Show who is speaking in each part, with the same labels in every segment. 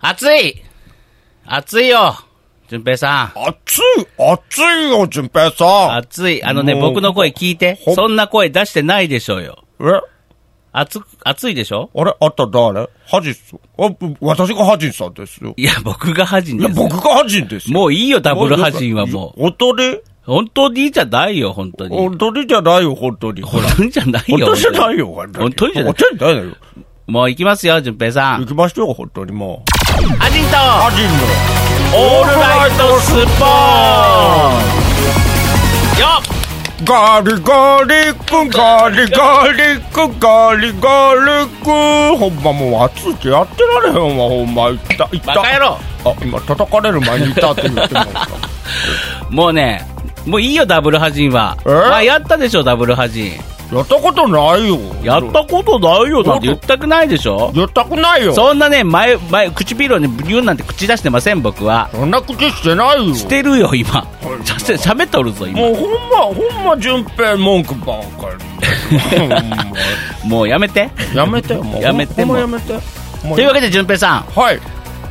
Speaker 1: 暑い暑いよ淳平さん。
Speaker 2: 熱い熱いよ、淳平さん。
Speaker 1: 暑い。あのね、
Speaker 2: もう
Speaker 1: 僕の声聞いて。
Speaker 2: ほ
Speaker 1: そんな声出してないでしょうよ。
Speaker 2: え
Speaker 1: 暑、暑いでしょ
Speaker 2: あれあった誰ハジンさん。あぶ私がハジンさんですよ。
Speaker 1: いや、僕が恥人
Speaker 2: いや、
Speaker 1: です。
Speaker 2: 僕がハジンですよ。
Speaker 1: もういいよ、ダブル恥人はもう。
Speaker 2: 本当に
Speaker 1: 本当にじゃないよ、本当に。
Speaker 2: 本当にじゃないよ、本当に。
Speaker 1: 本当にじゃないよ。
Speaker 2: 本当にじゃないよ、
Speaker 1: 本当にじゃない
Speaker 2: 本。当にじゃないよ。
Speaker 1: もう行きますよ、淳平さん
Speaker 2: 行。きましょう、本当にもう。
Speaker 1: アジンと
Speaker 2: ハジンの。
Speaker 1: オールライトスッポーンよっ
Speaker 2: ガリガリ君、ガリガリ君、ガリガリ君。ほんまもう暑くてやってられへんわ、ほんま。いった、いった。
Speaker 1: バカ野郎
Speaker 2: あ、今叩かれる前にいたって言ってました。
Speaker 1: もうね、もういいよ、ダブルハジンは。
Speaker 2: え
Speaker 1: まあ、やったでしょ、ダブルハジン。
Speaker 2: やったことないよ。
Speaker 1: やったことないよなんて言ったくないでしょ
Speaker 2: やったくないよ。
Speaker 1: そんなね、前、前、唇にビューなんて口出してません、僕は。
Speaker 2: そんな口してないよ。
Speaker 1: してるよ、今
Speaker 2: い。
Speaker 1: しゃしゃ喋っとるぞ、今。
Speaker 2: もうほんま、ほんま、順平文句ばっかり。ほんま
Speaker 1: もうやめて。
Speaker 2: やめてよ、もう。
Speaker 1: やめて
Speaker 2: ほん
Speaker 1: も
Speaker 2: ま
Speaker 1: う
Speaker 2: やめて。も
Speaker 1: というわけで、淳平さん、
Speaker 2: はい。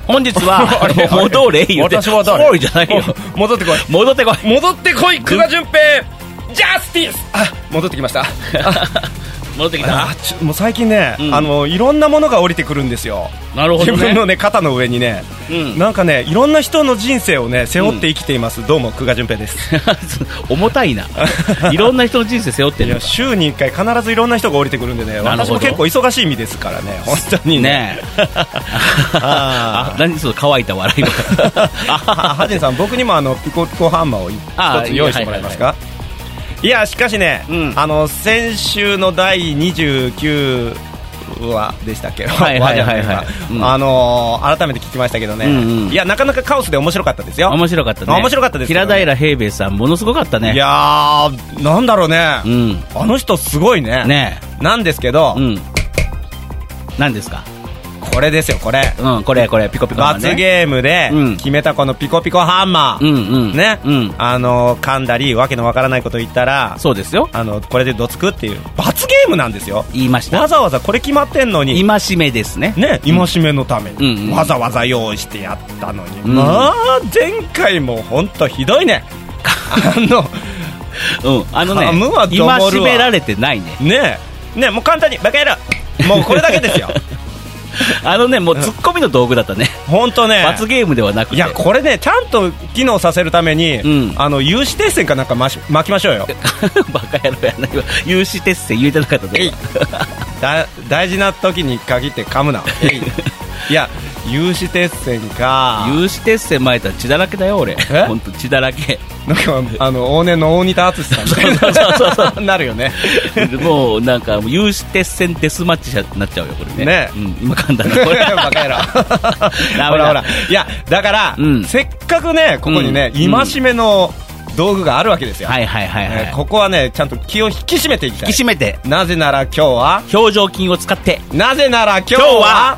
Speaker 1: 本日は
Speaker 2: あれあれ、
Speaker 1: 戻れ言うて。
Speaker 2: 私は誰
Speaker 1: おいじゃないよ。
Speaker 2: 戻ってこい。
Speaker 1: 戻ってこい。
Speaker 2: 戻ってこい、久我順平ジャスティスあ、戻ってきました。
Speaker 1: 戻ってきた
Speaker 3: あ。ちょもう最近ね、
Speaker 1: うん
Speaker 3: あのいろんなものが降りてくるんですよ、
Speaker 1: なるほ
Speaker 3: 自
Speaker 1: ど
Speaker 3: 分の
Speaker 1: ね。
Speaker 3: ね肩の上にね、
Speaker 1: うん
Speaker 3: なんかねいろんな人の人生をね背負って生きています、どうも久我淳平です
Speaker 1: 重たいな。いろんな人の人生背負って
Speaker 3: い
Speaker 1: るの
Speaker 3: や
Speaker 1: か。
Speaker 3: 週に1回必ずいろんな人が降りてくるんで
Speaker 1: な
Speaker 3: ね
Speaker 1: る
Speaker 3: 私
Speaker 1: ほど
Speaker 3: も結構忙しい身ですからね本当にね
Speaker 1: ねえ。
Speaker 3: あ
Speaker 1: あ、何その乾いた笑い声。
Speaker 3: あ ハジンさん僕にもあのピコピコハンマーを
Speaker 1: あ
Speaker 3: 一つ用意してもらえますかいやしかしね、
Speaker 1: うん
Speaker 3: あの先週の第29話でしたっけ
Speaker 1: はいはい はいはい
Speaker 3: 話じゃなか
Speaker 1: うん
Speaker 3: あのー改めて聞きましたけどね、
Speaker 1: うんうん
Speaker 3: いやなかなかカオスで面白かったですよ
Speaker 1: 面白かったね。
Speaker 3: 面白かったですよ
Speaker 1: 平
Speaker 3: ね
Speaker 1: 平平兵衛さん、ものすごかったね。
Speaker 3: いやーなんだろうね、
Speaker 1: うん。
Speaker 3: あの人すごいね
Speaker 1: ね
Speaker 3: なんですけど、
Speaker 1: え。うん。何ですか
Speaker 3: これですよこれ
Speaker 1: うん、これこれ、ピコピコマンね。
Speaker 3: 罰ゲームで
Speaker 1: うん
Speaker 3: 決めたこのピコピコハンマー、
Speaker 1: うんうん。
Speaker 3: ね、
Speaker 1: うん。
Speaker 3: あのー噛んだりわけのわからないこと言ったら
Speaker 1: そうですよ。
Speaker 3: あのこれでどつくっていう罰ゲームなんですよ
Speaker 1: 言いました
Speaker 3: わ。ざわざこれ決まってんのに
Speaker 1: 今しめですね。
Speaker 3: ね今しめのために、
Speaker 1: うんうん
Speaker 3: わざわざ用意してやったのに、
Speaker 1: うん
Speaker 3: まあ前回も本当ひど いねあの
Speaker 1: うん。あのね
Speaker 3: ハムは、どもるわ
Speaker 1: 今しめられてないね。
Speaker 3: ねねもう簡単にバカ野郎もうこれだけ ですよ
Speaker 1: あのね、もうツッコミの道具だったね。
Speaker 3: 本当ね
Speaker 1: 罰ゲームではなくて。
Speaker 3: いやこれねちゃんと機能させるために、
Speaker 1: うん
Speaker 3: あの有刺鉄線かなんかまし巻きましょ うよ
Speaker 1: バカ野郎やないわ。有刺鉄線言えてなかった
Speaker 3: え
Speaker 1: ね
Speaker 3: い。だ大事な時に限って噛 むないや有刺鉄線か
Speaker 1: 有刺鉄線巻いたら血だらけだよ、俺。
Speaker 3: え
Speaker 1: ほんと血だらけ。
Speaker 3: なんかあの往年の大仁田淳さんみたいななるよね
Speaker 1: もうなんか、有刺鉄線デスマッチになっちゃうよ、これね。
Speaker 3: ね
Speaker 1: うん、今噛んだな、こ れ。
Speaker 3: バカ野郎ほらほらいやだから、
Speaker 1: うん
Speaker 3: せっかくねここにね
Speaker 1: うん
Speaker 3: 戒めの道具があるわけですよ、
Speaker 1: はいはいはいはい。
Speaker 3: えーここはねちゃんと気を引き締めていきた
Speaker 1: 引
Speaker 3: い
Speaker 1: き締めて、
Speaker 3: なぜなら今日は
Speaker 1: 表情筋を使って、
Speaker 3: なぜなら今日
Speaker 1: 今日
Speaker 3: は
Speaker 1: は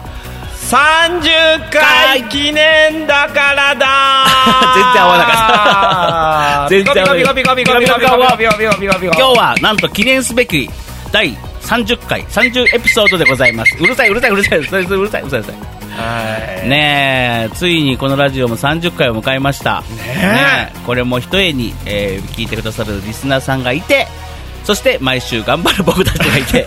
Speaker 3: 30回記念だからだ
Speaker 1: 全然合わなかった全然合わなかった
Speaker 3: ピコピコピコピコピコピコピコピコピコピコピコピコ
Speaker 1: 今日はなんと記念すべき第30回、30エピソードでございます。うるさい、うるさい、うるさい、うるさい、うるさい、うるさい。うるさい
Speaker 3: はい
Speaker 1: ねえ、ついにこのラジオも30回を迎えました。
Speaker 3: え
Speaker 1: ねえこれも一重に、えー聞いてくださるリスナーさんがいて、そして毎週頑張る僕たちがい て、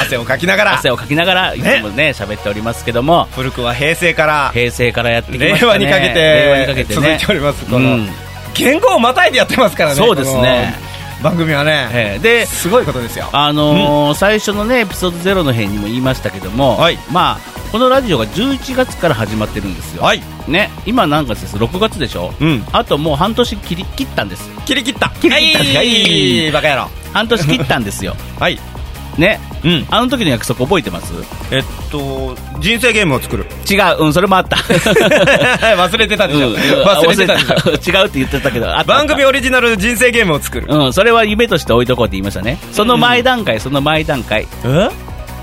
Speaker 3: 汗をかきながら
Speaker 1: 汗をかきながら、いつもね、喋、っておりますけども、
Speaker 3: 古くは平成から
Speaker 1: 平成からやってきまし
Speaker 3: 令
Speaker 1: た、ね、
Speaker 3: 和にかけ
Speaker 1: 令和にかけ
Speaker 3: て
Speaker 1: てね
Speaker 3: 続いておりますこ
Speaker 1: う
Speaker 3: の
Speaker 1: ん
Speaker 3: 言語をまたいでやってますからね
Speaker 1: そうですね
Speaker 3: この番組はね
Speaker 1: ええです
Speaker 3: ごいことですよ
Speaker 1: あのー最初のねエピソードゼロの辺にも言いましたけども、
Speaker 3: はい
Speaker 1: まあこのラジオが11月から始まってるんですよ、
Speaker 3: はい
Speaker 1: ね、今何月です6月でしょ、
Speaker 3: うん
Speaker 1: あともう半年切り切ったんです
Speaker 3: 切り切った
Speaker 1: 切り切った
Speaker 3: はいはいバカ野郎
Speaker 1: 半年切ったんです よ
Speaker 3: はい
Speaker 1: ね
Speaker 3: うん
Speaker 1: あの時の約束覚えてます
Speaker 3: えっと人生ゲームを作る
Speaker 1: 違ううんそれもあ った
Speaker 3: 忘れてたでしょ忘れてたでしょ
Speaker 1: 忘れた違うって言ってたけどあった
Speaker 3: 番組オリジナル人生ゲームを作る
Speaker 1: うん、それは夢として置いとこうって言いましたね。その前段階、その前段階。
Speaker 3: え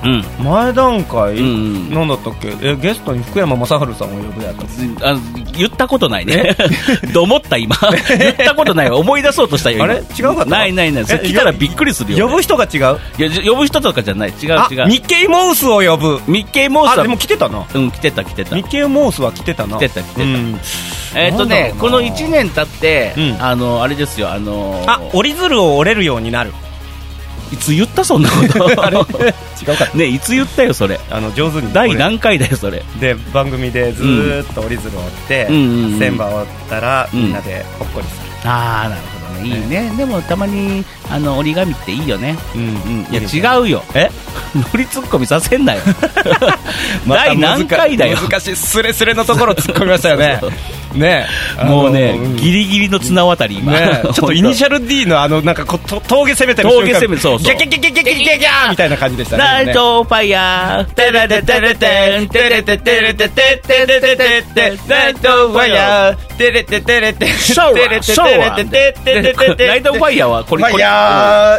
Speaker 1: うん
Speaker 3: 前段階、
Speaker 1: うん
Speaker 3: なんだったっけえゲストに福山雅治さんを呼ぶやつ
Speaker 1: あ言ったことないね。 ど思った今。言ったことないわ。思い出そうとしたよ。今
Speaker 3: あれ違うかった
Speaker 1: ないないない。それ
Speaker 3: え
Speaker 1: 来たらびっくりするよ。
Speaker 3: 呼ぶ人が違う
Speaker 1: いやじ呼ぶ人とかじゃない。違う
Speaker 3: あ
Speaker 1: 違う。
Speaker 3: ミッケイ・モウスを呼ぶ
Speaker 1: ミッケイモース
Speaker 3: あ
Speaker 1: は
Speaker 3: でも来てたな
Speaker 1: うん、来てた来てた。
Speaker 3: ミッケイ・モウスは来てたな
Speaker 1: 来てた来てた
Speaker 3: うん
Speaker 1: えっと
Speaker 3: なんだろう
Speaker 1: ね
Speaker 3: な、
Speaker 1: この1年経って
Speaker 3: う、ん
Speaker 1: あの、あれですよ、あのー、
Speaker 3: あ折り鶴を折れるようになる
Speaker 1: いつ言ったそんなこと。
Speaker 3: あれ違うかった
Speaker 1: ね、いつ言ったよ、それ。
Speaker 3: あの上手に
Speaker 1: 第何回だよ、それ。
Speaker 3: で番組でずーっと折り鶴を折って、
Speaker 1: うんうんうんうん
Speaker 3: 千羽折ったら
Speaker 1: うん
Speaker 3: みんなでほっこりす
Speaker 1: ああ、なるほどね。いいね。でも、たまに、あの、折り紙っていいよね。
Speaker 3: る、うん
Speaker 1: うん。いや、違うよ。
Speaker 3: え
Speaker 1: 乗りツッコミさせんなよ。第何回だよ。
Speaker 3: 難しいスレスレのところ突っ込みましたよね
Speaker 1: そう
Speaker 3: ねあの
Speaker 1: もうね
Speaker 3: ん、
Speaker 1: ギリギリの綱渡り、今。
Speaker 3: ね ちょっとイニシャル D のあのなんかこうと峠攻めてる瞬間
Speaker 1: 峠攻めそうそう
Speaker 3: ギャギャギャギャギャギャギャギャみたいな感じでしたね
Speaker 1: ライトファイヤー。テレテテレテン、テレテテレテテテテテテテライトファイヤー。
Speaker 3: ーテレテテレテ
Speaker 1: ショーラー、ショーラー。ライトファイヤーはこれ、これ、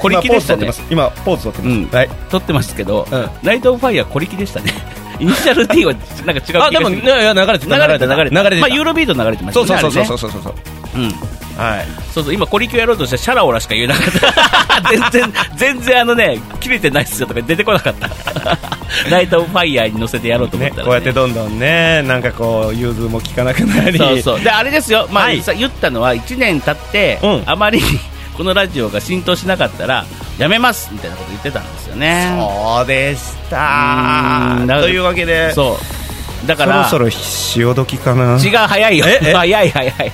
Speaker 1: これ、これ、でしたね。
Speaker 3: 今ポーズ取ってますはい
Speaker 1: 撮ってますけど、
Speaker 3: うん
Speaker 1: ライトオンファイヤーこれきでしたね イニシャル D はなんか違う気が
Speaker 3: あでも
Speaker 1: 流
Speaker 3: いやいや流れてた
Speaker 1: れてた流れてた
Speaker 3: 流れて
Speaker 1: まあ
Speaker 3: た
Speaker 1: ユーロビート流れてました
Speaker 3: そう
Speaker 1: ね
Speaker 3: そうそうそう
Speaker 1: あれね
Speaker 3: そうそうそうそう
Speaker 1: うん
Speaker 3: はい
Speaker 1: そうそう今コリキュやろうとしてシャラオラしか言えなかった 全然全然あのね切れてないっすよとか出てこなかった ライトオンファイヤーに乗せてやろうと思
Speaker 3: ね
Speaker 1: ったら、ね
Speaker 3: こうやってどんどんねなんかこう融通も効かなくなり
Speaker 1: そうそうであれですよ、まあ
Speaker 3: はい
Speaker 1: さ言ったのは1年経って、
Speaker 3: うん
Speaker 1: あまり このラジオが浸透しなかったらやめますみたいなこと言ってたんですよね
Speaker 3: そうでした
Speaker 1: うん
Speaker 3: というわけで
Speaker 1: そうだ
Speaker 3: そ
Speaker 1: から
Speaker 3: ろそろ潮時かな
Speaker 1: 違う早いよ
Speaker 3: ええ
Speaker 1: 早い早い
Speaker 3: え違う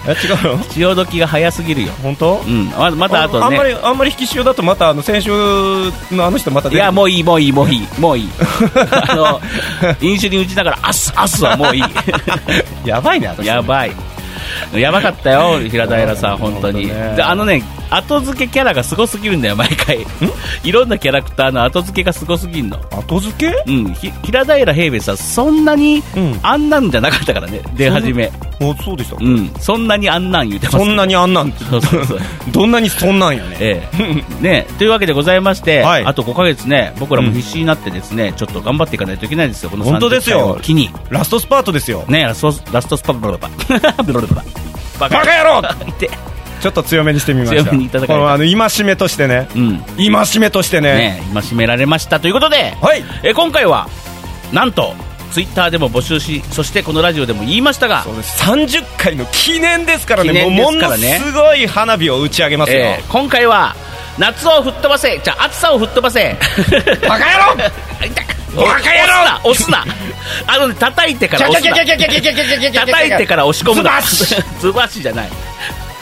Speaker 3: の
Speaker 1: 潮時が早すぎるよ
Speaker 3: 本当
Speaker 1: うんままたあと
Speaker 3: あんま
Speaker 1: ね
Speaker 3: りあんまり引き潮だとまたあの先週のあの人また
Speaker 1: い
Speaker 3: 出てくる
Speaker 1: やもういいもういいもういいもう いいあの飲酒に打ちながら「あすあす」はもういい
Speaker 3: やばいねあの人
Speaker 1: やばいやばかったよ平平さん本当に
Speaker 3: 本当ね
Speaker 1: であのね後付けキャラがすごすぎるんだよ毎回いろんなキャラクターの後付けがすごすぎるの
Speaker 3: 後付け
Speaker 1: うん、ひ平平平平さんそんなに
Speaker 3: うん
Speaker 1: あんなんじゃなかったからね出始め
Speaker 3: おそうでした
Speaker 1: うんそんなにあんなん言ってます
Speaker 3: そんなにあんなんって
Speaker 1: そうそうそう
Speaker 3: どんなにそんなんよね
Speaker 1: ええね、というわけでございまして、
Speaker 3: はい
Speaker 1: あと5か月ね僕らも必死になってですね、ちょっと頑張っていかないといけないですよこの
Speaker 3: 本当ですよ
Speaker 1: 30回を機に
Speaker 3: ラストスパートですよ
Speaker 1: ねラストラストスパブロバブロババ
Speaker 3: バカ野郎
Speaker 1: って
Speaker 3: ちょっと強めにしてみました
Speaker 1: 強めにいただか
Speaker 3: こ
Speaker 1: れた
Speaker 3: のあの戒めとしてね
Speaker 1: うんね
Speaker 3: 戒めとしてね
Speaker 1: 今締められましたということで、
Speaker 3: はい
Speaker 1: え今回はなんとツイッターでも募集しそしてこのラジオでも言いましたが
Speaker 3: そうです30回の記念ですからね
Speaker 1: 記念
Speaker 3: もう
Speaker 1: です
Speaker 3: も
Speaker 1: から
Speaker 3: の
Speaker 1: ね
Speaker 3: すごい花火を打ち上げますよ、
Speaker 1: ええ今回は夏を吹っ飛ばせじゃあ暑さを吹っ飛ば せ
Speaker 3: バカ野郎
Speaker 1: バカ野郎押すな押す なあのね叩いてから押すな叩いてから押し込むな
Speaker 3: ズバ
Speaker 1: ズバシじゃない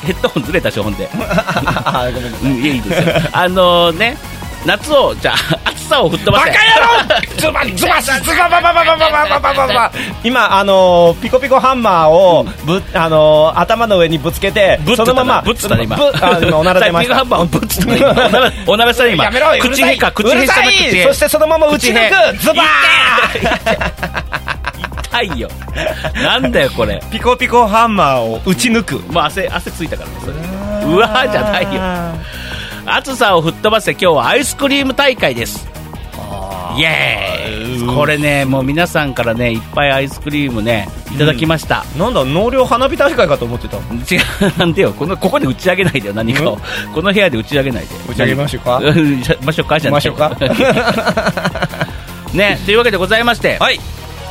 Speaker 1: ヘッドホンずれたしほんで、
Speaker 3: あーごめんなさい
Speaker 1: うん、いやいいですよあのね夏をじゃあ暑さを吹っ飛ば
Speaker 3: バ
Speaker 1: せ
Speaker 3: カ野郎ズバズバズババババババババババ今あのーピコピコハンマーをぶあのー頭の上にぶつけて
Speaker 1: ぶっつった
Speaker 3: その
Speaker 1: な
Speaker 3: まま
Speaker 1: ぶっつったな今
Speaker 3: ぶあの おなら出ま
Speaker 1: ピ
Speaker 3: し
Speaker 1: グハ
Speaker 3: た
Speaker 1: ンバーをぶっつった 今おならおならしたね今
Speaker 3: やめろうる
Speaker 1: 口
Speaker 3: さい
Speaker 1: へか口
Speaker 3: うる
Speaker 1: へした
Speaker 3: さ
Speaker 1: ね
Speaker 3: い
Speaker 1: 口へ
Speaker 3: そしてそのまま打ち抜
Speaker 1: 口へ
Speaker 3: くズバー
Speaker 1: 痛いよなんだよこれ
Speaker 3: ピコピコハンマーを打ち抜く
Speaker 1: もう汗汗ついたからねそれうわーじゃないよ暑さを吹っ飛ばせ今日はアイスクリーム大会ですイエーイこれねもう皆さんからねいっぱいアイスクリームねいただきました、
Speaker 3: なんだ納涼花火大会かと思ってた
Speaker 1: 違うなんでよこのここで打ち上げないでよ何かを、この部屋で打ち上げないで
Speaker 3: 打ち上げましょうか
Speaker 1: うん じゃましょうかじゃない
Speaker 3: ましょうか
Speaker 1: ねというわけでございまして、
Speaker 3: はい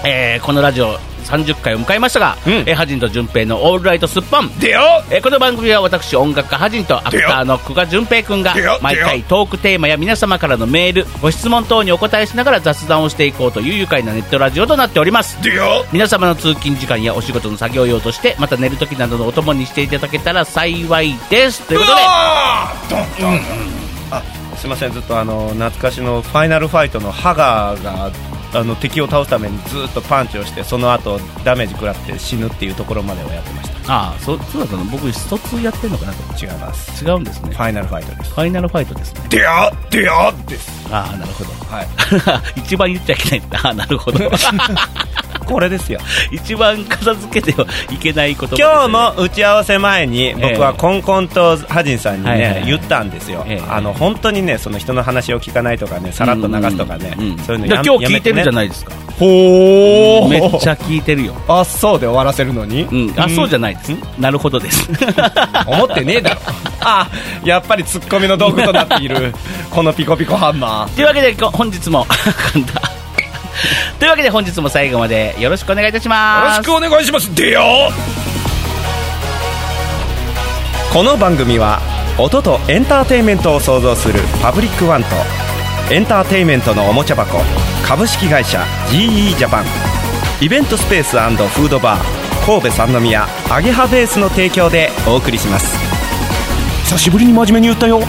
Speaker 1: えーこのラジオ30回を迎えましたが、
Speaker 3: うん
Speaker 1: えーハジンと淳平の「オールライトすっぽん」
Speaker 3: でよ
Speaker 1: えーこの番組は私音楽家ハジンとアクターの久我淳平君が
Speaker 3: でよ
Speaker 1: 毎回トークテーマや皆様からのメールご質問等にお答えしながら雑談をしていこうという愉快なネットラジオとなっております
Speaker 3: でよ
Speaker 1: 皆様の通勤時間やお仕事の作業用としてまた寝る時などのお供にしていただけたら幸いですということで
Speaker 3: すいませんずっとあの懐かしの「ファイナルファイト」のハガーがあの敵を倒すためにずっとパンチをしてその後ダメージ食らって死ぬっていうところまではやってまし
Speaker 1: ああそそうだったの僕一つやってんのかなと
Speaker 3: た違います
Speaker 1: 違うんですね
Speaker 3: フ
Speaker 1: フ
Speaker 3: ァイナルファイトです
Speaker 1: ァイナルファイトですね
Speaker 3: でよでよです
Speaker 1: ああなるほど
Speaker 3: はい
Speaker 1: 一番言っちゃいけないんだああなるほど
Speaker 3: ここ れですよ
Speaker 1: 一番片付けてはいけないこと
Speaker 3: 今日も打ち合わせ前に僕はコンコンとハジンさんに
Speaker 1: はいはいは
Speaker 3: ね
Speaker 1: い
Speaker 3: 言ったんですよ、
Speaker 1: ええ
Speaker 3: あの本当にねその人の話を聞かないとかねさらっと流すとかね、そういうの
Speaker 1: 今
Speaker 3: や
Speaker 1: 日聞いてるじゃ
Speaker 3: い
Speaker 1: ないですか、
Speaker 3: ほー
Speaker 1: めっちゃ聞いてるよ、
Speaker 2: あっそうで終わらせるのに
Speaker 1: うん、あそうじゃないです、なるほどです
Speaker 2: 思ってねえ だろあやっぱりツッコミの道具となっているこのピコピコハンマー
Speaker 1: というわけでこ本日も 噛んだというわけで本日も最後までよろしくお願いいたします
Speaker 2: よろしくお願いしますでよ
Speaker 3: この番組は音とエンターテインメントを創造するパブリックワンとエンターテインメントのおもちゃ箱株式会社 GE ジャパンイベントスペースフードバー神戸三宮アゲハベースの提供でお送りします久しぶりに真面目に言ったよ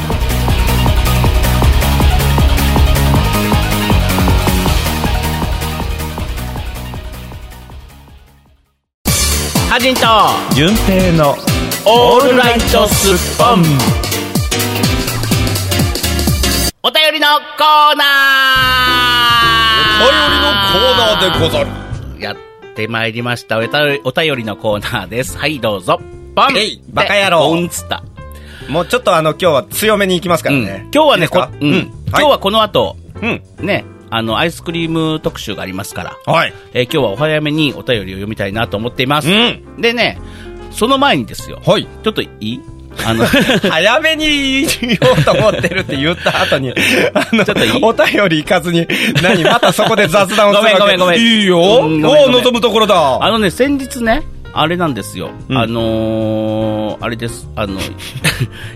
Speaker 1: ハジンと
Speaker 3: 順平の
Speaker 1: オールライトスッポンお便りのコーナー
Speaker 2: りのコーナーでござる
Speaker 1: やってまいりましたおたお便りのコーナーですはいどうぞバン
Speaker 3: えいバカ野郎
Speaker 1: ボンっつった、
Speaker 3: もうちょっとあの今日は強めに行きますか
Speaker 1: う
Speaker 3: ら
Speaker 1: ん、
Speaker 3: ね
Speaker 1: 今、日はね
Speaker 3: いいですか
Speaker 1: こうん今日はこの後
Speaker 3: うん
Speaker 1: ねあのアイスクリーム特集がありますから、
Speaker 3: はい
Speaker 1: えー今日はお早めにお便りを読みたいなと思っています、
Speaker 3: うん
Speaker 1: でねその前にですよ
Speaker 2: はい
Speaker 1: ちょっといいあの
Speaker 3: 早めに言おうと思ってるって言った後に、あの
Speaker 1: ちょっといい、
Speaker 3: お便り行かずに、何、またそこで雑談をするわけ
Speaker 1: ごめんごめんごめん
Speaker 3: いいよ。
Speaker 1: う
Speaker 3: お
Speaker 1: んごめんごめん
Speaker 3: う望むところだ。
Speaker 1: あのね先日ねあれなんですよ、
Speaker 3: うん
Speaker 1: あのーあれですあ の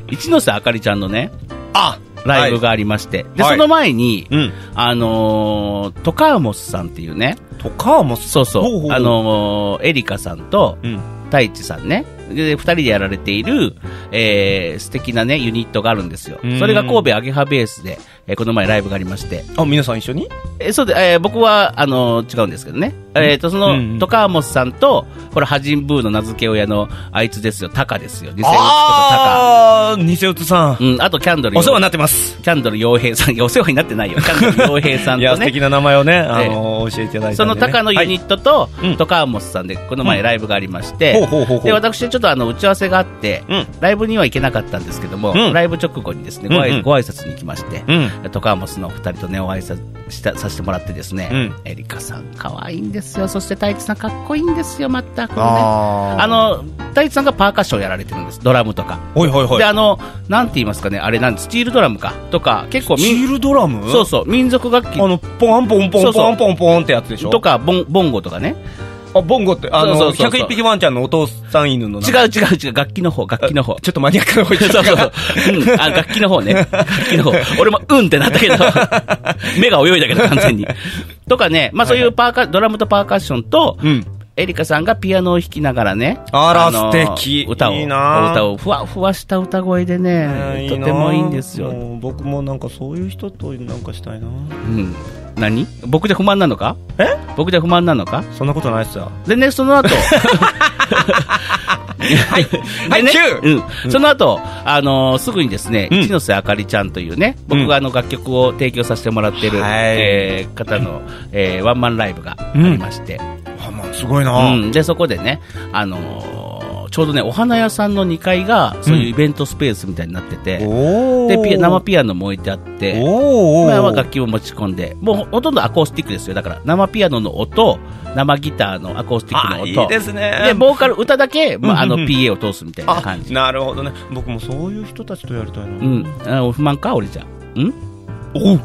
Speaker 1: 一ノ瀬あかりちゃんのね
Speaker 3: あ
Speaker 1: ライブがありまして、で
Speaker 3: はい
Speaker 1: その前に、
Speaker 3: うん。
Speaker 1: あのートカーモスさんっていうね、
Speaker 3: とかも、
Speaker 1: そうそう、
Speaker 3: ほうほうほう
Speaker 1: あのーエリカさんと、
Speaker 3: ん。
Speaker 1: 太一さんね、で、二人でやられている、えー、素敵なね、ユニットがあるんですよ
Speaker 3: うん。
Speaker 1: それが神戸アゲハベースで、えーこの前ライブがありまして、
Speaker 3: あ、皆さん一緒に
Speaker 1: えーそうで、えー僕は、あのー違うんですけどね。えっ、と、その、
Speaker 3: うん
Speaker 1: トカーモスさんと、これ、ハジンブーの名付け親の、あいつですよ、タカですよ。2000タカ。
Speaker 3: ああ、ニセウツさん。
Speaker 1: うん、あと、キャンドル
Speaker 3: お世話になってます。
Speaker 1: キャンドル洋平さん、いやお世話になってないよ。キャンドル洋平さん
Speaker 3: い
Speaker 1: と
Speaker 3: や、素
Speaker 1: ね
Speaker 3: 敵。な名前をね、あの、教えていただいた
Speaker 1: そ
Speaker 3: ん
Speaker 1: の
Speaker 3: でね。
Speaker 1: 高のユニットと、
Speaker 3: いうん
Speaker 1: トカーモスさんで、この前ライブがありまして、
Speaker 3: はいほうほうほうほう。
Speaker 1: で、私、ちょっとあの、打ち合わせがあって、
Speaker 3: うん
Speaker 1: ライブには行けなかったんですけども、
Speaker 3: うん
Speaker 1: ライブ直後にですね、ご,、
Speaker 3: うんうん
Speaker 1: ご挨拶に来まして、
Speaker 3: うん。
Speaker 1: トカーモスのお二人とね、お挨拶したさせてもらってですね、
Speaker 3: うん
Speaker 1: エリカさん、可愛いんですよ。そして、太一さん、かっこいいんですよ、また。このね
Speaker 3: あ
Speaker 1: あの、太一さんがパーカッションやられてるんです、ドラムとか。
Speaker 3: はいはいはい。
Speaker 1: で、あの、なんて言いますかね、あれなんスチールドラムか、とか、結構
Speaker 3: シ
Speaker 1: みん、
Speaker 3: ールドラム
Speaker 1: そうそう、民族楽器
Speaker 3: あの、ポンポンポンポンポンポンってやつでしょ
Speaker 1: とか、ボンボンゴとかね、
Speaker 3: あ、ボンゴって、あ
Speaker 1: そ
Speaker 3: の、
Speaker 1: うそうそうそう
Speaker 3: 101匹ワンちゃんのお父さん犬の名
Speaker 1: 違
Speaker 3: 前。
Speaker 1: う違う違う、楽器の方、楽器の方。
Speaker 3: ちょっとマニアックな方言っち
Speaker 1: そ
Speaker 3: ゃ
Speaker 1: う
Speaker 3: っ
Speaker 1: そ
Speaker 3: た
Speaker 1: う
Speaker 3: か
Speaker 1: そう。うん、あ、楽器の方ね。楽器の方。俺も、うんってな ったけど、目が泳いだけど、完全に。とかね、まあそういうパーカ、ドラムとパーカッションと、
Speaker 3: うん。
Speaker 1: エリカさんがピアノを弾きながらね。
Speaker 3: あら
Speaker 1: の
Speaker 3: 素敵
Speaker 1: 歌を、
Speaker 3: いいな
Speaker 1: 歌を、ふわふわした歌声でね、とてもいいんですよ。
Speaker 3: もう僕もなんかそういう人となんかしたいな
Speaker 1: うん。何僕じゃ不満なのか
Speaker 3: え
Speaker 1: 僕じゃ不満なのか
Speaker 3: そんなことないっすよ
Speaker 1: でね、その 後。はい。
Speaker 3: はい
Speaker 1: ね
Speaker 3: キュ
Speaker 1: うん。その後、あのーすぐにですね、
Speaker 3: うん
Speaker 1: 一ノ瀬あかりちゃんというね、
Speaker 3: うん
Speaker 1: 僕があの楽曲を提供させてもらってる、
Speaker 3: はい
Speaker 1: えー方の、えーワンマンライブがありまして、
Speaker 3: あまあすごいな
Speaker 1: うんで、そこでね、あのーちょうどね、お花屋さんの2階が、そういうイベントスペースみたいになってて、
Speaker 3: おお
Speaker 1: で、ピア生ピアノも置いてあって、
Speaker 3: おお
Speaker 1: まあ、楽器を持ち込んで、もうほほとんどアコースティックですよ。だから、生ピアノの音、生ギターのアコースティックの音。
Speaker 3: す
Speaker 1: で、
Speaker 3: ね
Speaker 1: ボーカル、歌だ け、まあ、あ
Speaker 3: うん
Speaker 1: の、
Speaker 3: うんうん
Speaker 1: PA を通すみたいな
Speaker 3: あ
Speaker 1: 感じ。
Speaker 3: なるほどね僕もそういう人たちとやりたい な
Speaker 1: うん。あお不満か俺じゃん。 ん
Speaker 3: お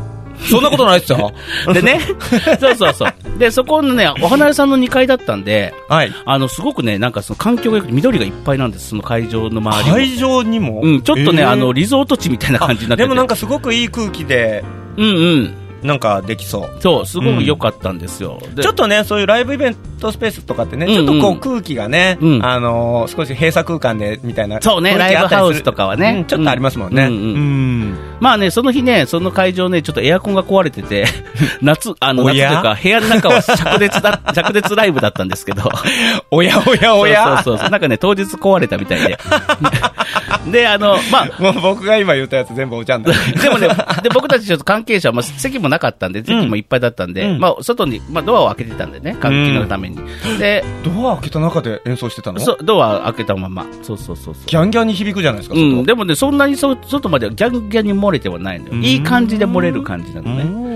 Speaker 3: そんなことないっす よ
Speaker 1: でね、 そうそうそう。で、そこのね、お花屋さんの2階だったんで、
Speaker 3: はい
Speaker 1: あの、すごくね、なんかその環境が良くて緑がいっぱいなんです、その会場の周りも。
Speaker 3: 会場にも
Speaker 1: うん、ちょっとね、
Speaker 3: えー
Speaker 1: あの、リゾート地みたいな感じになってて。
Speaker 3: でもなんかすごくいい空気で
Speaker 1: うんうん。
Speaker 3: なんかできそう
Speaker 1: そう、すごく良かったんですよ。で
Speaker 3: ちょっとね、そういうライブイベントスペースとかってね、
Speaker 1: うんうん
Speaker 3: ちょっとこう空気がね、
Speaker 1: うん
Speaker 3: あのー少し閉鎖空間でみたいな。
Speaker 1: そうね、
Speaker 3: 雰囲
Speaker 1: ラ
Speaker 3: 気
Speaker 1: イ
Speaker 3: あ
Speaker 1: ブ
Speaker 3: ったり
Speaker 1: ハ
Speaker 3: す
Speaker 1: ウ
Speaker 3: る
Speaker 1: スとかはね。
Speaker 3: うんちょっとありますもんね。
Speaker 1: うんうん
Speaker 3: ん
Speaker 1: まあね、その日ね、その会場ね、ちょっとエアコンが壊れて て、夏、あの、
Speaker 3: お
Speaker 1: 夏とい
Speaker 3: や
Speaker 1: うか、部屋の中は灼熱 だ、灼熱ライブだったんですけど、
Speaker 3: おやおやおや
Speaker 1: そうそうそう。なんかね、当日壊れたみたい で。で、あの、まあ、
Speaker 3: もう僕が今言ったやつ全部おちゃ んだ
Speaker 1: でもね、で僕たちちょっと関係者、まあ、席もなかったんで、席もいっぱいだったんで、
Speaker 3: うん
Speaker 1: まあ、外に、まあ、ドアを開けてたんでね、換気のために。で、
Speaker 3: ドア開けた中で演奏してたの
Speaker 1: そドア開けたまま。そうそうそうそう。
Speaker 3: ギャンギャンに響くじゃないですか、
Speaker 1: う
Speaker 3: 外
Speaker 1: ん、でもね、そんなにそ外までギャンギャンに漏れてはないのよ。
Speaker 3: うん
Speaker 1: いい感じで漏れる感じなのね。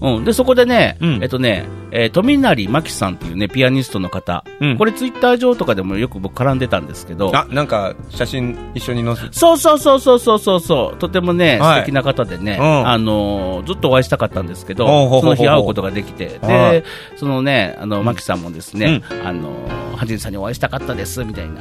Speaker 1: うん、でそこでね、
Speaker 3: うん
Speaker 1: えっとね、えー富成真紀さんっていうね、ピアニストの方、
Speaker 3: うん
Speaker 1: これツイッター上とかでもよく僕絡んでたんですけど、
Speaker 3: あなんか写真一緒に載せ
Speaker 1: そうそうそうそうそうそうそう、とてもね、
Speaker 3: はい
Speaker 1: 素敵な方でね、
Speaker 3: うん
Speaker 1: あのーずっとお会いしたかったんですけど、
Speaker 3: ほうほ
Speaker 1: そ
Speaker 3: うほうほ
Speaker 1: の
Speaker 3: う
Speaker 1: 日会うことができて、
Speaker 3: は
Speaker 1: で、そのね、あの、マキさんもですね、あのー、はじんさんにお会いしたかったです、みたいな。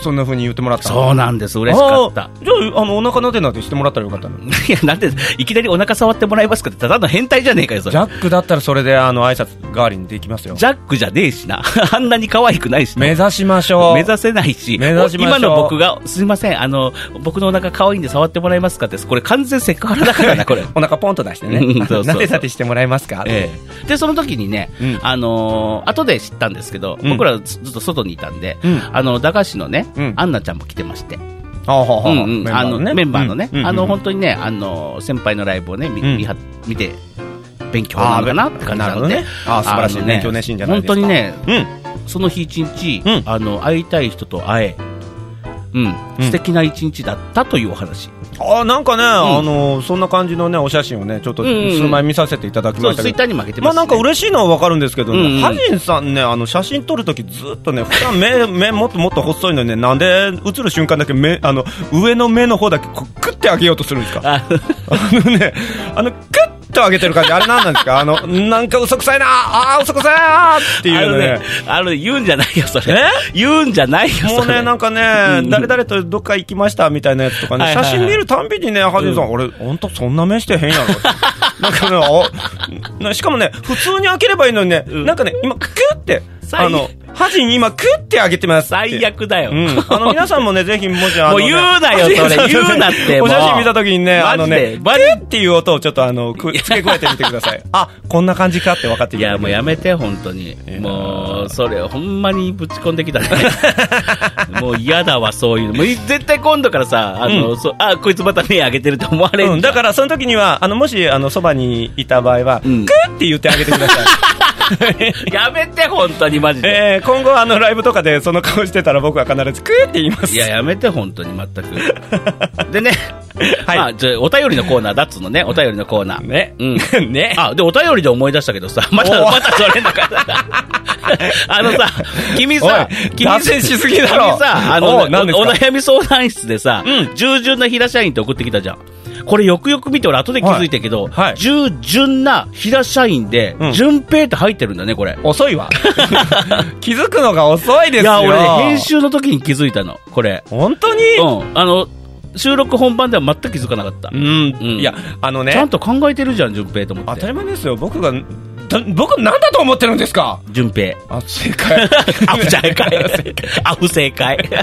Speaker 3: そんな風に言ってもらった
Speaker 1: そう
Speaker 3: な
Speaker 1: なんです、嬉しかった。
Speaker 3: じゃああのお腹なでなでしてもらったらよかったのジ
Speaker 1: いや、なんで、いきなりお腹触ってもらいますかって、ただの変態じゃねえかよ、それ。
Speaker 3: ャックだったらそれであの挨拶代わりにできますよ
Speaker 1: ジャックじゃねえしな。 あんなに可愛くないしな
Speaker 3: 目指しましょう
Speaker 1: 目指せないし、
Speaker 3: 目指しましょう
Speaker 1: 今の僕が、すいません、あの、僕のお腹可愛いんで触ってもらえますかって、これ完全セクハラだからな、これ。
Speaker 3: お腹ポンと出してね
Speaker 1: うんそうそうそう
Speaker 3: なでなでして もらえますか
Speaker 1: ええ、で、その時にね、
Speaker 3: うん
Speaker 1: あのー後で知ったんですけど、
Speaker 3: うん
Speaker 1: 僕らずずっと外にいたんで、
Speaker 3: うん
Speaker 1: あの、駄菓子のね、
Speaker 3: うん
Speaker 1: アンナちゃんも来てまして、
Speaker 3: あはは
Speaker 1: うんうんあのメンバーのね、あの、
Speaker 3: 本
Speaker 1: 本当にね、あの、先輩のライブをね、見
Speaker 3: うん
Speaker 1: 見は見て、勉強なのかなって感じなので、
Speaker 3: あーなるほどねあー素晴らしい
Speaker 1: あの
Speaker 3: 勉強熱心じゃないですか
Speaker 1: 本当にね、
Speaker 3: うん
Speaker 1: その日一日、
Speaker 3: うん
Speaker 1: あの会いたい人と会え、うん、
Speaker 3: うん
Speaker 1: 素敵な一日だったというお話。
Speaker 3: あなんかね、あのそんな感じのねお写真をねちょっと
Speaker 1: うんうん
Speaker 3: 数枚見させていただき
Speaker 1: そ
Speaker 3: ま
Speaker 1: う
Speaker 3: した
Speaker 1: ツイ
Speaker 3: け
Speaker 1: ッ
Speaker 3: ど、
Speaker 1: ターにも上げて
Speaker 3: ま
Speaker 1: ま
Speaker 3: あ
Speaker 1: す、ね。
Speaker 3: なんか嬉しいのはわかるんですけど、ね
Speaker 1: うんうん
Speaker 3: ハジンさんねあの写真撮るときずっとね普段目目もっともっと細いのにねなんで映る瞬間だけ目あの上の目の方だけこうクッて上げようとするんですか
Speaker 1: あ
Speaker 3: あのねあのクッと上げてる感じあれなんなんですかあのなんか嘘くさいなあー嘘くさいなーってい
Speaker 1: あ
Speaker 3: う
Speaker 1: の
Speaker 3: のね
Speaker 1: ね、あのね言うんじゃないよ、それ。言うんじゃないよ、
Speaker 3: もう
Speaker 1: それ。
Speaker 3: ね、なんかね、誰々とどっか行きましたみたいなやつとか
Speaker 1: は
Speaker 3: ね、
Speaker 1: いはい
Speaker 3: 写
Speaker 1: はい
Speaker 3: 真見るたんびにね、はじめさん、俺、ほんとそんな目してへ んやろ。なんかね、あなしかもね、普通に開ければいいのにね、なんかね、今、クッて、
Speaker 1: 最悪
Speaker 3: あの、はじに今、クッて開けてますって。
Speaker 1: 最悪だよ。
Speaker 3: うん。あの、皆さんもね、ぜひ、もし、
Speaker 1: も
Speaker 3: あの
Speaker 1: う
Speaker 3: ね、
Speaker 1: 言うなよ、そ
Speaker 3: は
Speaker 1: れ。
Speaker 3: じめさん
Speaker 1: 言うなって。
Speaker 3: お写
Speaker 1: も
Speaker 3: 真
Speaker 1: う
Speaker 3: 見たときにね、あ
Speaker 1: マ
Speaker 3: の
Speaker 1: ジ
Speaker 3: ね
Speaker 1: で、
Speaker 3: バリュっていう音をちょっと、あの、く付け加えてみてくだ さい。あ、こんな感じかって分かって
Speaker 1: い
Speaker 3: いただ
Speaker 1: や、
Speaker 3: け
Speaker 1: もう
Speaker 3: る
Speaker 1: やめて、本当に。もう、それ、ほんまにぶち込んできたね。 もう嫌だわ、そういうの。もうい絶対今度からさ、あの、そあ、こいつまた目あげてると思われる、
Speaker 3: うん、だからその時にはあのもしあのそばにいた場合は、
Speaker 1: うん
Speaker 3: クーって言ってあげてくだ さい、
Speaker 1: やめて、本当に、マジで。
Speaker 3: えー今後あのライブとかでその顔してたら僕は必ずクーって言います
Speaker 1: いや、やめて、本当に、全 く。でね、
Speaker 3: はい
Speaker 1: まあ、じゃあお便りのコーナー、だっつうのね、お便りのコーナー。
Speaker 3: ね、
Speaker 1: う
Speaker 3: ね
Speaker 1: あ、で、お便りで思い出したけどさ、また、
Speaker 3: おい
Speaker 1: またそれだから。 あのさ、君さ
Speaker 3: おい、
Speaker 1: 君
Speaker 3: 脱線しすぎだろ
Speaker 1: 君さ、あ
Speaker 3: お
Speaker 1: の
Speaker 3: う何で
Speaker 1: ね、
Speaker 3: す
Speaker 1: お
Speaker 3: か
Speaker 1: お悩み相談室でさ
Speaker 3: う、ん
Speaker 1: 従順な平社員って送ってきたじゃん。これよくよく見て、俺後で気づいたけど
Speaker 3: はいは、い
Speaker 1: 従順な平社員で
Speaker 3: う、ん
Speaker 1: 順平って入ってるんだね、これ。
Speaker 3: 遅い わ気づくのが遅いで
Speaker 1: い
Speaker 3: すよ
Speaker 1: や、俺ね、編集の時に気づいたの、これ。
Speaker 3: 本当に
Speaker 1: うん。あの、収録本番では全く気づかなかった
Speaker 3: う。ん、いやあの
Speaker 1: ちゃ
Speaker 3: ね
Speaker 1: んと考えてるじゃん、順平と思
Speaker 3: 当
Speaker 1: ったて。
Speaker 3: り前ですよ僕がだ僕なんだと思ってるんですか
Speaker 1: 順 平。
Speaker 3: あ正解
Speaker 1: アフ正解。アフ正解。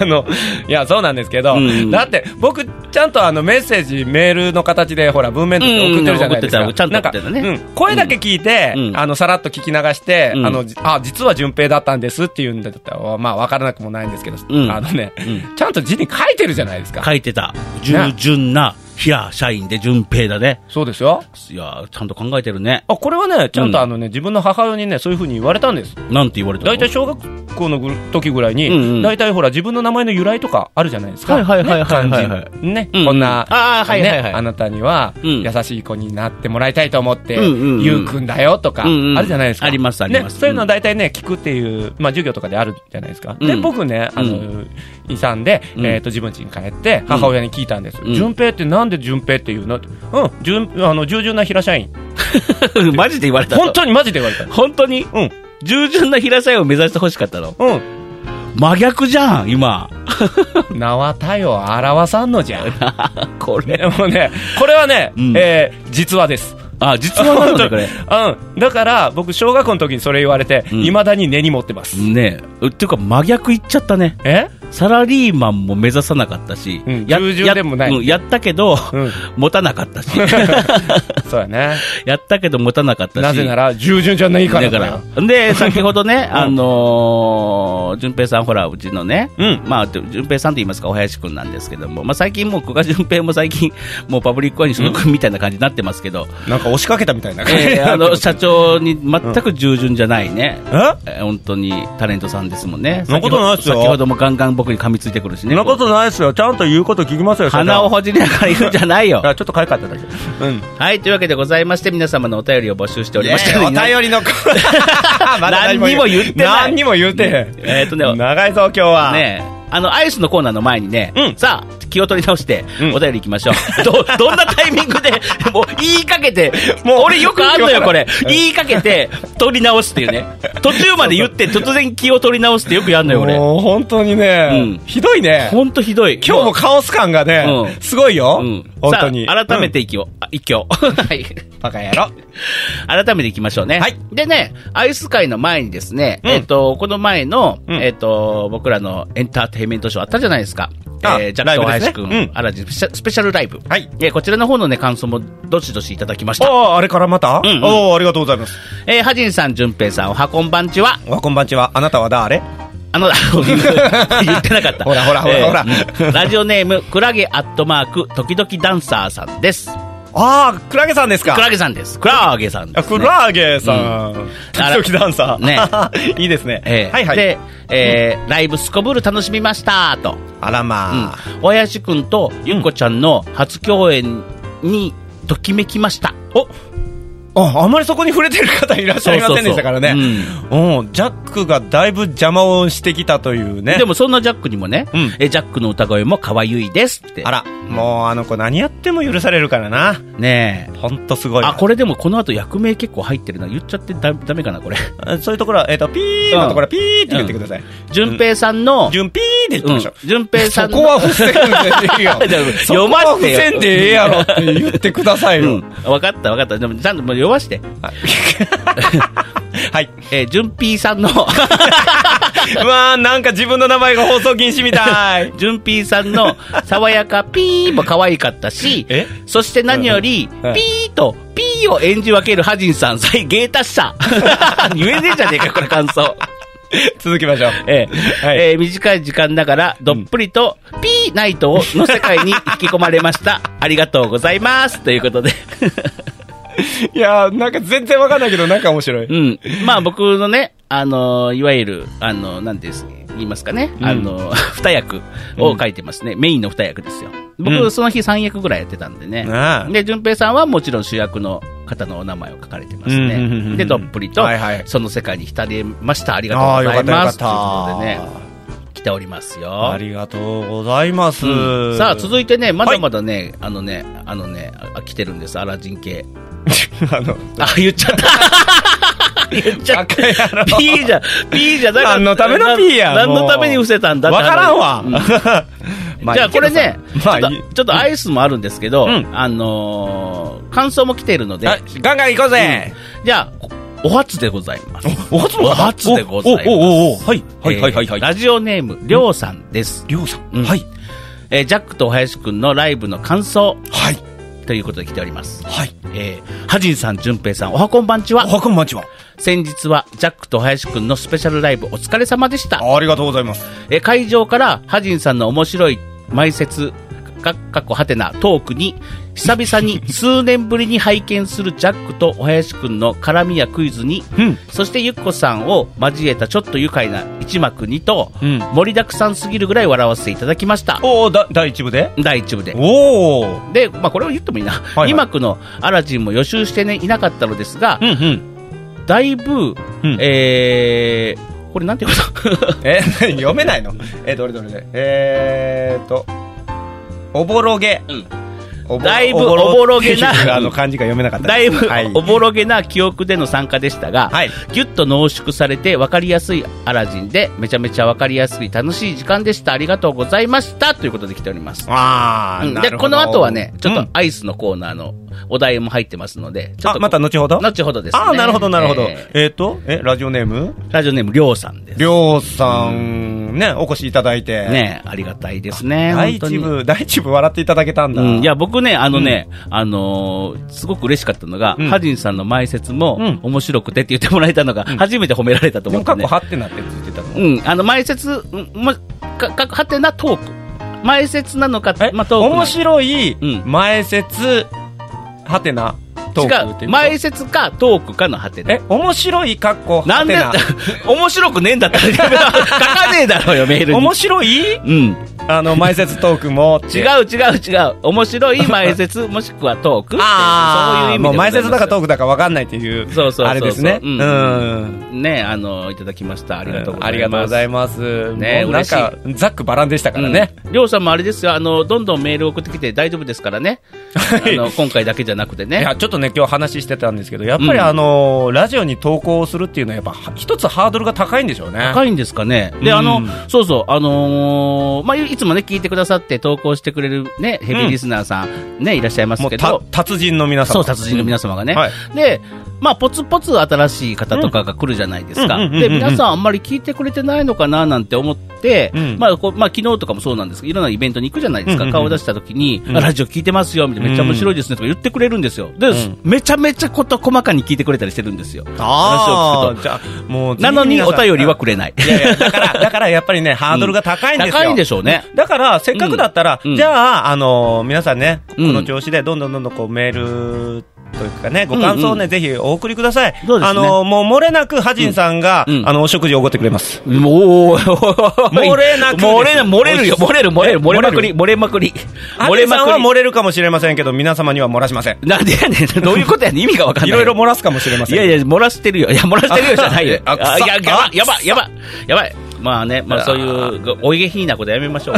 Speaker 3: あのいやそうなんですけど、
Speaker 1: うん
Speaker 3: だって僕ちゃんとあのメッセージメールの形でほら文面として送ってるじゃないですか、
Speaker 1: うんうん送ってた
Speaker 3: なんか
Speaker 1: ちゃんと送ってたね
Speaker 3: うん声だけ聞いて、
Speaker 1: うん
Speaker 3: あのさらっと聞き流して、
Speaker 1: うん
Speaker 3: あのじあ実は順平だったんですっていうんだったらまあ分からなくもないんですけど、
Speaker 1: うん
Speaker 3: あのね、
Speaker 1: う
Speaker 3: ちゃんと字に書いてるじゃないですか
Speaker 1: 書いてた。従順な、ヒラ社員で順平だね。
Speaker 3: そうですよ
Speaker 1: いやー、ちゃんと考えてるね。
Speaker 3: あこれはねちゃん
Speaker 1: う
Speaker 3: と
Speaker 1: ん
Speaker 3: あのね、自分の母親にねそういうふうに言われたんです
Speaker 1: なんて言われたの
Speaker 3: 大体小学校のぐ時ぐらいに、
Speaker 1: うんうん
Speaker 3: 大体ほら自分の名前の由来とかあるじゃないですか。
Speaker 1: はいはいはいはいはい
Speaker 3: ね
Speaker 1: はい
Speaker 3: 漢字ね、
Speaker 1: うんうん
Speaker 3: こんな、
Speaker 1: あーはいはいはい
Speaker 3: ねあなたには
Speaker 1: うん
Speaker 3: 優しい子になってもらいたいと思って、
Speaker 1: うんうんうん
Speaker 3: ゆうくんだよとか、
Speaker 1: うんうん
Speaker 3: あるじゃないですか。
Speaker 1: ありますあります
Speaker 3: ね、そういうのは大体ね、聞くっていう、まあ授業とかであるじゃないですか。
Speaker 1: う
Speaker 3: で、
Speaker 1: ん
Speaker 3: 僕ね、あの、
Speaker 1: う
Speaker 3: 遺産で、
Speaker 1: うん
Speaker 3: えっ、と、自分家に帰って、母親に聞いたんです。
Speaker 1: うん
Speaker 3: 順平ってなんで順平って言うのってうん、順、あの、従順な平社員。
Speaker 1: マジで言われたの
Speaker 3: 本当にマジで言われた。
Speaker 1: 本当に
Speaker 3: うん。
Speaker 1: 従順な平社員を目指してほしかったの
Speaker 3: う
Speaker 1: 真逆じゃん、今。
Speaker 3: ん。縄体を表さんの じゃ。
Speaker 1: こ
Speaker 3: ね
Speaker 1: れ。
Speaker 3: もうね、これはね、
Speaker 1: うん
Speaker 3: えー実話です。
Speaker 1: あ、実話なんだ、これ。
Speaker 3: うん。だから、僕、小学校の時にそれ言われて、
Speaker 1: うん
Speaker 3: 未だに根に持ってます。
Speaker 1: ねえ。うっていうか、真逆言っちゃったね。
Speaker 3: え
Speaker 1: サラリーマンも目指さなかったし、
Speaker 2: うん
Speaker 1: や
Speaker 2: 従順でもない
Speaker 1: やうんやったけど、
Speaker 2: うん
Speaker 1: 持たなかったし
Speaker 2: そうやね。
Speaker 1: やったけど持たなかったし
Speaker 2: なぜなら、従順じゃないから
Speaker 1: だ
Speaker 2: だ
Speaker 1: か
Speaker 2: よ。
Speaker 1: ら。で、先ほど ね、あのー、淳平さん、ほら、うちのね、
Speaker 3: うん
Speaker 1: まあ、淳平さんと言いますか、お林くんなんですけども、まあ、最近もう、久我淳平も最近、もうパブリックワイン所属みたいな感じになってますけ ど、
Speaker 3: なんか押しかけたみたいな感じ、
Speaker 1: えーあの、社長に全く従順じゃないね。
Speaker 3: え
Speaker 1: えー本当にタレントさんですもんね。
Speaker 3: そんなことないっすよ
Speaker 1: 先ほどもガンガン僕に噛みついてくるし
Speaker 3: そ
Speaker 1: ね。
Speaker 3: んなことないですよちゃんと言うこと聞きますよ社長
Speaker 1: 鼻をほじりながら言うんじゃないよ
Speaker 3: い。やちょっとかいかっただけうん
Speaker 1: はい、というわけでございまして、皆様のお便りを募集しておりまして、
Speaker 3: お便りのコーナーまだ
Speaker 1: 何にも言ってない
Speaker 3: 何にも言ってへん
Speaker 1: えーっとね
Speaker 3: 長いぞ今日は、
Speaker 1: ねえあの、アイスのコーナーの前にね、
Speaker 3: うん
Speaker 1: さあ、気を取り直して
Speaker 3: う、ん
Speaker 1: お便り行きましょう。 ど、どんなタイミングで、もう言いかけて、
Speaker 3: もう
Speaker 1: 俺よくあんのよ、これ
Speaker 3: う。ん
Speaker 1: 言いかけて、取り直すっていうね。途中まで言って、突然気を取り直すってよくやんのよ、俺。
Speaker 3: もう本当にね、
Speaker 1: うん
Speaker 3: ひどいね
Speaker 1: ほんとひどい。
Speaker 3: 今日もカオス感がね、
Speaker 1: うん
Speaker 3: すごいよ、
Speaker 1: うん、
Speaker 3: 本当に
Speaker 1: さあ改めて
Speaker 3: う
Speaker 1: いきを、あ一 挙はい
Speaker 3: んバカ野郎
Speaker 1: 改めていきましょうね、
Speaker 3: はい
Speaker 1: でねアイス会の前にですね、
Speaker 3: うん
Speaker 1: えっ、とこの前の、
Speaker 3: うん
Speaker 1: えっ、と僕らのエンターテインメントショーあったじゃないですか
Speaker 3: あ
Speaker 1: えー、ジャ
Speaker 3: ラ
Speaker 1: ッ
Speaker 3: イ
Speaker 1: ク
Speaker 3: ブ
Speaker 1: 大
Speaker 3: です
Speaker 1: 林
Speaker 3: ね
Speaker 1: く
Speaker 3: うん
Speaker 1: ん、あらじスペスペシャルライブ。
Speaker 3: はい
Speaker 1: えーこちらの方のね、感想もどしどしいただきました。
Speaker 3: あああれからまた、
Speaker 1: うんうん
Speaker 3: おおありがとうございます
Speaker 1: えー、はじんさん、じゅんぺいさん、おはこんばんちは。
Speaker 3: わこんばんちはあなたは誰
Speaker 1: あの、 言ってなかった。
Speaker 3: ほらほらほらほら
Speaker 1: うんラジオネーム、クラゲアットマーク、時々ダンサーさんです。
Speaker 3: ああクラゲさんですか
Speaker 1: クラゲさんです。クラゲさんで
Speaker 3: あ
Speaker 1: す、ね。
Speaker 3: クラゲさん、
Speaker 1: あら
Speaker 3: 時々ダンサー、ね いいですね、
Speaker 1: ええ
Speaker 3: はいはい
Speaker 1: で、えーライブすこぶる楽しみましたと、
Speaker 3: あらまあ、
Speaker 1: おやしくんとゆっこちゃんの初共演にときめきました。お
Speaker 3: ああまりそこに触れてる方いらっしゃいませんでしたからね
Speaker 1: そうそう
Speaker 3: うんジャックがだいぶ邪魔をしてきたというね
Speaker 1: でもそんなジャックにもね、
Speaker 3: うん
Speaker 1: えジャックの歌声も可愛いですって。
Speaker 3: あらもうあの子何やっても許されるからな
Speaker 1: ねえ。
Speaker 3: ほんとすごい
Speaker 1: あ、これでもこの後役名結構入ってるな。言っちゃってだダメかな、これ。
Speaker 3: あそういうところは、えっとピーのところはピーって言ってください、
Speaker 1: 淳平さんの、
Speaker 3: 順ピーで言ってみましょう、
Speaker 1: 淳平さん
Speaker 3: そ
Speaker 1: の。
Speaker 3: こは伏せんでいい よ
Speaker 1: でも
Speaker 3: そこは伏せんでええやろって言ってくださいよ、
Speaker 1: うん。わかったわかった。でもちゃんともう読まして。
Speaker 3: はい
Speaker 1: えー、淳平さんの、
Speaker 3: うわーなんか自分の名前が放送禁止みたい
Speaker 1: 純ピーさん の爽やかピーも可愛かったし
Speaker 3: え、
Speaker 1: そして何より、
Speaker 3: うん
Speaker 1: ピーとピーを演じ分けるハジンさん、最芸達者。 言えねえじゃねえか、これ感想。
Speaker 3: 続きましょう
Speaker 1: ええ
Speaker 3: はい
Speaker 1: えー短い時間ながら、どっぷりと、ピーナイトをの世界に引き込まれました。ありがとうございます。ということで。
Speaker 3: いやーなんか全然わかんないけどなんか面白い、
Speaker 1: うん。まあ僕のね、あのーいわゆる、あのーなんて言いますかね、
Speaker 3: うん
Speaker 1: あのー 二役を書いてますね。メインの二役ですよ。
Speaker 3: うん
Speaker 1: 僕、その日三役ぐらいやってたんでね。
Speaker 3: ああ
Speaker 1: で、淳平さんはもちろん主役の方のお名前を書かれてます
Speaker 3: うんうんうんうん
Speaker 1: ね。で、どっぷりと
Speaker 3: はいはい、
Speaker 1: その世界に浸りました。ありがとうございます。ということでね、来ておりますよ。
Speaker 3: ありがとうございます、
Speaker 1: うんさあ、続
Speaker 3: いて
Speaker 1: いてね、まだまだね、あのね、あのね、あ来てるんです、アラジン系。
Speaker 3: あの
Speaker 1: あ、言っちゃった。言っちゃった。
Speaker 3: バカ野郎
Speaker 1: P じゃ、P じゃなかった。
Speaker 3: 何のための P や
Speaker 1: な
Speaker 3: もう
Speaker 1: 何のために伏せたんだって
Speaker 3: わからんわ、
Speaker 1: うん
Speaker 3: ま
Speaker 1: じゃあこれね、
Speaker 3: いい
Speaker 1: ちょ
Speaker 3: けどさ
Speaker 1: っ
Speaker 3: ま
Speaker 1: と
Speaker 3: あいい
Speaker 1: ちょっとアイスもあるんですけど、
Speaker 3: うん
Speaker 1: あのー感想も来ているので、
Speaker 3: はいガンガン行こうぜ、
Speaker 1: じゃあ、おお初でございます。
Speaker 3: お初
Speaker 1: お初でございます
Speaker 3: おおおおおはいはいはいはいは
Speaker 1: え
Speaker 3: い
Speaker 1: ーラジオネーム、りょうさんです。
Speaker 3: りょうさん、
Speaker 1: うん
Speaker 3: はい
Speaker 1: えージャックとお林くんのライブの感想
Speaker 3: はい
Speaker 1: ということで来ております。
Speaker 3: はい
Speaker 1: えー、はじんさん、じゅんぺいさん、おはこんばんちは
Speaker 3: お。はこんばんちは
Speaker 1: 先日は、ジャックとお林くんのスペシャルライブお疲れ様でした。
Speaker 3: ありがとうございます
Speaker 1: えー会場からハジンさんの面白い埋設かかっこはてなトークに久々に数年ぶりに拝見するジャックとお林くんの絡みやクイズに、
Speaker 3: うん
Speaker 1: そしてゆっこさんを交えたちょっと愉快な一幕にと、
Speaker 3: うん
Speaker 1: 盛りだくさんすぎるぐらい笑わせていただきました
Speaker 3: おおだ第一部で
Speaker 1: 第1部で
Speaker 3: おお
Speaker 1: で、まあ、これを言ってもいいな、
Speaker 3: いはい
Speaker 1: 二幕のアラジンも予習して、ね、いなかったのですが、
Speaker 3: んうん
Speaker 1: だいぶ、
Speaker 3: うん
Speaker 1: えーこれなんていうこと
Speaker 3: え読めないのえどれどれでえーっとおぼろげ、
Speaker 1: うん
Speaker 3: おぼ
Speaker 1: だいぶおぼろげな
Speaker 3: っていうあの漢字が読めなかった
Speaker 1: だいぶ
Speaker 3: はい
Speaker 1: おぼろげな記憶での参加でしたが、
Speaker 3: はい
Speaker 1: ぎゅっと濃縮されて分かりやすいアラジンでめちゃめちゃ分かりやすい楽しい時間でしたありがとうございましたということで来ております
Speaker 3: あ
Speaker 1: う
Speaker 3: あ
Speaker 1: んでこの後はねちょっ
Speaker 3: うん
Speaker 1: とアイスのコーナーのお題も入ってますのでちょっ
Speaker 3: あ
Speaker 1: と
Speaker 3: また後ほど
Speaker 1: 後ほどですね
Speaker 3: ああ、なるほど、なるほど。
Speaker 1: え
Speaker 3: えっ、と、え、ラジオネーム
Speaker 1: ーラジオネームりょうさんです
Speaker 3: りょうさん、ね、お越しいただいて。
Speaker 1: ねありがたいですね。
Speaker 3: 第
Speaker 1: 本当
Speaker 3: 一
Speaker 1: に
Speaker 3: 部、第一部笑っていただけたんだ。
Speaker 1: うん、いや、僕ね、あのね、あのーすごく嬉しかったのが、
Speaker 3: うん
Speaker 1: ハジンさんの前説も、
Speaker 3: うん
Speaker 1: 面白くてって言ってもらえたのが、初めて褒められたと
Speaker 3: で
Speaker 1: 思っ
Speaker 3: も、
Speaker 1: て、
Speaker 3: 過
Speaker 1: ね。
Speaker 3: 去8ってなってるって言ってたの。
Speaker 1: うん、あの、前説、うんもか、か、はてなトーク。前説なのか
Speaker 3: え、、
Speaker 1: まあ、トークなの
Speaker 3: 面白い
Speaker 1: うん、
Speaker 3: 前説、はてな、トークっ
Speaker 1: 違、
Speaker 3: ていうう。
Speaker 1: 前説かトークかのはてな。
Speaker 3: え、面白い、かっこ、
Speaker 1: な
Speaker 3: は
Speaker 1: ん
Speaker 3: て
Speaker 1: で
Speaker 3: な。、
Speaker 1: 面白くねえ んだったら、書かねえだろうよ、メールに
Speaker 3: 面。白い
Speaker 1: うん。
Speaker 3: あの、前説トークも。
Speaker 1: 違う違う違う。面白い前 説、もしくはトーク。
Speaker 3: ああ、
Speaker 1: そういう意味で
Speaker 3: もう前
Speaker 1: ござい
Speaker 3: 説
Speaker 1: ま
Speaker 3: だ
Speaker 1: す
Speaker 3: かトークだか分かんないっていう、
Speaker 1: そうそうそうそう
Speaker 3: あれですね。
Speaker 1: う
Speaker 3: うんん。
Speaker 1: ね、あの、いただきました。ありがとうございます。
Speaker 3: ありがとうございます。
Speaker 1: ね
Speaker 3: もうなんか、ざっくばらんでしたからね。
Speaker 1: うん。りょうさんもあれですよ、あの、どんどんメール送ってきて大丈夫ですからね。あの、今回だけじゃなくて
Speaker 3: い
Speaker 1: ね。
Speaker 3: や、ちょっとね、今日話してたんですけど、やっぱ
Speaker 1: うん
Speaker 3: りあのーラジオに投稿するっていうのは、やっぱは一つハードルが高いんでしょうね。
Speaker 1: 高いんですかね。で、
Speaker 3: うん
Speaker 1: あの、そうそう、あのーまあ、いつもね、聞いてくださって投稿してくれるね、ヘビーリスナーさん、ね、いらっしゃいます
Speaker 3: もう
Speaker 1: け
Speaker 3: た
Speaker 1: ど、
Speaker 3: 達人の皆さん。
Speaker 1: そう、達人の皆様がね。
Speaker 3: うんはい
Speaker 1: で、まあ、ポツポツ新しい方とかが来るじゃないですか。
Speaker 3: うんうんうんうん
Speaker 1: で、皆さんあんまり聞いてくれてないのかななんて思って、
Speaker 3: うん
Speaker 1: まあ、こうまあ、昨日とかもそうなんですけど、いろんなイベントに行くじゃないですか。
Speaker 3: うんうんうん
Speaker 1: 顔を出した時に、
Speaker 3: うん
Speaker 1: あラジオ聞いてますよ、みたいな、めっちゃ面白いですねとか言ってくれるんですよ。で、めちゃめちゃこと細かに聞いてくれたりしてるんですよ。
Speaker 3: あ
Speaker 1: 話を聞く
Speaker 3: あ、じゃあ、もう、
Speaker 1: と。なのに、
Speaker 3: ぜひ
Speaker 1: お
Speaker 3: 皆さん
Speaker 1: 便りはくれない。
Speaker 3: いやいや、だから、だからやっぱりね、ハードルが高いんですよ。
Speaker 1: 高いんでしょうね。
Speaker 3: だから、せっかくだったら、
Speaker 1: うん
Speaker 3: じゃあ、あのー皆さんね、こ
Speaker 1: うん
Speaker 3: の調子でどんどんどんどんこうメールというかね、ご感想を
Speaker 1: うん
Speaker 3: ね、ぜひお送りください。
Speaker 1: そうですね
Speaker 3: あのーもう漏れなく、ハジンさんが、
Speaker 1: うんうん
Speaker 3: あの、お食事をおごってくれます。
Speaker 1: もう、漏
Speaker 3: 漏れなくです
Speaker 1: 漏れな、漏れるよ、漏れる、漏れる、
Speaker 3: え
Speaker 1: 漏れまくり、漏れまくり。
Speaker 3: ハ
Speaker 1: 漏
Speaker 3: ジ
Speaker 1: れ
Speaker 3: ンさ
Speaker 1: ま
Speaker 3: ん
Speaker 1: く
Speaker 3: は
Speaker 1: り。
Speaker 3: 漏れるかもしれませんけど、皆様には漏らしません。
Speaker 1: なんでやねん、どういうことやねん、意味がわかんないい。
Speaker 3: ろいろ漏らすかもしれません。
Speaker 1: いやいや、漏らしてるよ。いや、漏らしてるよじゃないよ。
Speaker 3: あ
Speaker 1: あ
Speaker 3: あ
Speaker 1: いや、や
Speaker 3: くそ
Speaker 1: ば
Speaker 3: あ
Speaker 1: い、やばい、やばい、やばい。まあね、まあそういう、おいげひいなことやめましょう。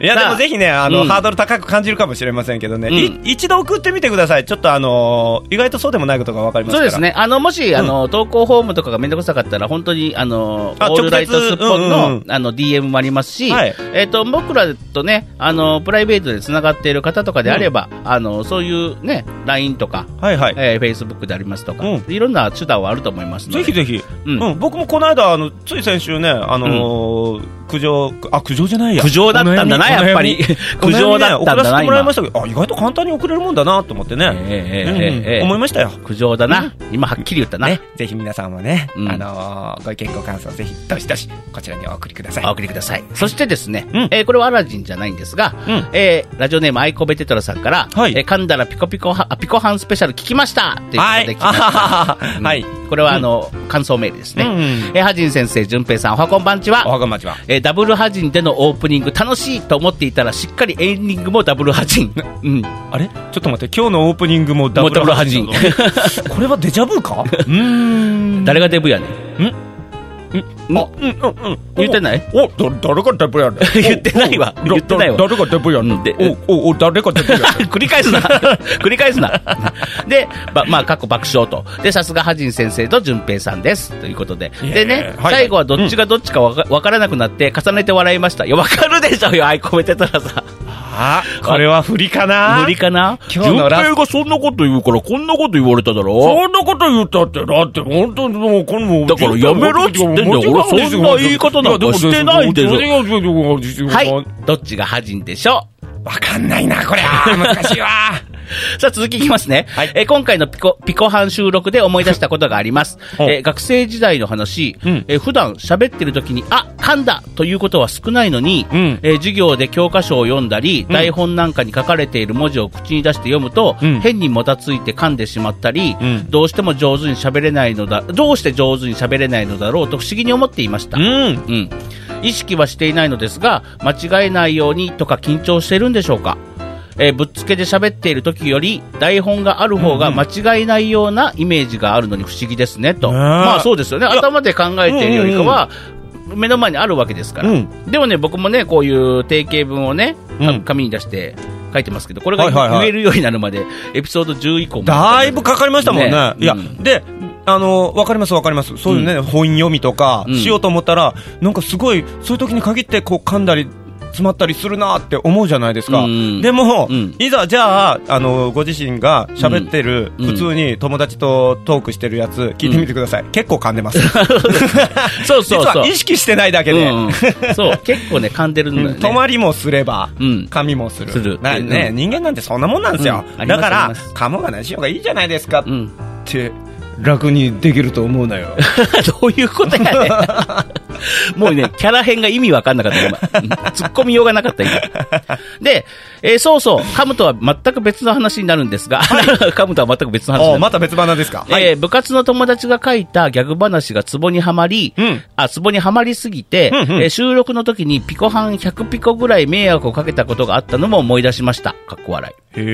Speaker 3: いや、
Speaker 1: さあ
Speaker 3: でもぜひね、あの、
Speaker 1: うん
Speaker 3: ハードル高く感じるかもしれませんけどね、
Speaker 1: うん
Speaker 3: い一度送ってみてください。ちょっとあのー意外とそうでもないことがわかります
Speaker 1: そ
Speaker 3: か
Speaker 1: う
Speaker 3: ら。
Speaker 1: です。ね。あの、もし、あの、投稿フォームとかがめんどくさかったら、本当に、あの、オ
Speaker 3: あ
Speaker 1: ールライトスッポン
Speaker 3: 直接うん
Speaker 1: の
Speaker 3: う、
Speaker 1: あの、DM もありますし、
Speaker 3: はい
Speaker 1: えっと、僕らとね、あの、プライベートで繋がっている方とかであれば、あの、そういうね、LINE とか、
Speaker 3: はいはい。
Speaker 1: えー、Facebook でありますとか
Speaker 3: うん、
Speaker 1: いろんな手段はあると思いますの
Speaker 3: ぜ
Speaker 1: で。
Speaker 3: ひぜひ、
Speaker 1: う
Speaker 3: うんん僕もこの間あの、つい先週ね、あのー苦情、あ苦情じゃないや、
Speaker 1: 苦情だったんだな、
Speaker 3: お悩み
Speaker 1: やっぱり。苦情だったん
Speaker 3: お悩みね送ら
Speaker 1: だ
Speaker 3: せ
Speaker 1: な、
Speaker 3: てもらい
Speaker 1: 今
Speaker 3: まし。たけど、あ意外と簡単に送れるもんだなと思って
Speaker 1: えーえ
Speaker 3: ね、
Speaker 1: ーえーえ
Speaker 3: う
Speaker 1: ー
Speaker 3: ん思いましたよ。
Speaker 1: 苦情だな、今はっきり言ったな、
Speaker 3: ね、ぜひ皆さんもね、
Speaker 1: うん
Speaker 3: あのーご意見、ご感想、ぜひどしどし、こちらにお送りください。
Speaker 1: お送りくださいそしてですね、
Speaker 3: うん
Speaker 1: えーこれはアラジンじゃないんですが、
Speaker 3: うん
Speaker 1: えーラジオネームアイコベテトラさんから「
Speaker 3: はい
Speaker 1: えー噛んだらピコピコはあピコハンスペシャル聞きました」ということで来
Speaker 3: は
Speaker 1: ま
Speaker 3: い
Speaker 1: した、
Speaker 3: あ
Speaker 1: うん
Speaker 3: はい
Speaker 1: これはあの、感想メールですね、
Speaker 3: うんうん
Speaker 1: えーハジン先生淳平さんおはこんばんちは
Speaker 3: おはこんばんちは。
Speaker 1: えーダブルハジンでのオープニング楽しいと思っていたらしっかりエンディングもダブルハジン、 うん、
Speaker 3: あれちょっと待って、今日のオープニングもダブ
Speaker 1: もうダブ
Speaker 3: ル
Speaker 1: ル
Speaker 3: ハ
Speaker 1: ハジ
Speaker 3: ジ
Speaker 1: ン
Speaker 3: ン。 これはデジャブか うーん。
Speaker 1: 誰がデブやねんん
Speaker 2: あうんうんうん
Speaker 1: 言ってない
Speaker 2: おだ誰がデブやねん
Speaker 1: 言ってないわ
Speaker 2: おおだ
Speaker 1: 言ってないわ
Speaker 2: 誰がデブやね
Speaker 1: うんで
Speaker 2: んおおお誰がデブやねん
Speaker 1: 繰り返 すな繰り返すなで、ばまあ、過去爆笑とでさすがハジン先生と淳平さんですということで
Speaker 3: いや
Speaker 1: でね、
Speaker 3: はい
Speaker 1: 最後はどっちがどっちかわか,、わからなくなって重ねて笑いましたいやわかるでしょうよアイコメてたらさ
Speaker 3: あ、これは振りかな
Speaker 1: 無理かな
Speaker 3: 今日のラス
Speaker 1: がそんなこと言うからこんなこと言われただろ
Speaker 2: そんなこと言ったってだって本当にもうこの
Speaker 1: だからやめろっつってんだよ俺そんな言い方なんかしてないでしょはいどっちがハジンでしょう
Speaker 3: わかんないな、こりゃ。難しいわ。
Speaker 1: さあ続きいきますね、
Speaker 3: はい
Speaker 1: えー今回のピコピコハン収録で思い出したことがあります、
Speaker 3: お
Speaker 1: えー学生時代の話、
Speaker 3: うん
Speaker 1: えー普段喋ってる時にあ噛んだということは少ないのに、
Speaker 3: うん
Speaker 1: えー授業で教科書を読んだり、
Speaker 3: ん
Speaker 1: 台本なんかに書かれている文字を口に出して読むと、
Speaker 3: うん
Speaker 1: 変にもたついて噛んでしまったり、
Speaker 3: うん
Speaker 1: どうしても上手に喋れないのだどうして上手に喋れないのだろうと不思議に思っていました、
Speaker 3: うん。
Speaker 1: うん、意識はしていないのですが間違えないようにとか緊張してるんでしょうか、えーぶっつけで喋っている時より台本がある方が間違えないようなイメージがあるのに不思議ですねと、
Speaker 3: ねえ
Speaker 1: まあそうですよね頭で考えているよりかは、目の前にあるわけですから、
Speaker 3: う
Speaker 1: でもね僕もねこういう定型文をね、か
Speaker 3: うん
Speaker 1: 紙に出して書いてますけどこれが
Speaker 3: はいはいはい
Speaker 1: 言えるようになるまで、エピソード10以降も
Speaker 3: だいぶかかりましたもんね。
Speaker 1: ね
Speaker 3: いや、
Speaker 1: うん
Speaker 3: で、あの、わかりますわかります。そういうね、本読みとか
Speaker 1: うん
Speaker 3: しようと思ったら、なんかすごい、そういう時に限ってこう噛んだり、詰まったりするなって思うじゃないですか、
Speaker 1: うん
Speaker 3: でも、
Speaker 1: うん
Speaker 3: いざじゃああのご自身が喋ってる、
Speaker 1: うん
Speaker 3: 普通に友達とトークしてるやつ聞いてみてください、結構噛んでます
Speaker 1: そう
Speaker 3: 実
Speaker 1: そうそう
Speaker 3: は意識してないだけ
Speaker 1: う
Speaker 3: で、
Speaker 1: んうんそう結構ね噛んでるんだよね
Speaker 3: 止まりもすれば、
Speaker 1: うん
Speaker 3: 噛みもする
Speaker 1: する
Speaker 3: なね
Speaker 1: う
Speaker 3: 人間なんてそんなもんなんですよ、
Speaker 1: うんあります
Speaker 3: だか
Speaker 1: あり
Speaker 3: ら
Speaker 1: ます
Speaker 3: 噛もうが何しようがいいじゃないですかっ
Speaker 1: うん
Speaker 3: て、楽にできると思うな よ
Speaker 1: どういうことやね んもうね、キャラ編が意味わかんなかった、今。うん突っ込みようがなかった、今。で、えーそうそう、カムとは全く別の話になるんですが、 カムとは全く別の話にな
Speaker 3: お
Speaker 1: る。
Speaker 3: また別花ですか、
Speaker 1: えー部活の友達が書いたギャグ話がツボにはまり、
Speaker 3: うん
Speaker 1: あ、ツボにはまりすぎて、
Speaker 3: うんうん
Speaker 1: えー収録の時にピコハン100ピコぐらい迷惑をかけたことがあったのも思い出しました。かっこ笑い。
Speaker 3: へ
Speaker 1: え
Speaker 3: え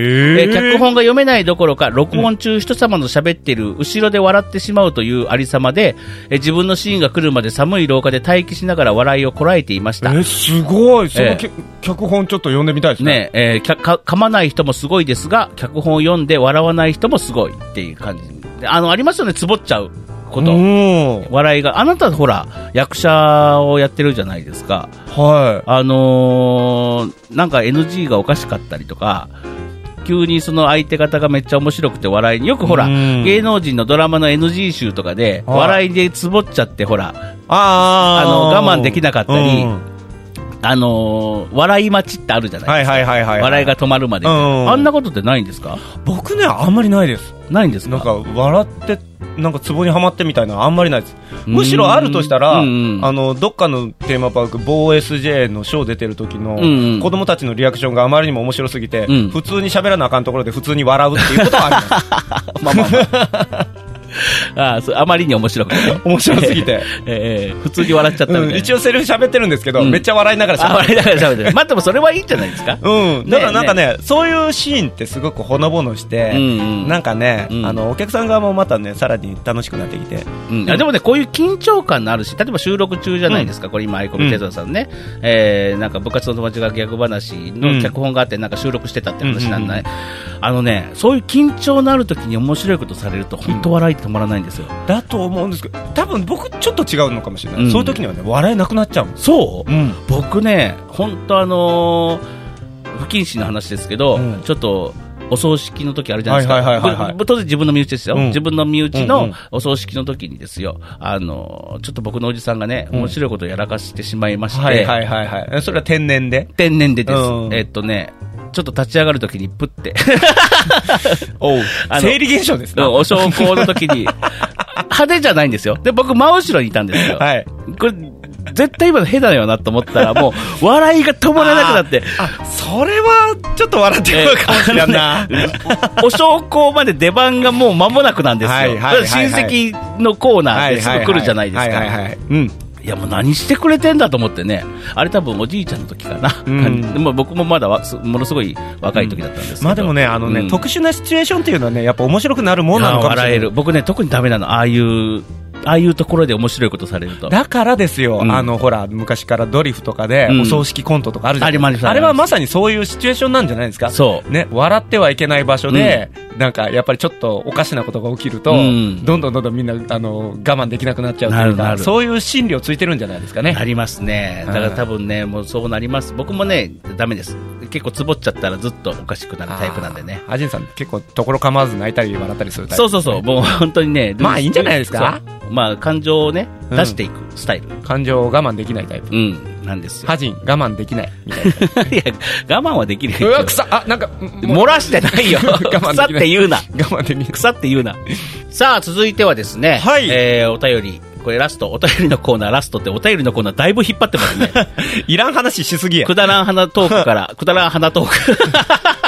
Speaker 1: ー脚本が読めないどころか、録音中人様の喋ってる後ろで笑ってしまうというありさまで、えー自分のシーンが来るまで寒い廊下で待機しながら笑いをこらえていました。
Speaker 3: えすごいそ
Speaker 1: え
Speaker 3: の
Speaker 1: え
Speaker 3: き、脚本ちょっと読んでみたいですね
Speaker 1: ねえーきゃか噛まない人もすごいですが、脚本を読んで笑わない人もすごいっていう感じ。であの、ありますよね、つぼっちゃうこと。
Speaker 3: うん
Speaker 1: 笑いが。あなたほら、役者をやってるじゃないですか。
Speaker 3: は
Speaker 1: あのーなんか NG がおかしかったりとか、急にその相手方がめっちゃ面白くて笑いに、よくほら、
Speaker 3: うん
Speaker 1: 芸能人のドラマの NG 集とかで、
Speaker 3: はい
Speaker 1: 笑いでつぼっちゃって、ほら
Speaker 3: い、あ
Speaker 1: あ
Speaker 3: ー
Speaker 1: の我慢できなかったり
Speaker 3: うん
Speaker 1: あのー笑い待ちってあるじゃない、
Speaker 3: はいはいはいはい、
Speaker 1: 笑いが止まるまで、
Speaker 3: うん
Speaker 1: あんなことってないんですか
Speaker 3: 僕ねあんまりないです
Speaker 1: ないんですか
Speaker 3: なんか笑ってなんか壺にはまってみたいなのあんまりないです
Speaker 1: うん
Speaker 3: むしろあるとしたら、
Speaker 1: うんうん
Speaker 3: あのどっかのテーマパーク某 SJ のショー出てる時の、
Speaker 1: うんうん
Speaker 3: 子供たちのリアクションがあまりにも面白すぎて、
Speaker 1: うん
Speaker 3: 普通に喋らなあかんところで普通に笑うっていうことはありま す
Speaker 1: まあまあまああーそうあまりに面白くてね、
Speaker 3: 面白 すぎて、
Speaker 1: えー普通に笑っちゃったみたいな。
Speaker 3: うん、一応セリフ喋ってるんですけど、
Speaker 1: うん
Speaker 3: めっちゃ笑いながら
Speaker 1: あ
Speaker 3: 喋る
Speaker 1: 笑いながら喋ってる。まあでもそれはいいんじゃないですか
Speaker 3: うん、
Speaker 1: ね
Speaker 3: だからなんかねそういうシーンってすごくほのぼのして、
Speaker 1: うんうん
Speaker 3: なんかね、
Speaker 1: うん
Speaker 3: あのお客さん側もまたねさらに楽しくなってきて、
Speaker 1: うん、あでもね、こういう緊張感のあるし、例えば収録中じゃないですか、これ今、アイコミ哲也さんね、えーなんか部活の友達が逆話の脚本があって、なんか収録してたって話なんだね、あのね、そういう緊張のある時に面白いことされると、本当笑いって止まらないんですよ。
Speaker 3: だと思うんですけど多分僕ちょっと違うのかもしれない、
Speaker 1: うん
Speaker 3: そういう時にはね笑えなくなっちゃうもん
Speaker 1: そう、
Speaker 3: うん
Speaker 1: 僕ね、本当あのー不謹慎の話ですけど、
Speaker 3: うん
Speaker 1: ちょっと、お葬式の時あるじゃないですか。
Speaker 3: はいはいはいはいはい
Speaker 1: ぶ当然自分の身内ですよ。
Speaker 3: うん
Speaker 1: 自分の身内
Speaker 3: うんう
Speaker 1: の
Speaker 3: ん
Speaker 1: お葬式の時にですよ。あのー、ちょっと僕のおじさんがね、
Speaker 3: うん
Speaker 1: 面白いことをやらかしてしまいまして、
Speaker 3: はいはいはいはいそれは天然で
Speaker 1: 天然でです。
Speaker 3: うん
Speaker 1: えっとね、ちょっと立ち上がるときにプって、
Speaker 3: お
Speaker 1: あの
Speaker 3: 生理現象ですな、
Speaker 1: お焼香のときに、派手じゃないんですよ。で、僕真後ろにいたんですよ。
Speaker 3: はい
Speaker 1: これ、絶対今の下手だよなと思ったら、もう、笑いが止まらなくなって、
Speaker 3: あそれはちょっと笑ってくるかもしれんな、
Speaker 1: お焼香まで出番がもう間もなくなんですよ。
Speaker 3: はいはいはいはい
Speaker 1: だから親戚のコーナ
Speaker 3: は
Speaker 1: ー
Speaker 3: い
Speaker 1: ですぐ来るじゃないです
Speaker 3: はいはい
Speaker 1: か。
Speaker 3: はいうん
Speaker 1: いやもう何してくれてんだと思ってね。あれ多分おじいちゃんの時かな。
Speaker 3: うん
Speaker 1: でも僕もまだわすものすごい若い時だったんですけど。
Speaker 3: まあでもねあのね、
Speaker 1: うん
Speaker 3: 特殊なシチュエーションっていうのはねやっぱ面白くなるもんなのかもしれない
Speaker 1: あー笑える。僕ね、特にダメなの。ああいう、ああいうところで面白いことされると。
Speaker 3: だからですよ、
Speaker 1: うん
Speaker 3: あのほら昔からドリフとかで、
Speaker 1: うん
Speaker 3: お葬式コントとかあるじゃない
Speaker 1: あります
Speaker 3: かあれはまさにそういうシチュエーションなんじゃないですか
Speaker 1: そう。
Speaker 3: ね、笑ってはいけない場所で、なんかやっぱりちょっとおかしなことが起きると、
Speaker 1: うん
Speaker 3: どんどんどんどんみんなあの我慢できなくなっちゃうと
Speaker 1: な
Speaker 3: いう
Speaker 1: るな
Speaker 3: か
Speaker 1: る
Speaker 3: そういう心理をついてるんじゃないですかね
Speaker 1: なりますね。だから多分ね、もうそうなります。僕もね、ダメです。結構つぼっちゃったらずっとおかしくなるタイプなんでね。
Speaker 3: あーアジンさん結構ところ構わず泣いたり笑ったりするタイプ
Speaker 1: そうそうそう。もう本当にね。
Speaker 3: まあいいんじゃないですか
Speaker 1: そうまあ感情をね、
Speaker 3: うん
Speaker 1: 出していくスタイル。
Speaker 3: 感情を我慢できないタイプ
Speaker 1: うん、なんですよ。
Speaker 3: ハジン我慢できない みたい
Speaker 1: いや、我慢はできる
Speaker 3: な
Speaker 1: よ。
Speaker 3: うわ草あなんか もう
Speaker 1: 漏らしてない よ。
Speaker 3: 我慢できない
Speaker 1: 草って言うな。
Speaker 3: 我 慢できない
Speaker 1: 草って言うな。さあ、続いてはですね。
Speaker 3: はい
Speaker 1: えー、お便り。これラスト、お便りのコーナー、ラストってお便りのコーナーだいぶ引っ張って ますね。
Speaker 3: いらん話しすぎや
Speaker 1: くだらん花トークから、くだらん花トー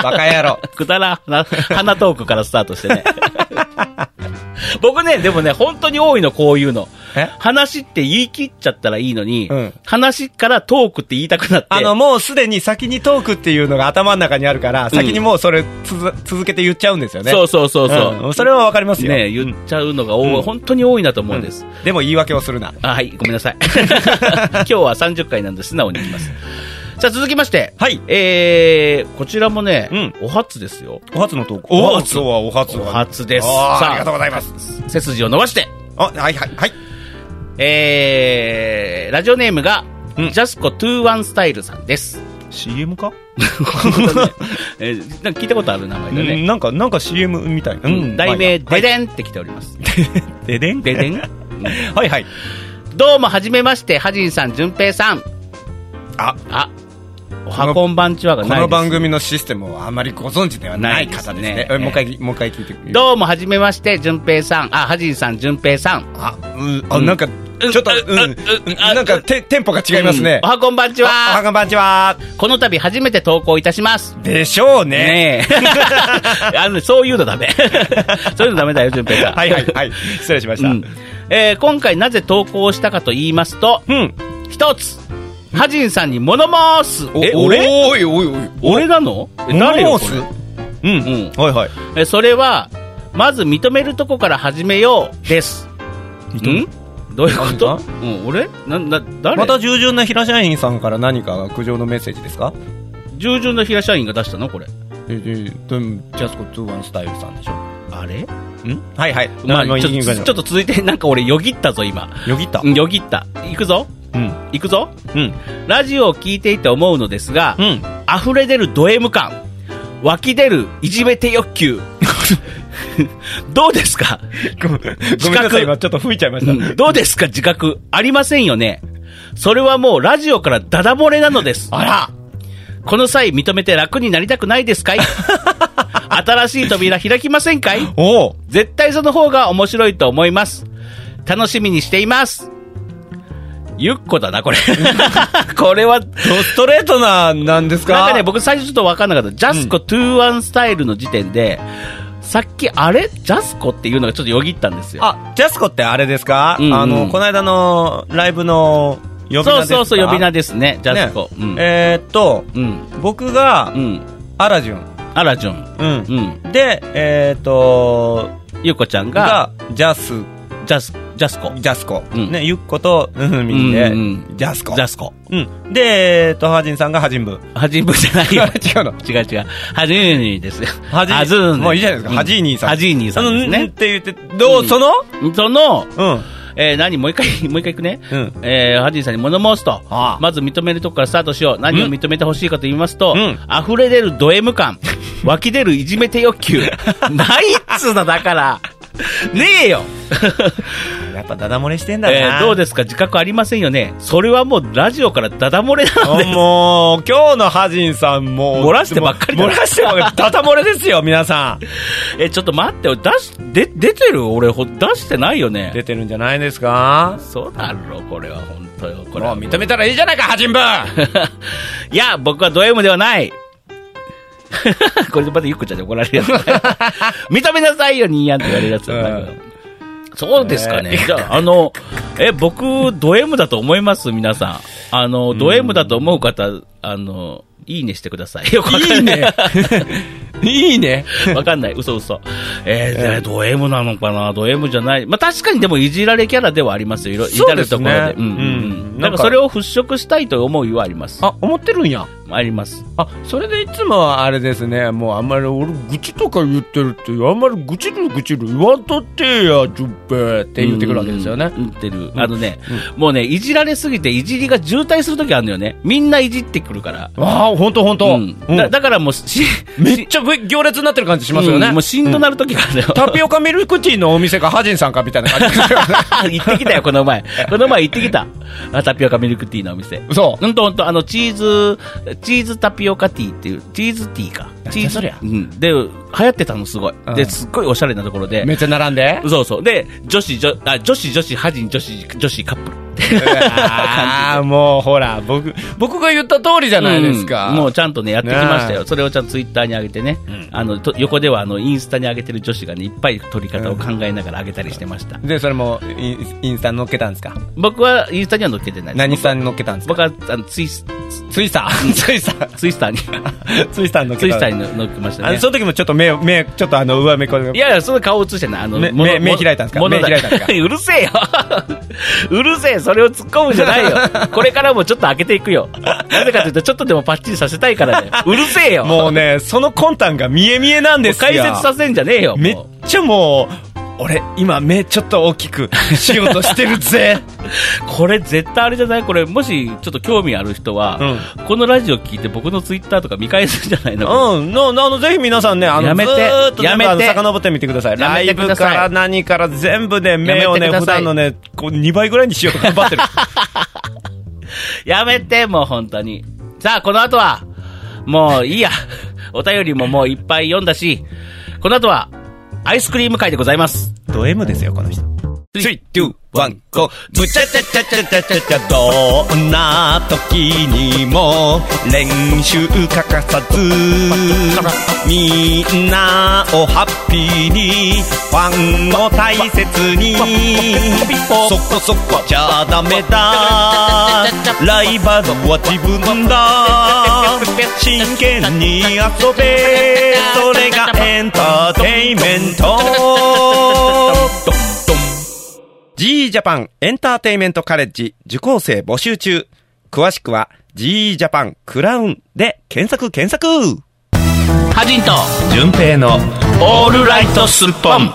Speaker 3: バカ野郎
Speaker 1: ク。くだらん花花トークからスタートしてね。 僕ね、でもね、本当に多いの、こういうの。
Speaker 3: え
Speaker 1: 話って言い切っちゃったらいいのに、
Speaker 3: うん
Speaker 1: 話からトークって言いたくなって。
Speaker 3: あの、もうすでに先にトークっていうのが頭の中にあるから、先にもうそれつづ続けて言っちゃうんですよね。
Speaker 1: そうそうそうそう。
Speaker 3: うんそれはわかりますよ。
Speaker 1: ね、言っちゃうのが多い、
Speaker 3: うん
Speaker 1: 本当に多いなと思うんです。
Speaker 3: でも言い訳をするな。
Speaker 1: あはい、ごめんなさい。 今日は30回なんで素直にいきます。さあ、続きまして。
Speaker 3: はい
Speaker 1: えー、こちらもね、
Speaker 3: うん
Speaker 1: お初ですよ。
Speaker 3: お初のトーク。
Speaker 1: お初
Speaker 3: はお初
Speaker 1: お初です。
Speaker 3: あー
Speaker 1: さ
Speaker 3: ありがとうございます。
Speaker 1: 背筋を伸ばして。
Speaker 3: あ、はいはいはい。
Speaker 1: えー、ラジオネームが、
Speaker 3: うん
Speaker 1: ジャスコ21スタイルさんです。
Speaker 3: CM か、
Speaker 1: 本当ねえーなんか聞いたことある名前だ
Speaker 3: う
Speaker 1: ね。
Speaker 3: んなんかなんか CM みたい、うん、
Speaker 1: 題
Speaker 3: は
Speaker 1: 名、
Speaker 3: い
Speaker 1: デデンって来ております。
Speaker 3: ででん
Speaker 1: デデン
Speaker 3: はいはい
Speaker 1: どうも、はじめまして、はじんさん、じゅんぺいさん。
Speaker 2: あ、
Speaker 1: あ、おはこんばんちはが
Speaker 2: こ
Speaker 1: ないです。
Speaker 2: の番組のシステムをあまりご存知ではない方です
Speaker 1: ない
Speaker 2: ね
Speaker 1: ですね
Speaker 2: えもう一回もう一回聞いてく
Speaker 1: どうも、はじめまして、じゅんぺいさん。あ、はじんさん、じゅんぺいさん。
Speaker 2: あうんあなんか
Speaker 1: ん
Speaker 2: ちょっと
Speaker 1: うん
Speaker 2: うん
Speaker 1: うんうん
Speaker 2: なんかテテンポが違いますね
Speaker 1: うんおはこんばんち
Speaker 2: あおは
Speaker 1: は。
Speaker 2: こんばんちは
Speaker 1: この度初めて投稿いたします。
Speaker 2: でしょうね
Speaker 1: ねえ。 あのね、そういうのダメ。そういうのダメだよ、じゅんぺいさん。
Speaker 3: はいはいはい失礼しました、
Speaker 1: うんえー今回なぜ投稿したかと言いますと、一つ、ハジンさんに物申す。
Speaker 2: お
Speaker 3: え
Speaker 2: お
Speaker 3: 俺
Speaker 2: おいおいおい
Speaker 1: 俺なのえ
Speaker 3: 誰よ
Speaker 1: これ
Speaker 3: うん、
Speaker 1: うん
Speaker 3: はいはい
Speaker 1: えそれは、まず認めるとこから始めようです。んどういうことうん、俺な、な、誰
Speaker 3: また従順な平社員さんから何か苦情のメッセージですか
Speaker 1: 従順の平社員が出したのこれ。
Speaker 2: ええでもジャスコ21スタイルさんでしょ
Speaker 1: あれ
Speaker 3: んはいはい
Speaker 1: まあ、
Speaker 3: まあ
Speaker 1: ちょ
Speaker 3: いい
Speaker 1: ち
Speaker 3: か
Speaker 1: ょ
Speaker 3: な
Speaker 1: っと続いて、なんか俺よぎったぞ、今。
Speaker 3: よぎった
Speaker 1: うんよぎった。行くぞ。
Speaker 3: うん
Speaker 1: 行くぞ。
Speaker 3: うん
Speaker 1: ラジオを聞いていて思うのですが、
Speaker 3: うん
Speaker 1: 溢れ出るド M 感湧き出るいじめて欲 求どうですか、
Speaker 3: ごめんごめん
Speaker 1: 近
Speaker 3: な
Speaker 1: く
Speaker 3: さい今ちょっと吹いちゃいました、
Speaker 1: うんどうですか自覚ありませんよねそれはもうラジオからダダ漏れなのです
Speaker 3: あら
Speaker 1: この際認めて楽になりたくないです かい新しい扉開きませんかい
Speaker 3: おお
Speaker 1: 絶対その方が面白いと思います楽しみにしていますゆっこだなこれ これは
Speaker 3: ストレートななんですか
Speaker 1: なんかね、僕最初ちょっと分かんなかった。ジャスコ21スタイルの時点で、さっきあれジャスコっていうのがちょっとよぎったんですよ。
Speaker 3: あジャスコってあれですか、
Speaker 1: うんうん
Speaker 3: あのこの間のライブの呼び名で
Speaker 1: そ
Speaker 3: すか
Speaker 1: うそうそう、呼び名ですね、ジャスコ。
Speaker 3: ねえーっと
Speaker 1: うん。うん。
Speaker 3: 僕が、
Speaker 1: うん。
Speaker 3: アラジュン、
Speaker 1: アラジョン。
Speaker 3: うん
Speaker 1: うん。
Speaker 3: でえーっと
Speaker 1: ゆうこちゃんが、
Speaker 3: がジャス
Speaker 1: ジャス、ジャスコ。
Speaker 3: ジャスコ、
Speaker 1: うん
Speaker 3: ねゆっことうんふみんで、
Speaker 1: うんうん
Speaker 3: ジャスコ
Speaker 1: ジャスコ。
Speaker 3: うん、でえーっとハジンさんがハジンブ
Speaker 1: はじんぶじゃない
Speaker 3: 違
Speaker 1: よ。
Speaker 3: うの
Speaker 1: 違う違う。はじーにーですよ。
Speaker 3: はじ
Speaker 1: はずーに
Speaker 3: もういいじゃないですか
Speaker 1: うん
Speaker 3: はじーにーさん
Speaker 1: はじーにーさんです
Speaker 3: うんっ
Speaker 1: ね。
Speaker 3: て言ってどう、
Speaker 1: うん
Speaker 3: その
Speaker 1: その、
Speaker 3: うん
Speaker 1: えー、何もう一回、 もう一回いくね。
Speaker 3: うん
Speaker 1: えー、ハジンさんに物申すと、
Speaker 3: ああ
Speaker 1: まず認めるとこからスタートしよう。何を認めてほしいかと言いますと、
Speaker 3: うん
Speaker 1: 溢れ出るド M 感、湧き出るいじめて欲求、ないっつうのだ から、ねえよ、
Speaker 3: やっぱダダ漏れしてんだ な、
Speaker 1: えーどうですか自覚ありませんよね。それはもうラジオからダダ漏れなので、
Speaker 3: もう、今日のハジンさんも。
Speaker 1: 漏らしてばっかりだ
Speaker 3: 漏らしてばっかり。たた漏れですよ、皆さん。
Speaker 1: え、ちょっと待って、俺出し、で、出てる俺、ほ出してないよね。
Speaker 3: 出てるんじゃないですか
Speaker 1: そうだろ、これは本当よ。これ
Speaker 3: も
Speaker 1: は
Speaker 3: う認めたらいいじゃないか、ハジンブ
Speaker 1: いや、僕はド M ではない。 これでまたゆっこちゃんに怒られるや つ。認めなさいよ、ニーヤンって言われるやつなんだけど。そうですかね。じゃあ、あの、え、僕、ド M だと思います、皆さん。あの、ド M だと思う方、あの、いいねしてください。よくわかんない
Speaker 3: いね。いいね。
Speaker 1: わかんない。嘘嘘。えー、じゃあド M なのかなド M じゃない。まあ、確かにでもいじられキャラではありますよ。いろ、至
Speaker 3: そうで
Speaker 1: る
Speaker 3: す
Speaker 1: とこ
Speaker 3: ね
Speaker 1: ろで。うん
Speaker 3: うん
Speaker 1: うん。だ
Speaker 3: な
Speaker 1: か
Speaker 3: ん
Speaker 1: ら
Speaker 3: か
Speaker 1: それを払拭したいという思いはあります。
Speaker 3: あ、思ってるんや。
Speaker 1: あります。
Speaker 3: あ、それでいつもはあれですね、もうあんまり俺、
Speaker 2: 愚痴とか言ってるってあんまり愚痴る愚痴る言わんとってやじゅんぺって言ってくるわけですよね
Speaker 1: うん言ってる。あのね、もうね、いじられすぎて、いじりが渋滞するときあるのよね。みんないじってくるから。
Speaker 2: ああほんとほんと
Speaker 1: うんだだからもう し、
Speaker 2: めっちゃ行列になってる感じしますよね、
Speaker 1: うんもうしんどなるときがあるのよ。
Speaker 2: タピオカミルクティーのお店かハジンさんかみたいな感じ ですよね
Speaker 1: 行ってきたよ、この前。この前行ってきた。あタピオカミルクティーのお店。
Speaker 2: 嘘
Speaker 1: ほんとほんと、あの、チーズ、チーズタピオカティーっていう、チーズティーか。チーズ。
Speaker 2: そりゃ
Speaker 1: うん。で、流行ってたの、すごい。で、すっごいおしゃれなところで。
Speaker 2: めっちゃ並んで
Speaker 1: そうそう。で、女子、女、あ、女子、女子、ハジン、女子、女子カップル。
Speaker 2: ああもうほら僕僕が言った通りじゃないですか、
Speaker 1: うんもうちゃんとね、やってきましたよ。
Speaker 2: ね
Speaker 1: それをちゃんとツイッターに上げてね。あの、と横ではあの、インスタに上げてる女子がね、いっぱい撮り方を考えながら上げたりしてました。
Speaker 3: で、それもイン、インスタに乗っけたんですか
Speaker 1: 僕はインスタには載っけてないです。
Speaker 3: 何スタに乗っけたんです
Speaker 1: 僕
Speaker 3: か
Speaker 1: は、あの、ツイス、
Speaker 3: ツイスター。ツイス ター。
Speaker 1: ツイス ターに、
Speaker 3: ツイスターに乗っ
Speaker 1: ツ
Speaker 3: け
Speaker 1: イス
Speaker 3: たん
Speaker 1: ター
Speaker 3: です
Speaker 1: に載っけました
Speaker 3: あ
Speaker 1: ね
Speaker 3: の。その時もちょっと目を、目、ちょっとあの、上目これ
Speaker 1: いやいや、その顔映してない。あの、
Speaker 3: 目
Speaker 1: もの
Speaker 3: 目目開いたんですか
Speaker 1: もの
Speaker 3: 目開いたんですか
Speaker 1: うるせえよ。うるせえ、それを突っ込むんじゃない よ。これからもちょっと開けていくよ。なぜかというと、ちょっとでもパッチリさせたいから ね。うるせえよ。
Speaker 3: もうね、その魂胆が見え見えなんですよ。
Speaker 1: 解説させんじゃねえよ。もう
Speaker 3: めっちゃもう、俺今目ちょっと大きくしようとして るぜ
Speaker 1: これ絶対あれじゃないこれもしちょっと興味ある人は、このラジオ聞いて僕のツイッターとか見返すんじゃないの、
Speaker 3: うんののあのぜひ皆さんねあの
Speaker 1: やめて
Speaker 3: ずーっとね
Speaker 1: やめて
Speaker 3: あの遡ってみてください
Speaker 1: や
Speaker 3: ラ
Speaker 1: め
Speaker 3: イ
Speaker 1: てく
Speaker 3: ブ
Speaker 1: ださ
Speaker 3: か
Speaker 1: い
Speaker 3: ら何から全部ね目を
Speaker 1: や
Speaker 3: ね
Speaker 1: めてく
Speaker 3: 普
Speaker 1: ださい
Speaker 3: 段のねこう2倍ぐらいにしようと頑張 ってる
Speaker 1: やめてもう本当にさあこの後はもういいや お便りももういっぱい読んだしこの後はアイスクリーム会でございます
Speaker 3: ド M ですよこの人
Speaker 1: 3
Speaker 3: 2 1 GO! ぶちゃちゃちゃちゃちゃちゃちゃどんな時にも練習欠かさずみんなをハッピーにファンを大切にそこそこじゃダメだライバルは自分だ真剣に遊べそれがエンターテインメント GE ジャパンエンターテイメントカレッジ受講生募集中。詳しくは GE ジャパンクラウンで検索検索
Speaker 1: ハジンと
Speaker 3: 順平の
Speaker 1: オールライトスッポン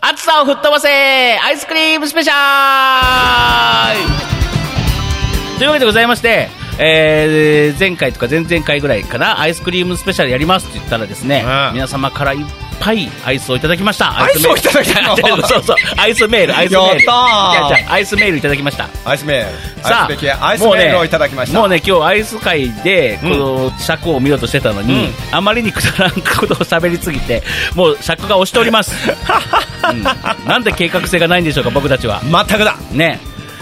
Speaker 1: 暑さを吹っ飛ばせアイスクリームスペシャルというわけでございまして、えー前回とか前々回ぐらいからアイスクリームスペシャルやりますって言ったらですね、
Speaker 3: うん
Speaker 1: 皆様からいっぱいアイスをいただきました
Speaker 3: アイスをいただいたの
Speaker 1: そうそうアイスメールアイスメール
Speaker 3: やったー
Speaker 1: いやいやアイスメールいただきました
Speaker 3: アイスメール。
Speaker 1: さあ
Speaker 3: アイスメールアイスメールをいただきました。
Speaker 1: もうね今日アイス界でこの尺を見ようとしてたのに、あまりにくだらんことを喋りすぎてもう尺が押しており ます、うんなんで計画性がないんでしょうか僕たちは
Speaker 3: 全くだ
Speaker 1: ね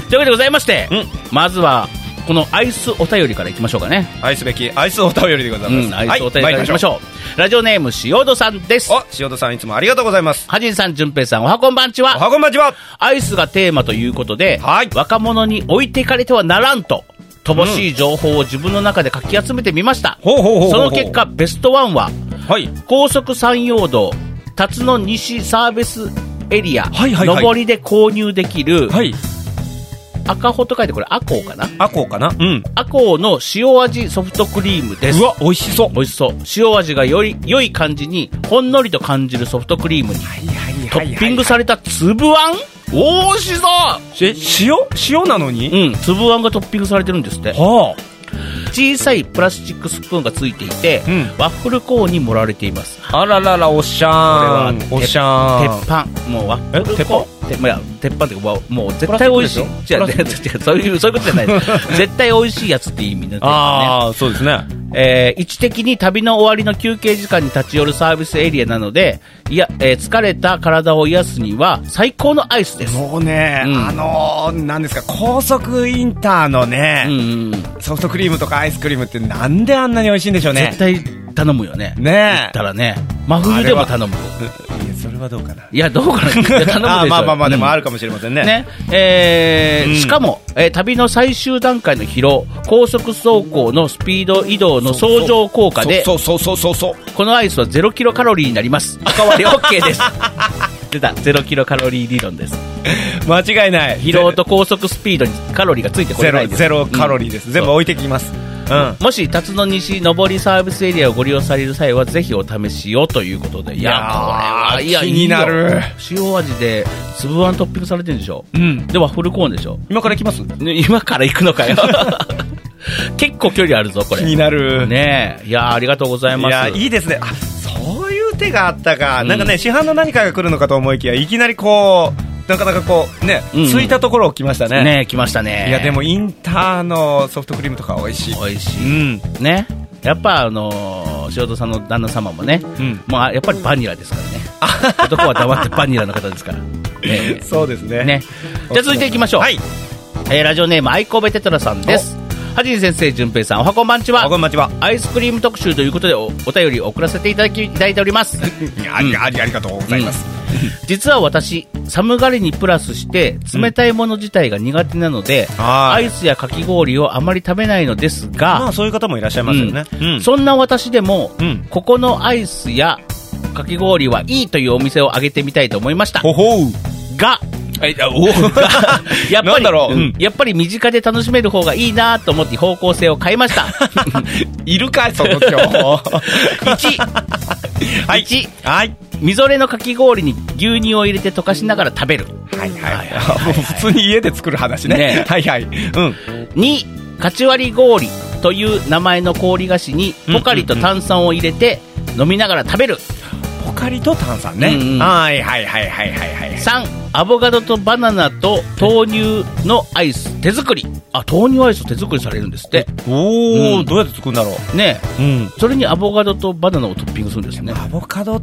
Speaker 1: というわけでございまして、
Speaker 3: うん
Speaker 1: まずはこのアイスお便りからいきましょうかね、
Speaker 3: 愛すべきアイスお便りでございます。
Speaker 1: うんアイスお便りからいきまし
Speaker 3: う。
Speaker 1: ょう、ラジオネーム塩戸さんです
Speaker 3: お、塩田さんいつもありがとうございます。
Speaker 1: はじんさんじゅんぺいさんおはこんばんち
Speaker 3: おは
Speaker 1: は
Speaker 3: こんばんちは。
Speaker 1: アイスがテーマということで、
Speaker 3: はい
Speaker 1: 若者に置いていかれてはならんと乏しい情報を自分の中でかき集めてみました、
Speaker 3: ほうほうほうほう
Speaker 1: その結果、ベストワンは、
Speaker 3: はい。
Speaker 1: 高速山陽道、辰野西サービスエリア、
Speaker 3: はいはいはい
Speaker 1: 上りで購入できる、
Speaker 3: はい。
Speaker 1: 赤穂と書いてこれ、赤穂かな
Speaker 3: アコーかなうん。
Speaker 1: 赤穂の塩味ソフトクリームです
Speaker 3: う。わ、美味しそう。
Speaker 1: 美味しそう。塩味がより良い感じに、ほんのりと感じるソフトクリームに、トッピングされた粒あんおー美味しそ
Speaker 3: え、塩塩なのに
Speaker 1: ううん、粒あんがトッピングされてるんですって。
Speaker 3: は
Speaker 1: 小さいプラスチックスプーンがついていて、
Speaker 3: うん
Speaker 1: ワッフルコーンに盛られています。
Speaker 3: あ。あららら、おっしゃーん。
Speaker 1: これは
Speaker 3: おっしゃーん。
Speaker 1: 鉄板もうワッフル
Speaker 3: え鉄板
Speaker 1: コーンてまあ鉄板ってもうもう絶対美味しい
Speaker 3: プラスチ
Speaker 1: 違う違う
Speaker 3: ック
Speaker 1: 違うそういうそういうことじゃないです 絶対美味しいやつって意味なんですね
Speaker 3: ああ、そうですね。
Speaker 1: えー位置的に旅の終わりの休憩時間に立ち寄るサービスエリアなのでいや、えー疲れた体を癒すには最高のアイスです
Speaker 3: もうね、
Speaker 1: うん
Speaker 3: あのー、なんですか、高速インターの
Speaker 1: うん
Speaker 3: ね、
Speaker 1: うん、
Speaker 3: ソフトクリームとかアイスクリームってなんであんなに美味しいんでしょうね
Speaker 1: 絶。対頼むよね
Speaker 3: ね
Speaker 1: たらね真冬でも頼む
Speaker 3: え。いや、それはどうかな。
Speaker 1: いやどうかないや頼むでしょ
Speaker 3: あーまあまあまあ、でもあ
Speaker 1: る
Speaker 3: るかもしれませんね。
Speaker 1: ねえー
Speaker 3: うん
Speaker 1: しかも、えー旅の最終段階の疲労高速走行のスピード移動の相乗効果で
Speaker 3: そうそうそうそうそう。
Speaker 1: このアイスは0キロカロリーになりますおかわり OK です出た0キロカロリー理論です
Speaker 3: 間違いない。
Speaker 1: 疲労と高速スピードにカロリーがついてこ
Speaker 3: ゼ
Speaker 1: れな
Speaker 3: ロ、
Speaker 1: いです
Speaker 3: ゼロカロリーです。全部
Speaker 1: そう
Speaker 3: 置いてきます。うん。
Speaker 1: もし辰野西上りサービスエリアをご利用される際はぜひお試しをということでい
Speaker 3: いやー
Speaker 1: いや
Speaker 3: 気になる
Speaker 1: いいよ塩味で粒あんトッピングされてるんでしょ
Speaker 3: うん。
Speaker 1: でワッフルコーンでしょ
Speaker 3: 今から来ます
Speaker 1: ね今から行くのか よ結構距離あるぞこれ
Speaker 3: 気になる。
Speaker 1: ねえいやあありがとうござい
Speaker 3: い
Speaker 1: ます
Speaker 3: や、いいですね。あ、そういう手があったか。
Speaker 1: うん
Speaker 3: なんかね、市販の何かが来るのかと思いきや、いきなりこう、なかなかこう、ね、
Speaker 1: うん
Speaker 3: ついたところを来ましたね。
Speaker 1: ねえ来ましたね
Speaker 3: いやでもインターのソフトクリームとか美味しい。
Speaker 1: 美味
Speaker 3: う
Speaker 1: しい、
Speaker 3: ん。
Speaker 1: ねやっぱあのー、塩戸さんの旦那様もね、
Speaker 3: うん
Speaker 1: まあやっぱりバニラですから ね男は黙ってバニラの方ですから、え
Speaker 3: そうですね。
Speaker 1: えねじゃあ続いていきましょう、
Speaker 3: はい。
Speaker 1: えーラジオネーム愛神戸テトラさんですはじん先生淳平さんおはこんばんち
Speaker 3: あ
Speaker 1: は
Speaker 3: こんばんちは。
Speaker 1: アイスクリーム特集ということでおお便りを送らせていただきいただいております
Speaker 3: ありありありがとうございます。
Speaker 1: 実は私寒がりにプラスして冷たいもの自体が苦手なので、
Speaker 3: は
Speaker 1: ア
Speaker 3: い
Speaker 1: イスやかき氷をあまり食べないのです
Speaker 3: まあ
Speaker 1: が、
Speaker 3: そういう方もいらっしゃいますよね。うん
Speaker 1: そんな私でも、
Speaker 3: うん
Speaker 1: ここのアイスやかき氷はいいというお店を挙げてみたいと思いました
Speaker 3: ほほう。
Speaker 1: が
Speaker 3: はい、あお
Speaker 1: やっぱ
Speaker 3: なん
Speaker 1: り
Speaker 3: だろううん
Speaker 1: やっぱり身近で楽しめる方がいいなと思って方向性を変えました
Speaker 3: いるかいその情報。
Speaker 1: 1、
Speaker 3: はい
Speaker 1: 一
Speaker 3: はい。
Speaker 1: みぞれのかき氷に牛乳を入れて溶かしながら食べる
Speaker 3: はいはい。もう普通に家で作る話ね。
Speaker 1: ね
Speaker 3: はいはい。うん。
Speaker 1: 2カチ割り氷という名前の氷菓子にポカリと炭酸を入れて飲みながら食べる
Speaker 3: ポカリと炭酸ね。
Speaker 1: うんうん
Speaker 3: はいはいはいはいはいはい。
Speaker 1: 3アボカドとバナナと豆乳のアイス手作りあ豆乳アイス手作りされるんですって
Speaker 3: おお、
Speaker 1: うん
Speaker 3: どうやって作るんだろ
Speaker 1: ねえ
Speaker 3: う。うん。
Speaker 1: それにアボカドとバナナをトッピングするんですね
Speaker 3: アボカド。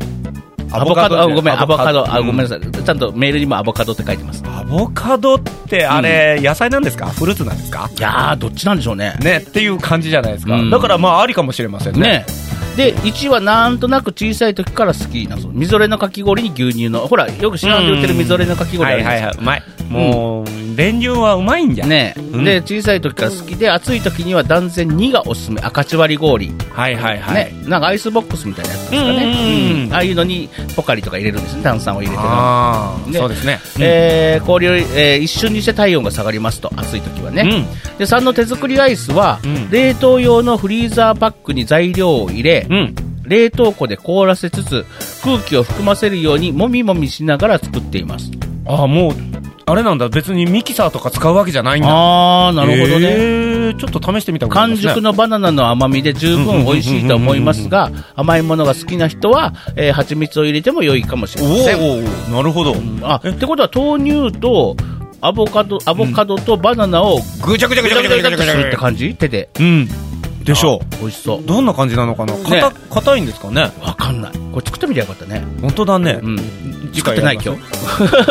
Speaker 1: アボカドあごめんアボカドあ
Speaker 3: うん
Speaker 1: ごめんなさいちゃんとメールにもアボカドって書いてます
Speaker 3: アボカドってあれ、野菜なんですかフルーツなんですか
Speaker 1: いやーどっちなんでしょうね
Speaker 3: ねっていう感じじゃないですか、
Speaker 1: うん
Speaker 3: だからまあありかもしれませんね
Speaker 1: ねで1はなんとなく小さい時から好きなそうみぞれのかき氷に牛乳のほらよく市販で売ってるみぞれのかき氷あ
Speaker 3: は
Speaker 1: る
Speaker 3: い
Speaker 1: じゃな
Speaker 3: は
Speaker 1: で
Speaker 3: いいは
Speaker 1: す
Speaker 3: い
Speaker 1: か
Speaker 3: うまいもう、練乳はうまいんじゃ
Speaker 1: ね
Speaker 3: うん
Speaker 1: で小さい時から好きで暑い時には断然2がおすすめ赤ち割り氷、
Speaker 3: はいはいはい、
Speaker 1: ね、なんかアイスボックスみたいなやつですか
Speaker 3: うんうんうん
Speaker 1: ね、うんああいうのにポカリとか入れるんですね炭酸を入れてね
Speaker 3: ああ、
Speaker 1: ね
Speaker 3: そうですね、
Speaker 1: えー氷を、えー一瞬にして体温が下がりますと暑い時はね、で3の手作りアイスは、
Speaker 3: うん
Speaker 1: 冷凍用のフリーザーパックに材料を入れ、
Speaker 3: うんうん
Speaker 1: 冷凍庫で凍らせつつ空気を含ませるようにもみもみしながら作っています
Speaker 3: ああもうあれなんだ別にミキサーとか使うわけじゃないんだ
Speaker 1: ああなるほどね、
Speaker 3: えーちょっと試してみたくな
Speaker 1: 完
Speaker 3: りますね
Speaker 1: 熟のバナナの甘みで十分美味しいと思いますが甘いものが好きな人は、えー、蜂蜜を入れても良いかもしれません
Speaker 3: おーおーなるほど、
Speaker 1: あってことは豆乳とアボカドアボカドとバナナを
Speaker 3: ぐちゃぐちゃ
Speaker 1: ぐ
Speaker 3: ぐち
Speaker 1: ち
Speaker 3: ゃ
Speaker 1: ゃ
Speaker 3: ぐ
Speaker 1: ぐ
Speaker 3: ち
Speaker 1: ち
Speaker 3: ゃ
Speaker 1: ゃ
Speaker 3: ぐ
Speaker 1: ぐ
Speaker 3: ち
Speaker 1: ちゃぐちゃす
Speaker 3: ゃぐちゃぐちゃ
Speaker 1: るって感じ手で
Speaker 3: うんでしょう
Speaker 1: あ美味しそう
Speaker 3: どんな感じなのかなかた
Speaker 1: ね
Speaker 3: 硬、いんですかね
Speaker 1: わかんないこれ作ってみりゃよかったね
Speaker 3: 本当だね、
Speaker 1: うん
Speaker 3: 次
Speaker 1: 作っ
Speaker 3: 回
Speaker 1: てない
Speaker 3: やり
Speaker 1: 今
Speaker 3: ま
Speaker 1: 日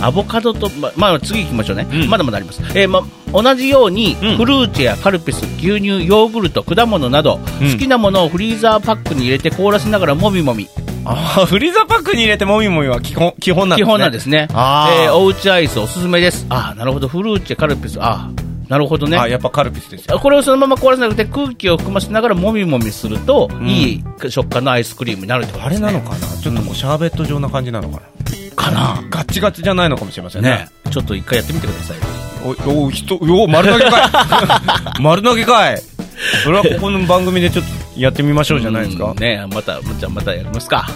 Speaker 1: アボカドとままあ次行きましょうね、
Speaker 3: うん
Speaker 1: まだまだあります、えーま、同じように、
Speaker 3: うん
Speaker 1: フルーチェやカルピス牛乳ヨーグルト果物など、
Speaker 3: うん
Speaker 1: 好きなものをフリーザーパックに入れて凍らせながらもみもみ
Speaker 3: ああ、フリーザーパックに入れてもみもみは基本、基本なんで
Speaker 1: 基
Speaker 3: すね。
Speaker 1: 本なんですね
Speaker 3: あー
Speaker 1: えーおうちアイスおすすめですあーなるほどフルーチェカルピスあーなるほどね
Speaker 3: あ、やっぱカルピスですよ。
Speaker 1: これをそのまま凍らせなくて空気を含ませながらもみもみすると、
Speaker 3: ん
Speaker 1: いい食感のアイスクリームになるってこと
Speaker 3: あ
Speaker 1: で
Speaker 3: れ
Speaker 1: す、ね、
Speaker 3: なのかなちょっとこう、シャーベット状な感じなのか
Speaker 1: かな
Speaker 3: なガッチガチじゃないのかもしれませんね。
Speaker 1: ねちょっと一回やってみてください
Speaker 3: お、お、人、お、丸投げかい 丸投げかいそれはここの番組でちょっとやってみましょうじゃないです
Speaker 1: う
Speaker 3: か
Speaker 1: ん。ねまたじゃあまたやりますか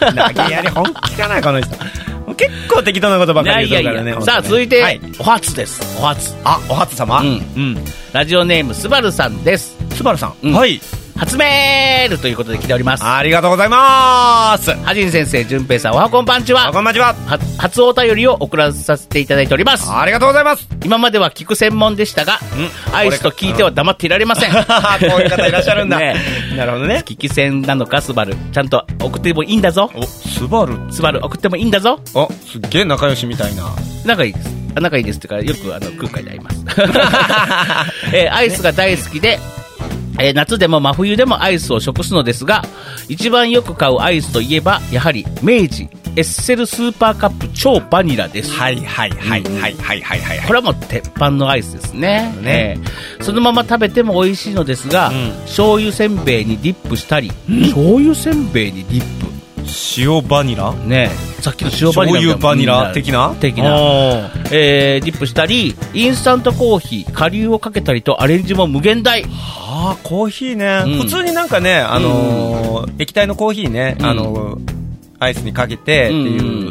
Speaker 3: 投げやり本気じゃない、この人。結構適当なことばっかり
Speaker 1: い
Speaker 3: 言
Speaker 1: や
Speaker 3: う
Speaker 1: いや
Speaker 3: から
Speaker 1: い
Speaker 3: ね。
Speaker 1: やさあ続いて、
Speaker 3: はい
Speaker 1: お初ですお初
Speaker 3: あ、お初様。
Speaker 1: うん
Speaker 3: うん。
Speaker 1: ラジオネームすばるさんです
Speaker 3: スバルさ
Speaker 1: うん
Speaker 3: ん。はい。
Speaker 1: 初メールということで来ておりますは
Speaker 3: ありがとうございます。
Speaker 1: じん先生じゅんぺいさんおはこんばんち
Speaker 3: あ、
Speaker 1: は
Speaker 3: こんばんちは。
Speaker 1: は初お便りを送らさせていただいております
Speaker 3: ありがとうございます。
Speaker 1: 今までは聞く専門でしたが
Speaker 3: うん
Speaker 1: アイスと聞いては黙っていられません
Speaker 3: こういう方いらっしゃるんだ。
Speaker 1: ね
Speaker 3: なるほどね。
Speaker 1: 聞き戦なのかスバルちゃんと送ってもいいんだぞ
Speaker 3: お、スバル。
Speaker 1: スバル送ってもいいんだぞ
Speaker 3: あ、すっげえ仲良しみたいな。
Speaker 1: 仲いいですあ仲いいですっていうかよくあの空海で会い ます、えーアイスが大好きで、えー夏でも真冬でもアイスを食すのですが一番よく買うアイスといえばやはり明治エッセルスーパーカップ超バニラです、
Speaker 3: はいはいはいはいはいはいはい。
Speaker 1: これはもう鉄板のアイスですね
Speaker 3: ね
Speaker 1: えーそのまま食べても美味しいのですが、
Speaker 3: うん
Speaker 1: 醤油せんべいにディップしたり、醤油せんべいにディップ
Speaker 3: 塩バニラ
Speaker 1: ねえさっきの塩バ
Speaker 3: 醤
Speaker 1: ニラみたいな
Speaker 3: 油バニラ的な
Speaker 1: 的な
Speaker 3: な。
Speaker 1: えーディップしたりインスタントコーヒー顆粒をかけたりとアレンジも無限大
Speaker 3: あー、コーヒーね。
Speaker 1: うん
Speaker 3: 普通になんかね、あのー、液体のコーヒーね、
Speaker 1: うん
Speaker 3: あのー、アイスにかけてっていう
Speaker 1: うん。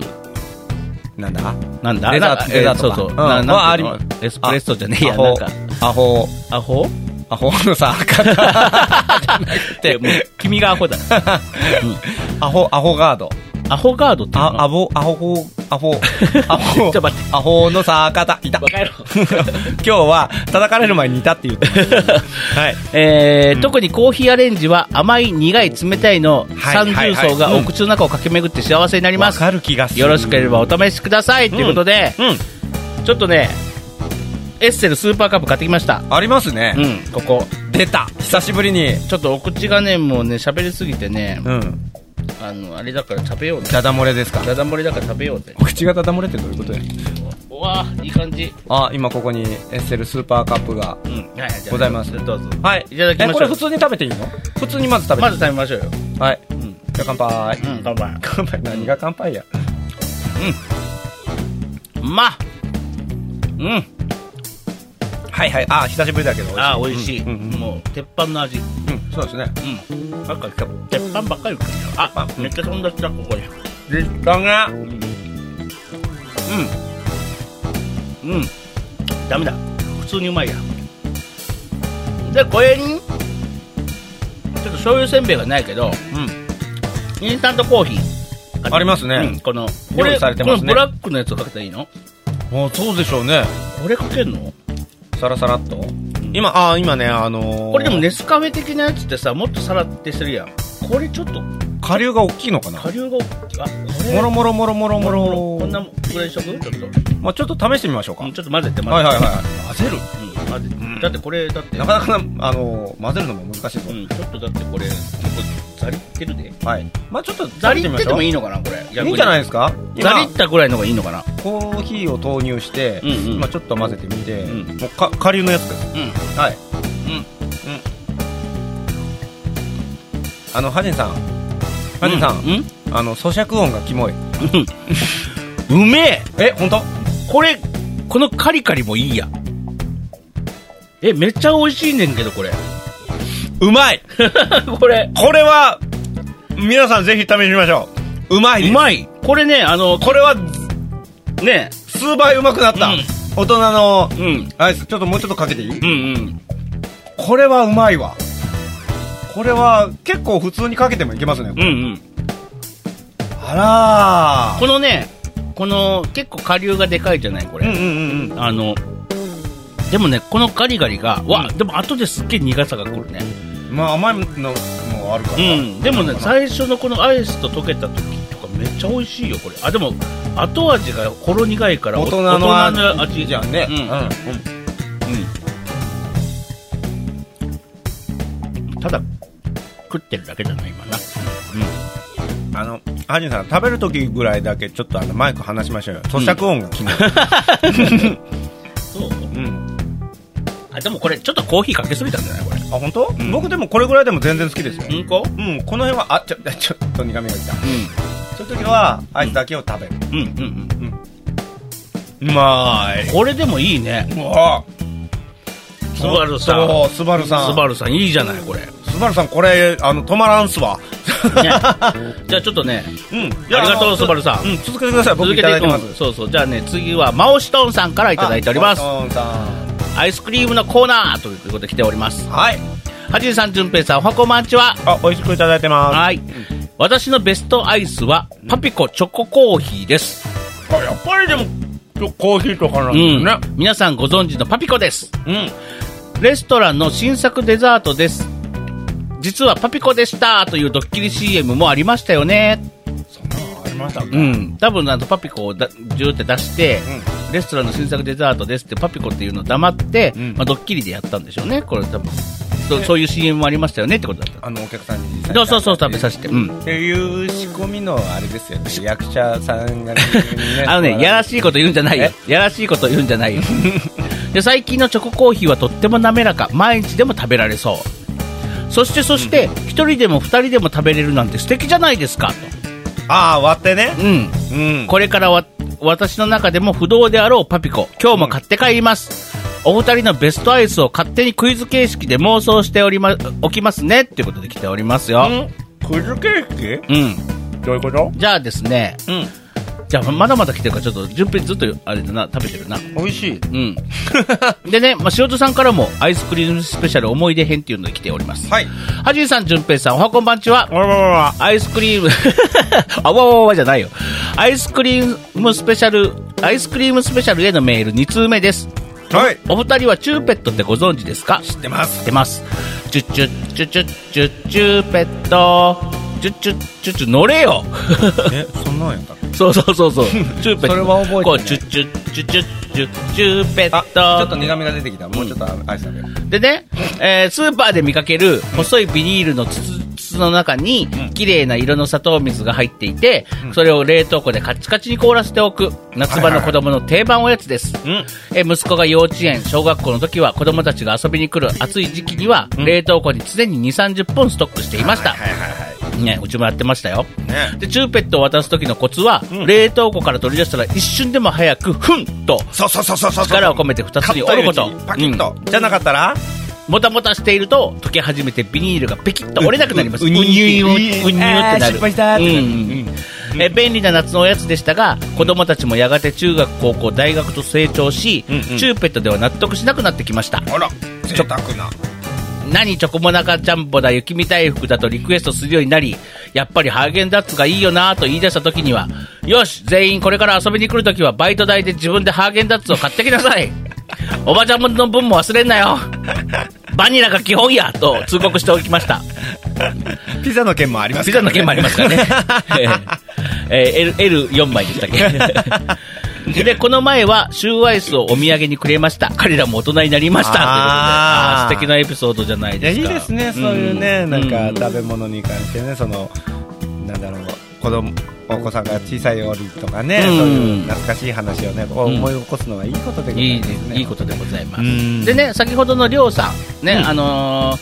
Speaker 3: なんだ
Speaker 1: なんだ
Speaker 3: デザート
Speaker 1: な
Speaker 3: デザートか
Speaker 1: そうそう
Speaker 3: うん
Speaker 1: な
Speaker 3: ま
Speaker 1: なん
Speaker 3: あ
Speaker 1: ていうの
Speaker 3: あり
Speaker 1: エスプレッソじゃねえ
Speaker 3: ア
Speaker 1: やな
Speaker 3: ホ
Speaker 1: んか。
Speaker 3: アホ。
Speaker 1: アホ
Speaker 3: アホのさ、方
Speaker 1: ってもう君がアホだう
Speaker 3: アホ、アホガード。
Speaker 1: んアホガードっていうの
Speaker 3: あ、アボ、アホホ、アホ、ア
Speaker 1: ちょ
Speaker 3: ホ
Speaker 1: っと待っ、
Speaker 3: アホのさーかた、いた。
Speaker 1: バカ野郎
Speaker 3: 今日は、叩かれる前にいたって言って。 はい。
Speaker 1: えー特にコーヒーアレンジは甘い苦い冷たいの
Speaker 3: はい
Speaker 1: 三重層がお口の中を駆け巡って幸せになりま
Speaker 3: わ
Speaker 1: す、
Speaker 3: かる気がする。
Speaker 1: よろしければお試しくださいと、いうことで、
Speaker 3: うん。
Speaker 1: ちょっとねエッセルスーパーカップ買ってきました
Speaker 3: ありますね
Speaker 1: う。んここ
Speaker 3: 出た。久しぶりに。
Speaker 1: ちょっとお口がねもうね喋りすぎてね、
Speaker 3: うん。
Speaker 1: あのあれだから食べようね
Speaker 3: ダダ漏れですか。
Speaker 1: ダダ漏れだから食べようぜ
Speaker 3: お口がダダ漏れってどういうことや
Speaker 1: うわあいい感じ
Speaker 3: あ、今ここにエッセルスーパーカップが。
Speaker 1: うんはいじゃあ
Speaker 3: ございます
Speaker 1: どうぞ
Speaker 3: はい。
Speaker 1: いただきましょう
Speaker 3: えこれ普通に食べていいの普通にまず食べ
Speaker 1: ま
Speaker 3: て
Speaker 1: ず食べましょうよ
Speaker 3: いい。はい。
Speaker 1: ん
Speaker 3: じゃあ乾杯。
Speaker 1: うん乾杯
Speaker 3: 乾杯。何が乾杯や。
Speaker 1: うまっうん
Speaker 3: はいはいあー久しぶりだけど
Speaker 1: ああ美味しい、
Speaker 3: うんうんうん
Speaker 1: もう鉄板の味う
Speaker 3: うんそうですね
Speaker 1: んなんか鉄板ばっかり食ってたあめっちゃ飛んだったここに
Speaker 2: でしたね
Speaker 1: うんうんダメだ普通にうまいやでこれにちょっと醤油せんべいがないけど、インスタントコーヒー
Speaker 3: ありますね
Speaker 1: うんこの
Speaker 3: 用意されてます
Speaker 1: この
Speaker 3: ね
Speaker 1: ブラックのやつをかけたらいいの
Speaker 3: もうそうでしょうね
Speaker 1: これかけるの
Speaker 3: サラサラっと今ああ今ねあのー
Speaker 1: これでもネスカフェ的なやつってさもっとさらってするやんこれちょっと
Speaker 3: 下流が大きいのかな
Speaker 1: 顆粒が大きいあこれ
Speaker 3: もろもろもろもろもろ
Speaker 1: こんなぐらいにしとくちょっと
Speaker 3: まあちょっと試してみましょうか、
Speaker 1: うんちょっと混ぜて混ぜて、
Speaker 3: はいはいはい混ぜる
Speaker 1: うん混ぜて
Speaker 3: ん
Speaker 1: だってこれだって
Speaker 3: なかなかなあのー混ぜるのも難しいぞ、
Speaker 1: うん、ちょっとだってこれ結構ザリってるで
Speaker 3: はいまあちょっと
Speaker 1: ザリっててもい
Speaker 3: い
Speaker 1: いのかなこれ
Speaker 3: いいんじゃない
Speaker 1: い
Speaker 3: ですか
Speaker 1: ザリっ
Speaker 3: 今
Speaker 1: たぐらいの方がいいのかな
Speaker 3: コーヒーを投入して、
Speaker 1: うんうん
Speaker 3: まあちょっと混ぜてみて、
Speaker 1: うん
Speaker 3: もうか下流のやつです
Speaker 1: うん
Speaker 3: はい
Speaker 1: うん
Speaker 3: あのハジンさんハジンさん、
Speaker 1: うん
Speaker 3: あの咀嚼音がキモい
Speaker 1: うんうめえ
Speaker 3: え本当
Speaker 1: これこのカリカリもいいやえめっちゃ美味しいねんけどこれ
Speaker 3: うまい
Speaker 1: これ
Speaker 3: これは皆さんぜひ試しましょううまいう
Speaker 1: まいこれねあの
Speaker 3: これは
Speaker 1: ね
Speaker 3: 数倍うまくなった、
Speaker 1: うん
Speaker 3: 大人の
Speaker 1: うん
Speaker 3: アイスちょっともうちょっとかけていい、
Speaker 1: うんうん
Speaker 3: これはうまいわこれは結構普通にかけてもいけますね、
Speaker 1: うんうん
Speaker 3: あら
Speaker 1: このねこの結構下流がでかいじゃないこれ、
Speaker 3: ーうんうんうんうん
Speaker 1: あのでもねこのガリガリがわでも後ですっげえ苦さがくるね
Speaker 3: まあ甘いのもあるから、
Speaker 1: うんでもね最初のこのアイスと溶けた時とかめっちゃ美味しいよこれあでも後味がほろ苦いから
Speaker 3: 大人の味
Speaker 1: 大人の味
Speaker 3: じゃんね
Speaker 1: うんうんただ食ってるだけだな今な
Speaker 3: うんあのハジンさん食べる時ぐらいだけちょっとあのマイク離しましょうよ咀嚼音がキモい、
Speaker 1: そう
Speaker 3: うん
Speaker 1: あでもこれちょっとコーヒーかけすぎたんじゃないこれ
Speaker 3: あ本当、
Speaker 1: ん
Speaker 3: 僕でもこれぐらいでも全然好きですよ、
Speaker 1: うんこ
Speaker 3: うんこの辺はあちょちょっと苦みがきた
Speaker 1: う
Speaker 3: そういう時はアイスだけを食べる、
Speaker 1: んうんうんうん
Speaker 3: うまい
Speaker 1: これでもいいね
Speaker 3: うわ
Speaker 1: スバルさん
Speaker 3: そうスバルさん
Speaker 1: スバルさんいいじゃないこれ
Speaker 3: スバルさんこれあの止まらんすわ
Speaker 1: ねじゃあちょっとね
Speaker 3: うん
Speaker 1: ありが とうスバルさん
Speaker 3: うん続けてください僕
Speaker 1: 続
Speaker 3: い
Speaker 1: け
Speaker 3: た
Speaker 1: てい
Speaker 3: だい
Speaker 1: く
Speaker 3: てます
Speaker 1: うんそうそうじゃあね次はマオシトンさんからいただいております
Speaker 3: あトンさん
Speaker 1: アイスクリームのコーナーということで来ております
Speaker 3: はい
Speaker 1: はじいさんじゅんぺいさんおはこまんちは
Speaker 3: あ美味しくいただいてま
Speaker 1: はい私のベストアイスはパピコチョココーヒーです、
Speaker 2: あやっぱりでもちょコーヒーとかなん
Speaker 1: う
Speaker 2: です
Speaker 1: ん
Speaker 2: ね、
Speaker 1: 皆さんご存知のパピコです
Speaker 3: すうん
Speaker 1: レストランの新作デザートです実はパピコでしたというドッキリ CM もありましたよね
Speaker 3: そんなのありました
Speaker 1: う、ん多分あのパピコをだジューって出して、レストランの新作デザートですってパピコっていうのを黙って、
Speaker 3: うん
Speaker 1: まあ、ドッキリでやったんでしょうねこれ多分そそういう CM もありましたよねってことだった
Speaker 3: あのお客さんに実際に
Speaker 1: そうそうそう食べさせてうん
Speaker 3: っていう仕込みのあれですよね役者さ んがね
Speaker 1: あのねやらしいこと言うんじゃないよ
Speaker 3: え
Speaker 1: やらしいこと言うんじゃないよ で最近のチョココーヒーはとっても滑らか毎日でも食べられそうそしてそして一、人でも二人でも食べれるなんて素敵じゃないですか
Speaker 3: ああ割ってね
Speaker 1: とうん
Speaker 3: うん
Speaker 1: これからは私の中でも不動であろうパピコ今日も買って帰ります、お二人のベストアイスを勝手にクイズ形式で妄想しておりまおきますねっていうことで来ておりますよ
Speaker 2: クズケー
Speaker 1: うん、
Speaker 2: キどういうこと
Speaker 1: じゃあですね、じゃあまだまだ来てるからちょっと順平ずっとあれだな食べてるな
Speaker 3: 美味しい
Speaker 1: うんでね、まあ、塩田さんからもアイスクリームスペシャル思い出編っていうので来ております
Speaker 3: はい
Speaker 1: はじいさん順平さんおはこんばんちは
Speaker 3: わわわわ
Speaker 1: アイスクリームあわわわわじゃないよアイスクリームスペシャルアイスクリームスペシャルへのメール2通目です
Speaker 3: はい
Speaker 1: お二人はチューペットってご存知ですか知
Speaker 3: 出ます
Speaker 1: ってますチュチュチュチュチュチューペットチュチュチュチュ乗れよ
Speaker 3: えそんなんやったっけ
Speaker 1: そうそうそうそうチューペット
Speaker 3: それは覚えてない
Speaker 1: こうチュチュチュチュチュチューペッ
Speaker 3: あ
Speaker 1: ト
Speaker 3: ちょっと苦みが出てきたもうちょっとアイス食べよう
Speaker 1: でね、えースーパーで見かける細いビニールの筒筒の中に綺麗な色の砂糖水が入っていて、それを冷凍庫でカチカチに凍らせておく夏場の子供の定番おやつです、
Speaker 3: ん
Speaker 1: えー息子が幼稚園小学校の時は子供たちが遊びに来る暑い時期には冷凍庫に常に2 3 0本ストックしていました、
Speaker 3: はいはいはい
Speaker 1: ね、うちもやってましたよ。
Speaker 3: ね
Speaker 1: で、チューペットを渡す時のコツは、
Speaker 3: うん
Speaker 1: 冷凍庫から取り出したら一瞬でも早く、ふんと
Speaker 3: そうそうそうそうそう
Speaker 1: 力を込めて二つに折ること
Speaker 3: 買ったようにパキッと、
Speaker 1: う
Speaker 3: じゃなかったら
Speaker 1: もたもたしていると、溶け始めてビニールがペキッと折れなくなります。
Speaker 3: う
Speaker 1: う
Speaker 3: うう
Speaker 1: に
Speaker 3: に
Speaker 1: ゅうにゅう
Speaker 3: ゅう
Speaker 1: にゅうってな
Speaker 4: あー
Speaker 1: る。
Speaker 4: 失敗したーってなる
Speaker 1: うんうんえ便利な夏のおやつでしたが子供たちもやがて中学高校大学と成長し、
Speaker 3: うんうん
Speaker 1: チューペットでは納得しなくなってきました
Speaker 3: あら贅沢な
Speaker 1: 何チョコモナカジャンボだ雪見大福だとリクエストするようになりやっぱりハーゲンダッツがいいよなぁと言い出した時にはよし全員これから遊びに来る時はバイト代で自分でハーゲンダッツを買ってきなさいおばちゃんの分も忘れんなよバニラが基本やと通告しておきました
Speaker 4: ピザの件もあります
Speaker 1: ピ
Speaker 4: か
Speaker 1: ザ
Speaker 4: ら
Speaker 1: の
Speaker 4: ね
Speaker 1: 件もあります からね。えー、L、L4 枚でしたっ けで、この前はシューアイスをお土産にくれました。彼らも大人になりました。ということで
Speaker 4: あー
Speaker 1: あー素敵なエピソードじゃない
Speaker 4: い
Speaker 1: で
Speaker 4: やい
Speaker 1: す
Speaker 4: い
Speaker 1: か。
Speaker 4: ですねそういうね、
Speaker 1: ん
Speaker 4: なんか
Speaker 1: うん
Speaker 4: 食べ物に関してねそのなんだろう子供お子さんが小さい折とかね、
Speaker 1: うん
Speaker 4: そういう懐かしい話をねこう
Speaker 1: うん
Speaker 4: 思い起こすのはいいことでござ
Speaker 1: い
Speaker 4: い
Speaker 1: い
Speaker 4: ますね、
Speaker 1: いいことでございます。
Speaker 4: うん
Speaker 1: でね、先ほどのりょうさん、ね、あの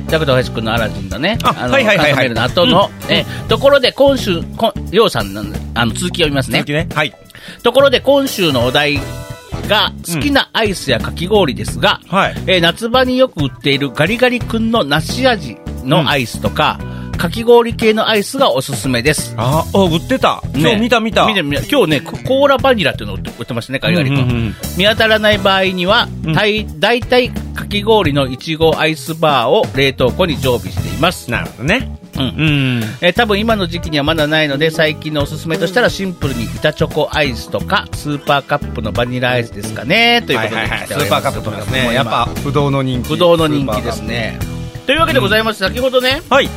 Speaker 1: ー、ジャクと林くんのアラジンのね、
Speaker 4: あ
Speaker 1: の
Speaker 4: はいはいは
Speaker 1: カ
Speaker 4: いはい
Speaker 1: ンカメルの後の、えところで今週、こんりょうさんなんで、あの、続き読みますね
Speaker 4: 続。きねはい
Speaker 1: ところで今週のお題が好きなアイスやかき氷ですが、
Speaker 4: はい
Speaker 1: えー夏場によく売っているガリガリ君の梨味のアイスとか、かき氷系のアイスがおすすめです。
Speaker 4: ああ売ってた今
Speaker 1: ね
Speaker 4: 日見た見た、
Speaker 1: 見た見た今日ね、ココーラバニラっていうのを売って売ってましたね、ガリガリ君。
Speaker 4: うんうんうん
Speaker 1: 見当たらない場合には、
Speaker 4: うん
Speaker 1: たい大体かき氷のいちごアイスバーを冷凍庫に常備しています。
Speaker 4: なるほどね
Speaker 1: うん
Speaker 4: うん
Speaker 1: えー多分今の時期にはまだないので最近のおすすめとしたらシンプルに板チョコアイスとかスーパーカップのバニラアイスですかねということで
Speaker 4: はいはいは
Speaker 1: 来
Speaker 4: い
Speaker 1: て
Speaker 4: ス
Speaker 1: おり
Speaker 4: ーパーカップとかです
Speaker 1: も
Speaker 4: ね
Speaker 1: う今
Speaker 4: やっぱ不動の人気
Speaker 1: 不動の人気ですねというわけでございまして、先ほどね
Speaker 4: はい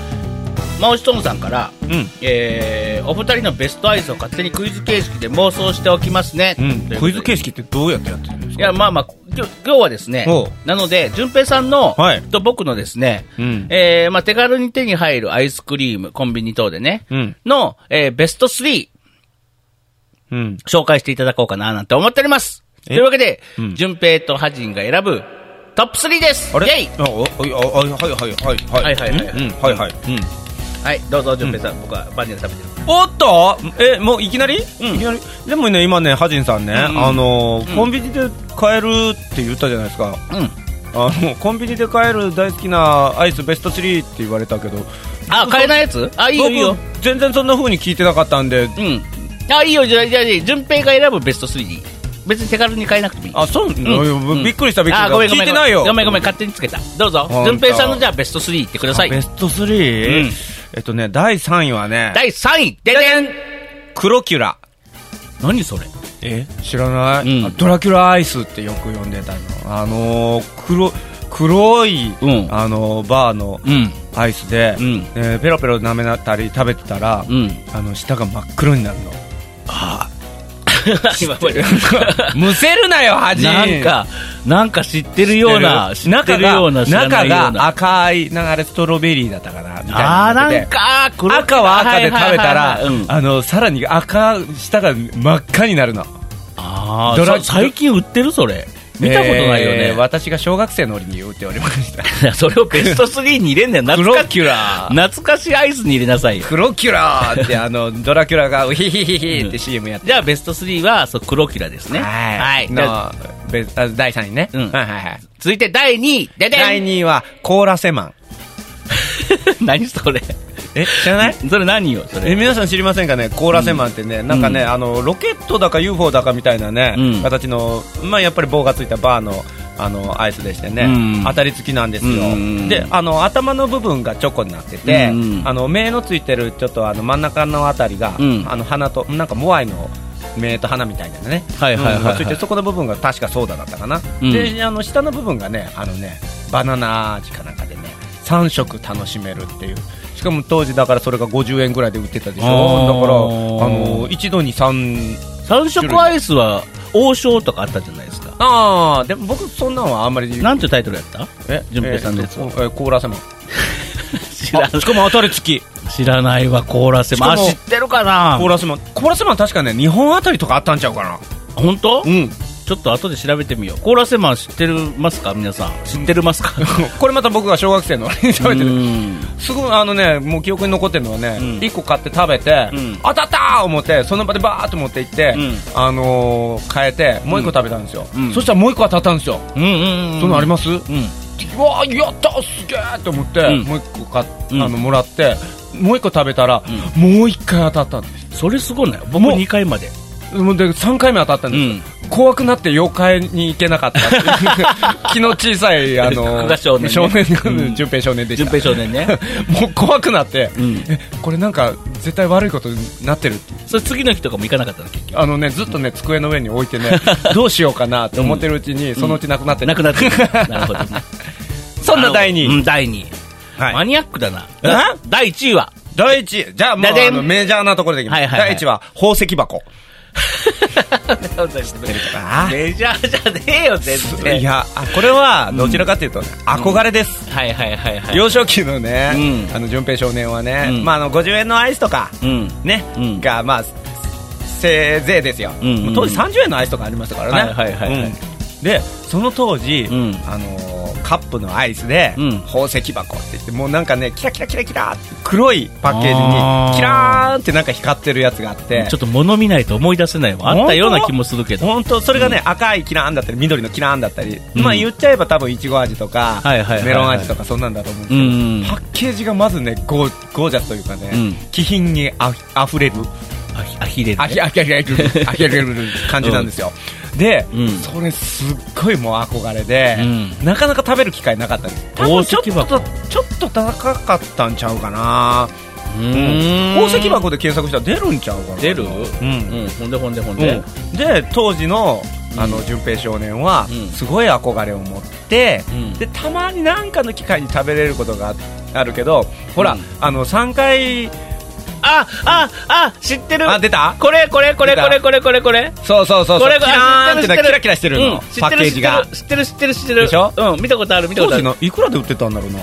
Speaker 1: マオシトンさんから、
Speaker 4: うん
Speaker 1: えーお二人のベストアイスを勝手にクイズ形式で妄想しておきますね、ということで
Speaker 4: クイズ形式ってどうやってやってるんです
Speaker 1: い
Speaker 4: か
Speaker 1: やまあまあ今日今日はですね
Speaker 4: おう
Speaker 1: なので順平さんの、
Speaker 4: はい
Speaker 1: と僕のですね、
Speaker 4: うん
Speaker 1: えーまあ、手軽に手に入るアイスクリームコンビニ等でね、
Speaker 4: うん
Speaker 1: の、えーベスト3
Speaker 4: うん
Speaker 1: 紹介していただこうかななんて思っております。と
Speaker 4: え
Speaker 1: いうわけで、
Speaker 4: うん
Speaker 1: 順平とハジンが選ぶトップ3です。
Speaker 4: あ
Speaker 1: イ
Speaker 4: れ
Speaker 1: ェイ
Speaker 4: あおおおおはいはいはいはい
Speaker 1: はいはいはい
Speaker 4: うんうんはいはいうん
Speaker 1: はい、どうぞ順平さん、僕はバニラ食べてる。
Speaker 4: おっとえもういきなり、いきなりでもね今ねハジンさんね、
Speaker 1: うん
Speaker 4: あのー
Speaker 1: うん
Speaker 4: コンビニで買えるって言ったじゃないですか
Speaker 1: うん。
Speaker 4: あのコンビニで買える大好きなアイスベスト3って言われたけど
Speaker 1: あ、買えないやつあ、いいよいいよ。
Speaker 4: 僕全然そんな風に聞いてなかったんで
Speaker 1: うん。あ、いいよ、じゃあ、じゃあ、じゃあ順平が選ぶベスト3でいい。別に手軽に買えなくてもいい。
Speaker 4: あそう、うん
Speaker 1: うん
Speaker 4: びっくりしたびっくりした
Speaker 1: あ、ごめんごめん。
Speaker 4: 聞いてないよ
Speaker 1: ごめんごめん、勝手につけた。どうぞ
Speaker 4: ほん。と
Speaker 1: 順平さんのじゃあベスト3言ってくださ
Speaker 4: ベ
Speaker 1: い。
Speaker 4: スト 3?、
Speaker 1: うん
Speaker 4: えっとね第3位はね
Speaker 1: 第3位、ででん
Speaker 4: クロキュラ
Speaker 1: 何それ
Speaker 4: え知らない、
Speaker 1: うん
Speaker 4: あドラキュラアイスってよく呼んでたのあのー、黒黒い、
Speaker 1: うん
Speaker 4: あのーバーの
Speaker 1: うん。
Speaker 4: アイスで、
Speaker 1: うん
Speaker 4: えーペロペロ舐めなったり食べてたら、
Speaker 1: うん。
Speaker 4: あの舌が真っ黒になるの
Speaker 1: 今これ
Speaker 4: むせるなよ恥
Speaker 1: なんか、なんか知ってるような、知って
Speaker 4: 中
Speaker 1: るような、
Speaker 4: が
Speaker 1: 知らな
Speaker 4: 中
Speaker 1: いような
Speaker 4: が。赤いなんかあれストロベリーだったかなみたい
Speaker 1: ああー、
Speaker 4: な
Speaker 1: なんか、あー黒い
Speaker 4: 赤は赤で食べた
Speaker 1: はいはいはいはいうん
Speaker 4: らあのさらに赤舌が真っ赤になるの
Speaker 1: あ
Speaker 4: ド
Speaker 1: ー
Speaker 4: ラ
Speaker 1: さ最近売ってるそれ。見たことないよ
Speaker 4: え
Speaker 1: ね。
Speaker 4: ー私が小学生の折に売っておりました
Speaker 1: それをベスト3に入れんねん。
Speaker 4: ク
Speaker 1: 懐
Speaker 4: ロ
Speaker 1: かし
Speaker 4: キュラー
Speaker 1: 懐かしいアイスに入れなさいよ。
Speaker 4: クロキュラーってあのドラキュラがウヒヒヒヒって CM やって
Speaker 1: じゃあベスト3は、そう、黒キュラですね。
Speaker 4: はい
Speaker 1: じゃあ
Speaker 4: のべあ第3位ね
Speaker 1: うん
Speaker 4: はいはいはい
Speaker 1: 続いて第2位、でで
Speaker 4: 第
Speaker 1: ん
Speaker 4: 2位はコーラセマン
Speaker 1: 何それ
Speaker 4: え知らない
Speaker 1: それ何よ、そ
Speaker 4: え
Speaker 1: れ。
Speaker 4: 皆さん知りませんかね、コーラセマンってね、なんかね、あのロケットだか UFO だかみたいなね、
Speaker 1: うん
Speaker 4: 形の、まあ、やっぱり棒がついたバーのあのアイスでしてね、
Speaker 1: うん
Speaker 4: 当たり付きなんですよ、
Speaker 1: うん
Speaker 4: であの頭の部分がチョコになってて、
Speaker 1: うん
Speaker 4: あの目のついてるちょっとあの真ん中のあたりが、
Speaker 1: うん
Speaker 4: あの鼻と、なんかモアイの目と鼻みたいなね、
Speaker 1: はいはいはいはい
Speaker 4: うんがついてそこの部分が確かソーダだったかな、
Speaker 1: うん
Speaker 4: であの下の部分がねあのね、バナナ味かなんかでね、3色楽しめるっていう。しかも当時だからそれが50円ぐらいで売ってたでしょだからあ
Speaker 1: あー
Speaker 4: の一度に3
Speaker 1: 三色アイスは、王将とかあったじゃないですか。
Speaker 4: ああでも僕そんなんはあんまり
Speaker 1: なんていうタイトルやった
Speaker 4: え
Speaker 1: 順平さんのやつ
Speaker 4: えーコーラセマン
Speaker 1: 知ら
Speaker 4: あしかも当たり付き
Speaker 1: 知らないわ、コーラセマン。あ、
Speaker 4: しかも
Speaker 1: 知ってるかな
Speaker 4: コーラセマンコーラセマン確かね2本あたりとかあったんちゃうかな
Speaker 1: 本当
Speaker 4: うん
Speaker 1: ちちょっと後で調べてみようコーラセマン知ってるますか皆さん知ってるますか
Speaker 4: これまた僕が小学生の 頃に食べ て
Speaker 1: う
Speaker 4: る
Speaker 1: ん
Speaker 4: すごいあのねもう記憶に残ってるのはね、
Speaker 1: うん
Speaker 4: 1個買って食べて、
Speaker 1: うん
Speaker 4: 当たったー思ってその場でバーッと持って行って、
Speaker 1: うん
Speaker 4: あのー変えてもう1個食べたんですよ、
Speaker 1: うん
Speaker 4: そしたらもう1個当たったんですよ、
Speaker 1: うんうんうん
Speaker 4: そんなのあります、
Speaker 1: うん
Speaker 4: うわーやったーすげえと思って、
Speaker 1: うん
Speaker 4: もう1個買っ
Speaker 1: うん
Speaker 4: あのもらってもう1個食べたら、もう1回当たったんです
Speaker 1: それすごいね僕
Speaker 4: もう
Speaker 1: 2回まで
Speaker 4: もうで3回目当たったん
Speaker 1: う
Speaker 4: です、
Speaker 1: ん
Speaker 4: 怖くなって妖怪に行けなかった っていう気の小さいあの
Speaker 1: 僕が少年ねうん
Speaker 4: 純平少年でし
Speaker 1: 順
Speaker 4: た
Speaker 1: 平少年ね
Speaker 4: もう怖くなって、
Speaker 1: うん
Speaker 4: えこれなんか絶対悪いことになってるって
Speaker 1: それ次の日とかも行かなかったの結
Speaker 4: あのねずっとね机の上に置いて ねどうしようかなって思ってるうちにそのうちなく なって
Speaker 1: 局な
Speaker 4: る
Speaker 1: くなってるなるほどね
Speaker 4: そんな第
Speaker 1: う
Speaker 4: 2位
Speaker 1: ん第2位
Speaker 4: はい
Speaker 1: マニアックだな
Speaker 4: え
Speaker 1: 第1位 は
Speaker 4: 第1位じゃあもう
Speaker 1: だでん
Speaker 4: あのメジャーなところでいきます、
Speaker 1: はいはいはい
Speaker 4: 第1位は宝石箱あ
Speaker 1: メジャーじゃねえよ全然
Speaker 4: いやあこれはどちらかというとね、憧れです、
Speaker 1: はいはいはいはい
Speaker 4: 幼少期のね、
Speaker 1: う
Speaker 4: あの順平少年はね、
Speaker 1: うん
Speaker 4: まあ、あの50円のアイスとか、
Speaker 1: うん
Speaker 4: ね
Speaker 1: うん
Speaker 4: が、まあ、せいぜいですよ、
Speaker 1: うんうんうん
Speaker 4: 当時30円のアイスとかありましたからね、
Speaker 1: はいはいはいはい
Speaker 4: うんでその当時、
Speaker 1: うん
Speaker 4: あのーカップのアイスで、
Speaker 1: うん
Speaker 4: 宝石箱って言ってもうなんかねキラキラキラキラって黒いパッケージ
Speaker 1: あ
Speaker 4: に
Speaker 1: ー
Speaker 4: キラーンってなんか光ってるやつがあって
Speaker 1: ちょっと物見ないと思い出せないわあったような気もするけど
Speaker 4: 本当それがね、赤いキラーンだったり緑のキラーンだったり、
Speaker 1: うん
Speaker 4: まあ言っちゃえば多分いちご味とか、
Speaker 1: はいはいはいはい
Speaker 4: メロン味とかそんなんだと思うんです
Speaker 1: う
Speaker 4: けど、
Speaker 1: ん
Speaker 4: パッケージがまずねゴーゴージャスというかね、
Speaker 1: うん
Speaker 4: 気品にあふあふれる
Speaker 1: アヒアヒレね
Speaker 4: あひあひあひあひあひあひれる感じなんですよ、で、
Speaker 1: うん
Speaker 4: それすっごいもう憧れで、
Speaker 1: う
Speaker 4: なかなか食べる機会なかったんです多
Speaker 1: 宝
Speaker 4: 分ちょ
Speaker 1: 石
Speaker 4: っ
Speaker 1: 箱
Speaker 4: とちょっと高かったんちゃうかな、
Speaker 1: う
Speaker 4: うん
Speaker 1: ん
Speaker 4: 宝石箱で検索したら出るんちゃうかな
Speaker 1: 出る
Speaker 4: うん
Speaker 1: うんほんでほんでほんで
Speaker 4: うんで当時のあの順平少年は
Speaker 1: うん
Speaker 4: すごい憧れを持って、
Speaker 1: うん
Speaker 4: でたまに何かの機会に食べれることがあるけどほら、
Speaker 1: うん
Speaker 4: あの3回
Speaker 1: あああ知ってる
Speaker 4: あ出た
Speaker 1: これこれこれこれこれこれこれ
Speaker 4: そうそうそうそう
Speaker 1: これ
Speaker 4: キラーンってな
Speaker 1: 知ってる
Speaker 4: キラキラしてるの、
Speaker 1: うん
Speaker 4: パッケージが
Speaker 1: 知ってる知ってる知ってる知ってる
Speaker 4: でしょ
Speaker 1: うん見たことある見たことある
Speaker 4: のいくらで売ってたんだろうな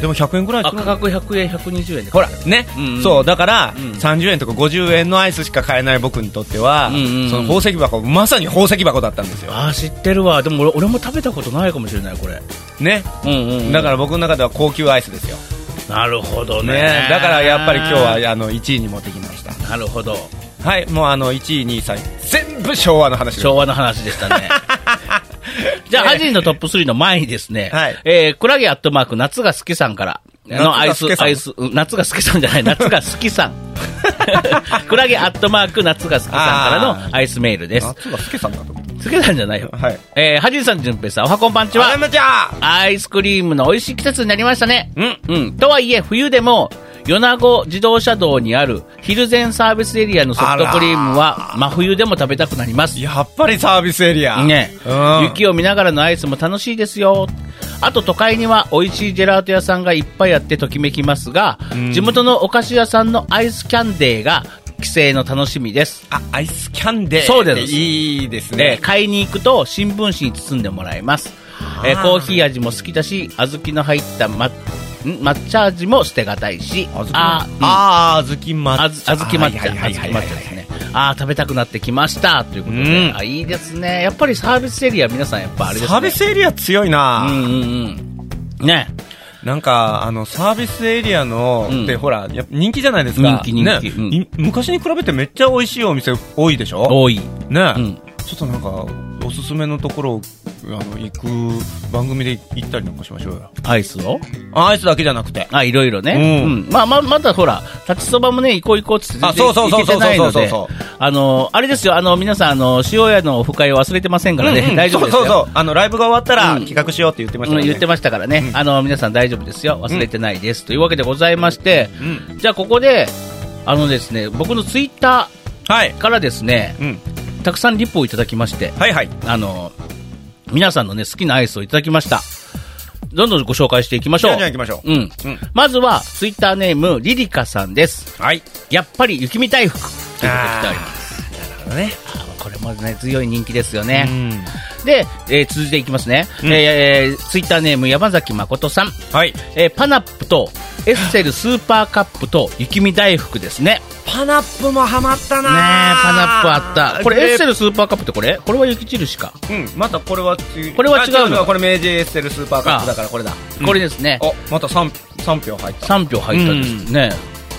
Speaker 4: でも100円ぐらい
Speaker 1: あ価格100円120円で
Speaker 4: ほらね、
Speaker 1: うんうん
Speaker 4: そうだから、
Speaker 1: うん
Speaker 4: 30円とか50円のアイスしか買えない僕にとっては、
Speaker 1: うんうんうん
Speaker 4: その宝石箱まさに宝石箱だったんですよ
Speaker 1: あー知ってるわでも俺俺も食べたことないかもしれないこれ
Speaker 4: ね
Speaker 1: うんうん
Speaker 4: だから僕の中では高級アイスですよ
Speaker 1: なるほどね
Speaker 4: ね、だからやっぱり今日はあの1位に持ってきました
Speaker 1: なるほど
Speaker 4: はいもうあの1位2位3位全部昭和の話です
Speaker 1: 昭和の話でした ねじゃあ、
Speaker 4: ね
Speaker 1: ハジンのトップ3の前にですね、
Speaker 4: はい
Speaker 1: えー、クラゲアットマーク、夏が好きさんから、のアイス
Speaker 4: 夏が好き、さん
Speaker 1: アイス、うん夏が好きさん じゃない、夏が好きさん。 クラゲアットマーク、夏が好きさんから
Speaker 4: あ
Speaker 1: のアイスメールです。
Speaker 4: 夏が好きさんだと思う
Speaker 1: 好きなんじゃないよ。
Speaker 4: はい
Speaker 1: えー、ハジンさん、じゅんぺいさん、おはこんばんち
Speaker 4: あや
Speaker 1: は。
Speaker 4: めちゃん
Speaker 1: アイスクリームの美味しい季節になりましたね。
Speaker 4: うん
Speaker 1: うん。とはいえ、冬でも、米子自動車道にある蒜山サービスエリアのソフトクリームは真冬でも食べたくなります。
Speaker 4: やっぱりサービスエリア
Speaker 1: ね、
Speaker 4: うん
Speaker 1: 雪を見ながらのアイスも楽しいですよあと都会には美味しいジェラート屋さんがいっぱいあってときめきますが、地元のお菓子屋さんのアイスキャンデーが帰省の楽しみです、
Speaker 4: あアイスキャンデー
Speaker 1: そうです
Speaker 4: いいです
Speaker 1: えー
Speaker 4: ね
Speaker 1: 買いに行くと新聞紙に包んでもらえます、えーコーヒー味も好きだし小豆の入った、ま、ん抹茶味も捨てがたいしあーうん
Speaker 4: あー小豆
Speaker 1: あ
Speaker 4: 抹
Speaker 1: ず
Speaker 4: 茶
Speaker 1: あずき抹茶、
Speaker 4: はいは
Speaker 1: あ
Speaker 4: い
Speaker 1: ず
Speaker 4: は
Speaker 1: き抹
Speaker 4: い
Speaker 1: 茶
Speaker 4: は
Speaker 1: で
Speaker 4: い
Speaker 1: すね。ああ、食べたくなってきましたということで、
Speaker 4: うん
Speaker 1: あいいですね。やっぱりサービスエリア、皆さんやっぱあれですね。
Speaker 4: サービスエリア強いな、
Speaker 1: うんうんうん。ね、
Speaker 4: なんかあのサービスエリアの、
Speaker 1: うん
Speaker 4: でほらやっぱ人気じゃないですか
Speaker 1: 人気人気
Speaker 4: ね
Speaker 1: うん
Speaker 4: い昔に比べてめっちゃ美味しいお店多いでしょ
Speaker 1: 多い。
Speaker 4: ね、
Speaker 1: うん
Speaker 4: ちょっとなんかおすすめのところをあの行く番組で行ったりなんかしましょうよ
Speaker 1: アイスを
Speaker 4: あアイスだけじゃなくて
Speaker 1: あ、いろいろね。う
Speaker 4: うんん。
Speaker 1: まあ、ま、まだほら、立ちそばもね、行こう行こうっつって全然
Speaker 4: あそうそうそうそ
Speaker 1: 行
Speaker 4: う
Speaker 1: けてないので
Speaker 4: そうそう
Speaker 1: あの、あれですよ、あの、皆さん、あの、塩屋のオフ会を忘れてませんからね、
Speaker 4: うんうん
Speaker 1: 大丈夫ですよ。
Speaker 4: そうそうそうあのライブが終わったら
Speaker 1: うん
Speaker 4: 企画しようって言ってました
Speaker 1: う
Speaker 4: よ
Speaker 1: ん
Speaker 4: ね、
Speaker 1: 言ってましたからね、あの皆さん大丈夫ですよ、忘れてないです、というわけでございまして、
Speaker 4: う
Speaker 1: じゃあここで、あのですね僕のツイッタ
Speaker 4: はい
Speaker 1: ーからですね、
Speaker 4: うん
Speaker 1: たくさんリポをいただきまして、
Speaker 4: はいはい
Speaker 1: あの皆さんのね好きなアイスをいただきました、どんどんご紹介していきまし
Speaker 4: じ
Speaker 1: ょう
Speaker 4: ゃあ。じゃあ行きましょう
Speaker 1: うん
Speaker 4: うん
Speaker 1: まずはツイッターネームリリカさんです
Speaker 4: はい
Speaker 1: やっぱり雪見大福ということで来ております
Speaker 4: ね
Speaker 1: あーこれもね強い人気ですよね、で、えー続いていきますね、
Speaker 4: うん
Speaker 1: えーツイッターネーム山崎誠さん、
Speaker 4: はい。
Speaker 1: えーパナップとエッセルスーパーカップと雪見大福ですねね
Speaker 3: パナップもハマった
Speaker 1: えパナップあったこれエッセルスーパーカップってこれこれは雪印か
Speaker 3: うんまたこれは違う
Speaker 1: これは違うの
Speaker 3: あわこれ明治エッセルスーパーカップだからこれだ
Speaker 1: これですね、
Speaker 3: おまた 3, 三票入った
Speaker 1: 3票入ったんですね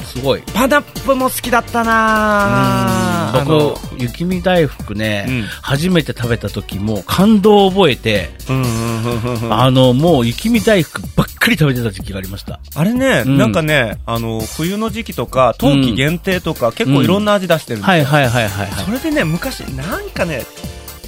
Speaker 1: すごい
Speaker 3: パナップも好きだったなあの
Speaker 1: 僕雪見大福ね、
Speaker 4: うん
Speaker 1: 初めて食べた時もう感動を覚えて、
Speaker 4: うんうんうんうんうん。
Speaker 1: あのもう雪見大福ばっかり食べてた時期がありました
Speaker 4: あれね、
Speaker 1: うん
Speaker 4: なんかね、あの、冬の時期とか、冬季限定とか、結
Speaker 1: う
Speaker 4: 構
Speaker 1: ん
Speaker 4: いろんな味出してるんですよ
Speaker 1: はいはいはいはいはい
Speaker 4: それでね、昔、なんかね、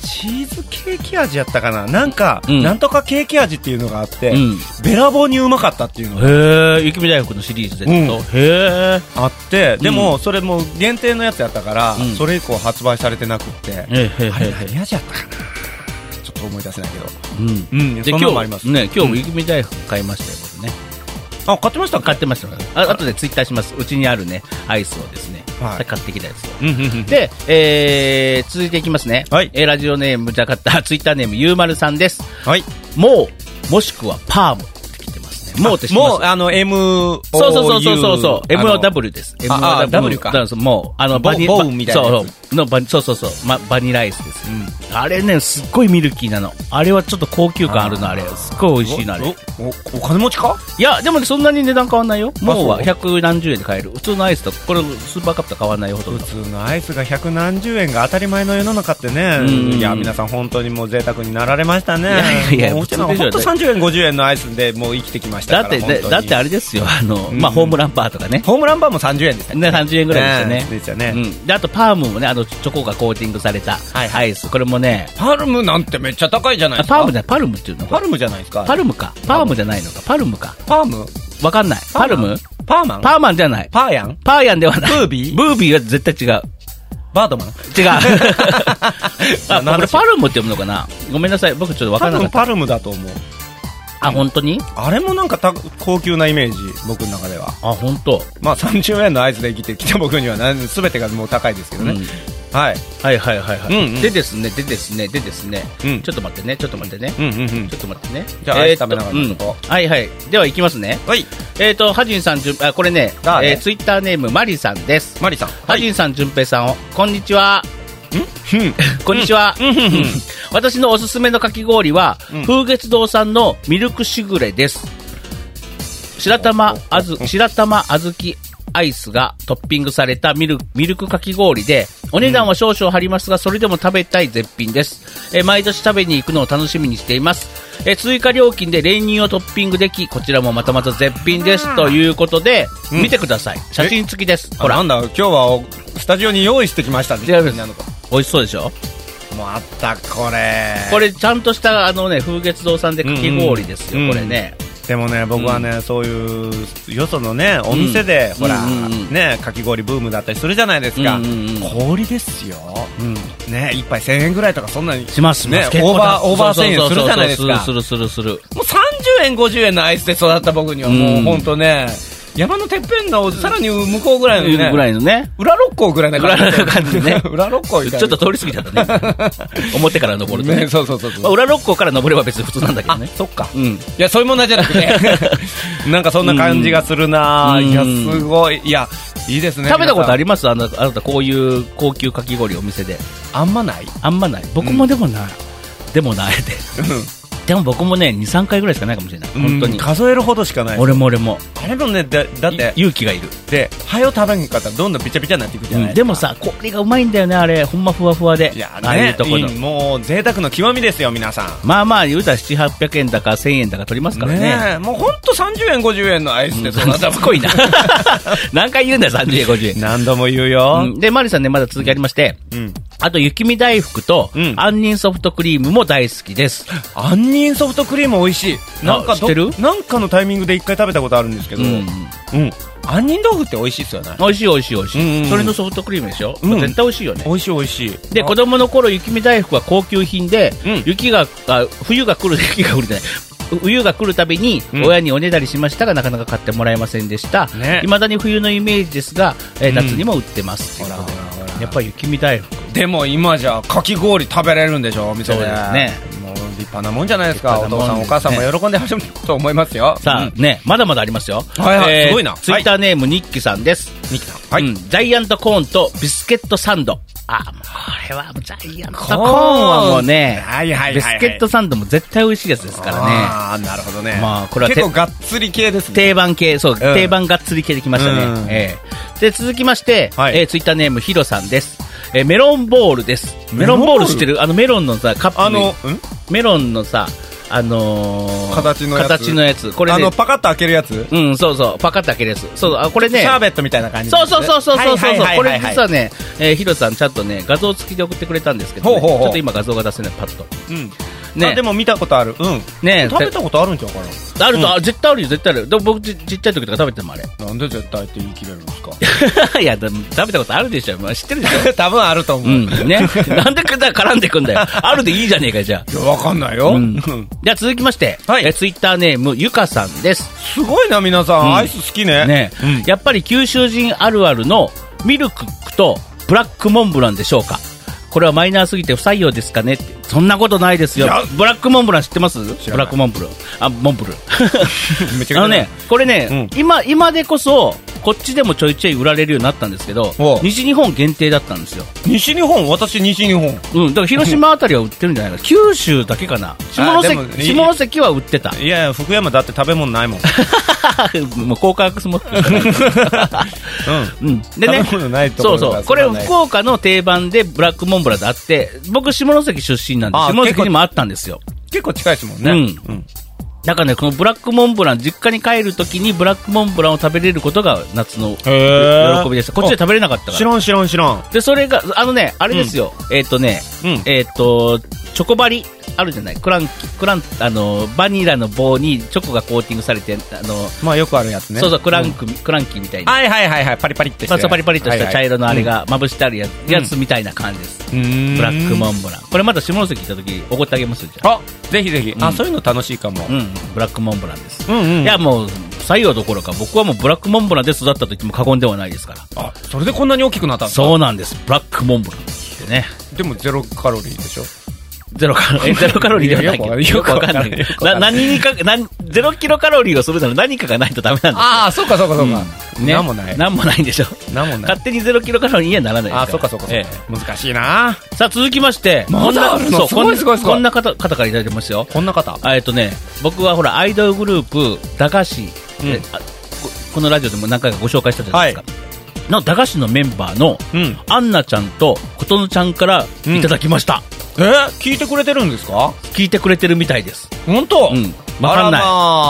Speaker 4: チーズケーキ味やったかななんか、
Speaker 1: うん
Speaker 4: なんとかケーキ味っていうのがあって、
Speaker 1: うん
Speaker 4: べらぼうにうまかったっていうのが
Speaker 1: へえ雪見大福のシリーズでってこと、へ
Speaker 4: あって、でも、それも限定のやつやったから、
Speaker 1: うん
Speaker 4: それ以降発売されてなくって、
Speaker 1: えへえへえ
Speaker 4: あれ
Speaker 1: へえ
Speaker 4: 何味やったかなちょっと思い出せないけど。
Speaker 1: うん
Speaker 4: うん、
Speaker 1: で
Speaker 4: そ
Speaker 1: 今
Speaker 4: んなのもあります
Speaker 1: 日。ね今日も雪見大福買いましたよ、ね
Speaker 4: あ、買ってました
Speaker 1: 買ってましたあとでツイッターしますうちにあるねアイスをですね、
Speaker 4: はい
Speaker 1: 買ってきたやつを
Speaker 4: うんうんうん。
Speaker 1: で、えー続いていきますね、
Speaker 4: はい
Speaker 1: えーラジオネームじゃかった ツイッターネームゆうまるさんです
Speaker 4: はい。
Speaker 1: もうもしくはパームって来てますねもうって知ってます
Speaker 4: もう、あの、M、
Speaker 1: そうそうそうそうそう MOW です
Speaker 4: ああ
Speaker 1: MOW
Speaker 4: か
Speaker 1: だらそうもうあのバニ
Speaker 4: ボ
Speaker 1: バ
Speaker 4: ボウみたいなやつ
Speaker 1: そうそうのバニそうそうそう、ま、バニラアイスです、あれねすっごいミルキーなのあれはちょっと高級感あるのあれすっごい美味しいなあれ
Speaker 4: おおお金持ちか
Speaker 1: いやでもねそんなに値段変わんないよもうは
Speaker 4: そう
Speaker 1: 百何十円で買える普通のアイスとこれスーパーカップと変わんないよほとん
Speaker 4: 普
Speaker 1: ど
Speaker 4: 通のアイスが百何十円が当たり前の世の中ってね、
Speaker 1: うん
Speaker 4: いや皆さん本当にもう贅沢になられましたね
Speaker 1: いやいやいや
Speaker 4: もううちの
Speaker 1: 普通でしょ
Speaker 4: 本当30円50円のアイスでもう生きてきました
Speaker 1: だ
Speaker 4: から
Speaker 1: って
Speaker 4: 本
Speaker 1: ね
Speaker 4: 当に
Speaker 1: だってあれですよあの、まあ
Speaker 4: うん
Speaker 1: ホームランパーとかね
Speaker 4: ホームランバーも30円でした
Speaker 1: ね30円ぐらいでしたね
Speaker 4: ですよね、
Speaker 1: うん、であとパームもねあのチョコがコーティングされたアイスこれもね
Speaker 4: パルムなんてめっちゃ高いじゃない
Speaker 1: あ
Speaker 4: ですか
Speaker 1: パームじゃパルムっていうの
Speaker 4: パルムじゃないですか
Speaker 1: パルムかパームじゃないのかパルムか
Speaker 4: パーム
Speaker 1: わかんないパルム
Speaker 4: パーマン
Speaker 1: パーマンじゃない
Speaker 4: パーヤン
Speaker 1: パーヤンではない
Speaker 4: ブービー
Speaker 1: ブービーは絶対違う
Speaker 4: バードマン
Speaker 1: 違 うあ
Speaker 4: 何
Speaker 1: こ
Speaker 4: で
Speaker 1: れ
Speaker 4: しょう
Speaker 1: パルムって読むのかなごめんなさい僕ちょっとわか
Speaker 4: 多
Speaker 1: んなか
Speaker 4: 分
Speaker 1: った
Speaker 4: パルムだと思う
Speaker 1: あ本当に
Speaker 4: あれもなんかた高級なイメージ僕の中では
Speaker 1: あ本当
Speaker 4: まあ30円のアイスで生きてきた僕にはな全てがもう高いですけど
Speaker 1: う
Speaker 4: ね、
Speaker 1: ん
Speaker 4: はい
Speaker 1: はいはいはいはい、
Speaker 4: うんうん
Speaker 1: でですねでですねでですね、
Speaker 4: うん
Speaker 1: ちょっと待ってねちょっと待ってね、
Speaker 4: うんうんうん
Speaker 1: ちょっと待ってね
Speaker 4: じゃあアイス
Speaker 1: ーっと
Speaker 4: 食べながらちょっと
Speaker 1: うんはいはいではいきますね
Speaker 4: はい
Speaker 1: えっ、とハジンさんじゅんあこれね
Speaker 4: だね
Speaker 1: えーツイッターネームマリさんです、
Speaker 4: マリさん
Speaker 1: ハジンさんじゅんぺいさんをこんにちはこんにちは、うん私のおすすめのかき氷は、
Speaker 4: うん
Speaker 1: 風月堂さんのミルクしぐれです白玉あず白玉あずきアイスがトッピングされたミルミルクかき氷でお値段は少々張りますがそれでも食べたい絶品です、えー毎年食べに行くのを楽しみにしています、えー追加料金で練乳をトッピングできこちらもまたまた絶品ですということで、
Speaker 4: うん
Speaker 1: 見てください写真付きですほ
Speaker 4: ほら
Speaker 1: ら
Speaker 4: なんだ今日はおスタジオに用意してきましたね
Speaker 1: 違います
Speaker 4: みんなのこと
Speaker 1: 美味しそうでしょ
Speaker 4: もうあったこれ
Speaker 1: これちゃんとしたあのね風月堂さんでかき氷ですよ、
Speaker 4: うんうん
Speaker 1: これね、
Speaker 4: でもね僕はね、そういうよそのねお店で、
Speaker 1: うん
Speaker 4: ほら、
Speaker 1: うんうんうん
Speaker 4: ねかき氷ブームだったりするじゃないですか、
Speaker 1: うんうんうん
Speaker 4: 氷ですよ、ね一杯1000円ぐらいとかそんなに
Speaker 1: しますします
Speaker 4: ね
Speaker 1: 結構
Speaker 4: オーバー
Speaker 1: そう
Speaker 4: オーバー
Speaker 1: そうそう
Speaker 4: 1000円するじゃないですか
Speaker 1: そうそうするするするする
Speaker 4: もう30円50円のアイスで育った僕にはもう本当ね、山のてっぺんのさらに向こうぐらいのね
Speaker 1: ぐらいのね
Speaker 4: 裏六甲ぐらいな感じ
Speaker 1: 裏六甲感じね
Speaker 4: 裏六甲
Speaker 1: ち
Speaker 4: みた
Speaker 1: ょ
Speaker 4: い
Speaker 1: っ
Speaker 4: な
Speaker 1: と通り過ぎちゃったね 表から登るとね
Speaker 4: ねそうそうそうそう
Speaker 1: まあ、裏六甲から登れば別に普通なんだけどね
Speaker 4: そっか
Speaker 1: うん
Speaker 4: いや、そういうもんなんじゃなくて。なんかそんな感じがするな
Speaker 1: う
Speaker 4: ぁ
Speaker 1: ん
Speaker 4: いや、すごい。いや、いいですね。
Speaker 1: 食べたことあ
Speaker 4: り
Speaker 1: りますあなあなたこういう高級かき氷お店で
Speaker 4: あんまない
Speaker 1: あんまない僕もでもない、でもないででも僕もね23回ぐらいしかないかもしれない本当
Speaker 4: うん
Speaker 1: に
Speaker 4: 数えるほどしかない。
Speaker 1: 俺も俺も
Speaker 4: あれのね、だだって、
Speaker 1: 勇気がいる
Speaker 4: で、はよ食べんかったらどんどんびちゃびちゃになっていくじゃない
Speaker 1: でも、さ氷がうまいんだよねあれほんまふわふわで
Speaker 4: いや
Speaker 1: ああい
Speaker 4: ね
Speaker 1: うとこの
Speaker 4: いいもう贅沢の極みですよ、皆さん。
Speaker 1: まあまあ言うたら700800円だか1000円だか取りますからね
Speaker 4: ねえもうほんと30円、50円のアイスでそんな
Speaker 1: しつこいな 何回言うんだよ30円50円
Speaker 4: 何度も言うよ。
Speaker 1: うんでマリさんねまだ続きありまして、
Speaker 4: うん
Speaker 1: あと雪見大福と、
Speaker 4: うん
Speaker 1: 杏仁ソフトクリームも大好きです
Speaker 4: 杏仁ソフトクリーム美味しい。なんか
Speaker 1: あ知
Speaker 4: ど
Speaker 1: ってる
Speaker 4: なんかのタイミングで一回食べたことあるんですけど、
Speaker 1: う
Speaker 4: うんん。杏仁豆腐って美味しいですよね。
Speaker 1: 美味しい美味しい美味しい、
Speaker 4: うんうんうん
Speaker 1: それのソフトクリームでしょ、
Speaker 4: うん
Speaker 1: 絶対美味しいよね
Speaker 4: 美味しい美味しい。
Speaker 1: で子供の頃雪見大福は高級品で、
Speaker 4: うん
Speaker 1: 雪があ冬が来る 雪が降るじゃない冬が来るたびに
Speaker 4: うん
Speaker 1: 親におねだりしましたが、なかなか買ってもらえませんでしたいま、
Speaker 4: ね
Speaker 1: 未だに冬のイメージですが、えー
Speaker 4: うん
Speaker 1: 夏にも売ってます、
Speaker 4: ほらほらほら
Speaker 1: やっぱり雪見大福
Speaker 4: でも今じゃかき氷食べれるんでしょお店で
Speaker 1: そうですね
Speaker 4: 立派なもんじゃないですか。
Speaker 1: 立
Speaker 4: お
Speaker 1: 派なもん
Speaker 4: 父さん、お母さんも
Speaker 1: ね
Speaker 4: 喜んで始めると思いますよ。
Speaker 1: さあ、
Speaker 4: うん
Speaker 1: ね、まだまだありますよ。
Speaker 4: はいはいすごいな
Speaker 1: ツイッターネーム、ニッキさんです。
Speaker 4: ニッキさん。
Speaker 1: はい、ジャイアントコーンとビスケットサンド。あ、もうこれはジャイアントコーンはもうね、
Speaker 4: はいはいはいはい
Speaker 1: ビスケットサンドも絶対美味しいやつですからね。
Speaker 4: ああ、なるほどね。
Speaker 1: まあこれはて
Speaker 4: 結構がっつり系ですね。
Speaker 1: 定番系、そう、定番がっつり系できましたね。
Speaker 4: うん
Speaker 1: ええで、続きまして、
Speaker 4: はい
Speaker 1: えーツイッターネーム、ヒロさんです。えーメロンボールです。メロンボール知ってるあのメロンのさ、カップに
Speaker 4: あの、ん
Speaker 1: メロンのさ、あのー
Speaker 4: 形のやつ
Speaker 1: 形のやつ。これ
Speaker 4: あ
Speaker 1: ね
Speaker 4: の、、パカッと開けるやつ
Speaker 1: うん、そうそう、パカッと開けるやつ。そう、あ、これね、
Speaker 4: シャーベットみたいな感じの
Speaker 1: そ
Speaker 4: や
Speaker 1: う
Speaker 4: つ。
Speaker 1: そうそうそうそうそう、
Speaker 4: はいはいはいはい
Speaker 1: これ実はね、えーヒロさんちゃんとね画像付きで送ってくれたんですけど、ね、
Speaker 4: ほうほうほう
Speaker 1: ちょっと今画像が出せないパッと
Speaker 4: うん。あ
Speaker 1: ね
Speaker 4: でも見たことある。うん。
Speaker 1: ね
Speaker 4: 食べたことあるんちゃうかな
Speaker 1: あると、あ絶対あるよ絶対あるよでも僕ちちっちゃい時とか食べてたもんあれ
Speaker 4: なんで絶対って言い切れるんです か
Speaker 1: いやでも食べたことあるでしょ、まあ、知ってるでし ょ
Speaker 4: 多分あると思
Speaker 1: う
Speaker 4: う。
Speaker 1: んね、 なんでくだ絡んでくんだよあるでいいじゃねえかじゃあ
Speaker 4: いやわかんないよ。
Speaker 1: うんじゃあ続きまして、
Speaker 4: はい
Speaker 1: えツイッターネームゆかさんです
Speaker 4: すごいな、皆さ
Speaker 1: ん
Speaker 4: ん。アイス好きね。
Speaker 1: ね、
Speaker 4: うん
Speaker 1: やっぱり九州人あるあるのミルクとブラックモンブランでしょうかこれはマイナーすぎて不採用ですかねってそんなことないですよ
Speaker 4: いや
Speaker 1: ブラックモンブラン知ってますブラックモンブランあモン ブラ
Speaker 4: めちゃくち
Speaker 1: ン
Speaker 4: ゃ
Speaker 1: あのねこれね、
Speaker 4: う
Speaker 1: 今今でこそこっちでもちょいちょい売られるようになったんですけど
Speaker 4: おう
Speaker 1: 西日本限定だったんですよ、
Speaker 4: 西日本、私西日本。
Speaker 1: うん、だから広島あたりは売ってるんじゃないかな九州だけかな下
Speaker 4: でも
Speaker 1: 関下関は売ってた
Speaker 4: いやいや、福山だって食べ物ないもん。
Speaker 1: もう高価格スモうん、でね
Speaker 4: 食べ物ないとこ
Speaker 1: そ
Speaker 4: ろ
Speaker 1: う
Speaker 4: が
Speaker 1: そうこれ
Speaker 4: そんなない
Speaker 1: 福岡の定番でブラックモンブランであって僕下関出身なんで
Speaker 4: あ
Speaker 1: 下関にもあったんですよ、
Speaker 4: 結構近いですもん
Speaker 1: う
Speaker 4: ね。
Speaker 1: んだからねこのブラックモンブラン実家に帰るときにブラックモンブランを食べれることが夏の喜
Speaker 4: ー
Speaker 1: びでしたこっちで食べれなかったか
Speaker 4: 知
Speaker 1: ら
Speaker 4: らん知らん知らん。
Speaker 1: でそれがあのねあれですよ、えっ、とね、
Speaker 4: うん
Speaker 1: えっ、とチョコバリあるじゃないクランクランあのバニラの棒にチョコがコーティングされてあの、
Speaker 4: まあよくあるやつね。
Speaker 1: そうそうクランク、クランキーみたいな
Speaker 4: はいはいはいはい、パリパリってして
Speaker 1: まあ、そうパリパリとした茶色のあれ
Speaker 4: はいはい
Speaker 1: がまぶしてあるやつ,、やつみたいな感じです、ブラックモンブランこれまた下関行った時おごってあげますよじゃあ
Speaker 4: あぜひぜひ、あそういうの楽しいかも、
Speaker 1: うんブラックモンブランです、
Speaker 4: うんうん
Speaker 1: いやもう採用どころか僕はもうブラックモンブランで育ったと言っても過言ではないですから
Speaker 4: あそれでこんなに大きくなったんですか
Speaker 1: そうなんですブラックモンブランってね
Speaker 4: でもゼロカロリーでしょ
Speaker 1: ゼロカ ロリー、えゼロカロリーではないけど、
Speaker 4: いや
Speaker 1: よ
Speaker 4: よ
Speaker 1: く
Speaker 4: く
Speaker 1: わ
Speaker 4: わ
Speaker 1: か
Speaker 4: か
Speaker 1: ん
Speaker 4: ん
Speaker 1: な
Speaker 4: ないい
Speaker 1: けど。な、何にか、なん、ゼロキロカロリーをするなら何かがないとダメなんだ。
Speaker 4: ああそうかそうかそうか、
Speaker 1: ね。
Speaker 4: なんもない
Speaker 1: なんもないんでしょ。
Speaker 4: なんもない
Speaker 1: 勝手にゼロキロカロリーにはならないですから。
Speaker 4: あそうかそうかそう
Speaker 1: え
Speaker 4: か、
Speaker 1: え
Speaker 4: 難しいな
Speaker 1: さあ続きまして、
Speaker 4: まだあ
Speaker 1: こん
Speaker 4: るの
Speaker 1: なそう
Speaker 4: すごい
Speaker 1: こんな
Speaker 4: すごいすごい
Speaker 1: こんな方方からいただいてますよ。
Speaker 4: こんな方
Speaker 1: あえっとね、僕はほら、アイドルグループ、駄菓子、えあここのラジオでも何回かご紹介したじゃないですか。の駄菓子のメンバーの、
Speaker 4: うん
Speaker 1: アンナちゃんと琴乃ちゃんからいただきました。
Speaker 4: え聞いてくれてるんですか
Speaker 1: 聞いてくれてるみたいです。
Speaker 4: 本当
Speaker 1: うん。わかんない。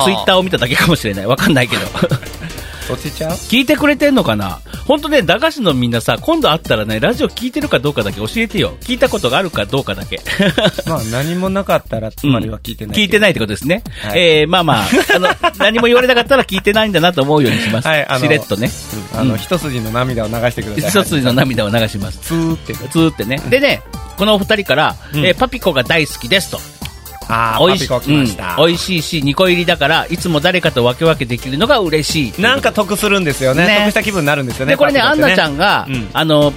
Speaker 1: ツイッタ
Speaker 4: ー
Speaker 1: ーを見ただけかもしれない。わかんないけど。
Speaker 4: そっちちゃう
Speaker 1: 聞いてくれてんのかな本当ね、駄菓子のみんなさ、今度会ったらね、ラジオ聞いてるかどうかだけ教えてよ。聞いたことがあるかどうかだ け。
Speaker 4: まあ何もなかったらつまりは聞いてない、
Speaker 1: 聞いてないってことですね。
Speaker 4: はい
Speaker 1: えーまあまあ、あ の、何も言われなかったら聞いてないんだなと思うようにします。
Speaker 4: はいあの
Speaker 1: しれっとね。
Speaker 4: あの、一筋の涙を流してください
Speaker 1: 一筋の涙を流します。
Speaker 4: ツーって
Speaker 1: つーってね。でね、このお二人から、えーパピコが大好きですと。
Speaker 4: ああ
Speaker 1: 美
Speaker 4: パ
Speaker 1: 味
Speaker 4: ピ
Speaker 1: し
Speaker 4: コ来ました、
Speaker 1: うん美味しいし、2個入りだから、いつも誰かと分け分けできるのが嬉しいっていうことで。
Speaker 4: なんか得するんですよね
Speaker 1: ね
Speaker 4: 得した気分になるんですよね
Speaker 1: でこれね、
Speaker 4: パ
Speaker 1: アン
Speaker 4: ピコって
Speaker 1: ナちゃんが、
Speaker 4: うん
Speaker 1: あの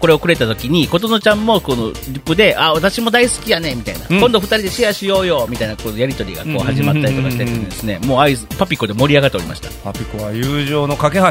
Speaker 1: これをくれた時に琴乃ちゃんもこのリップで「あ私も大好きやね」みたいな、
Speaker 4: うん
Speaker 1: 今度二人でシェアしようよ」みたいなこうやり取りがこう始まったりとかしててですね、もうアイスパピコで盛り上がっておりました
Speaker 4: パピコは友情の架け橋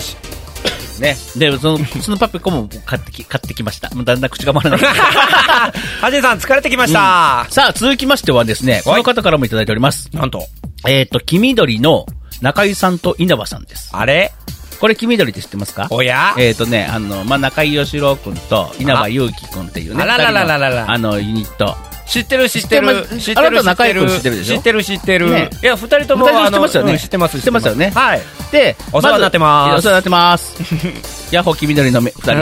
Speaker 1: ねでそのそのパピコも買ってき買ってきましたもうだんだん口が 回らない
Speaker 4: ハジさん疲れてきました、
Speaker 1: さあ続きましてはですねこの方からもいただいております
Speaker 4: なんと
Speaker 1: えっ、と黄緑の中井さんと稲葉さんです
Speaker 4: あれ
Speaker 1: これ黄緑って知ってますか
Speaker 4: おや
Speaker 1: えっ、とね、あの、まあ、中井義郎君と稲葉祐希君っていうね、
Speaker 4: あららららら
Speaker 1: 二
Speaker 4: ら
Speaker 1: 人のあの、ユニット。
Speaker 4: 知ってる知っ
Speaker 1: って
Speaker 4: て
Speaker 1: る
Speaker 4: る
Speaker 1: 知ってるあなた中居君知ってるでしょ
Speaker 4: 知ってる知ってる、
Speaker 1: ね
Speaker 4: いや二人とも
Speaker 1: 二人とも知ってますよね
Speaker 4: あのうん知ってます
Speaker 1: 知ってますよね
Speaker 4: はい
Speaker 1: で、
Speaker 4: お世話になってます
Speaker 1: ずお世話になってます。ヤッホー黄緑のめ二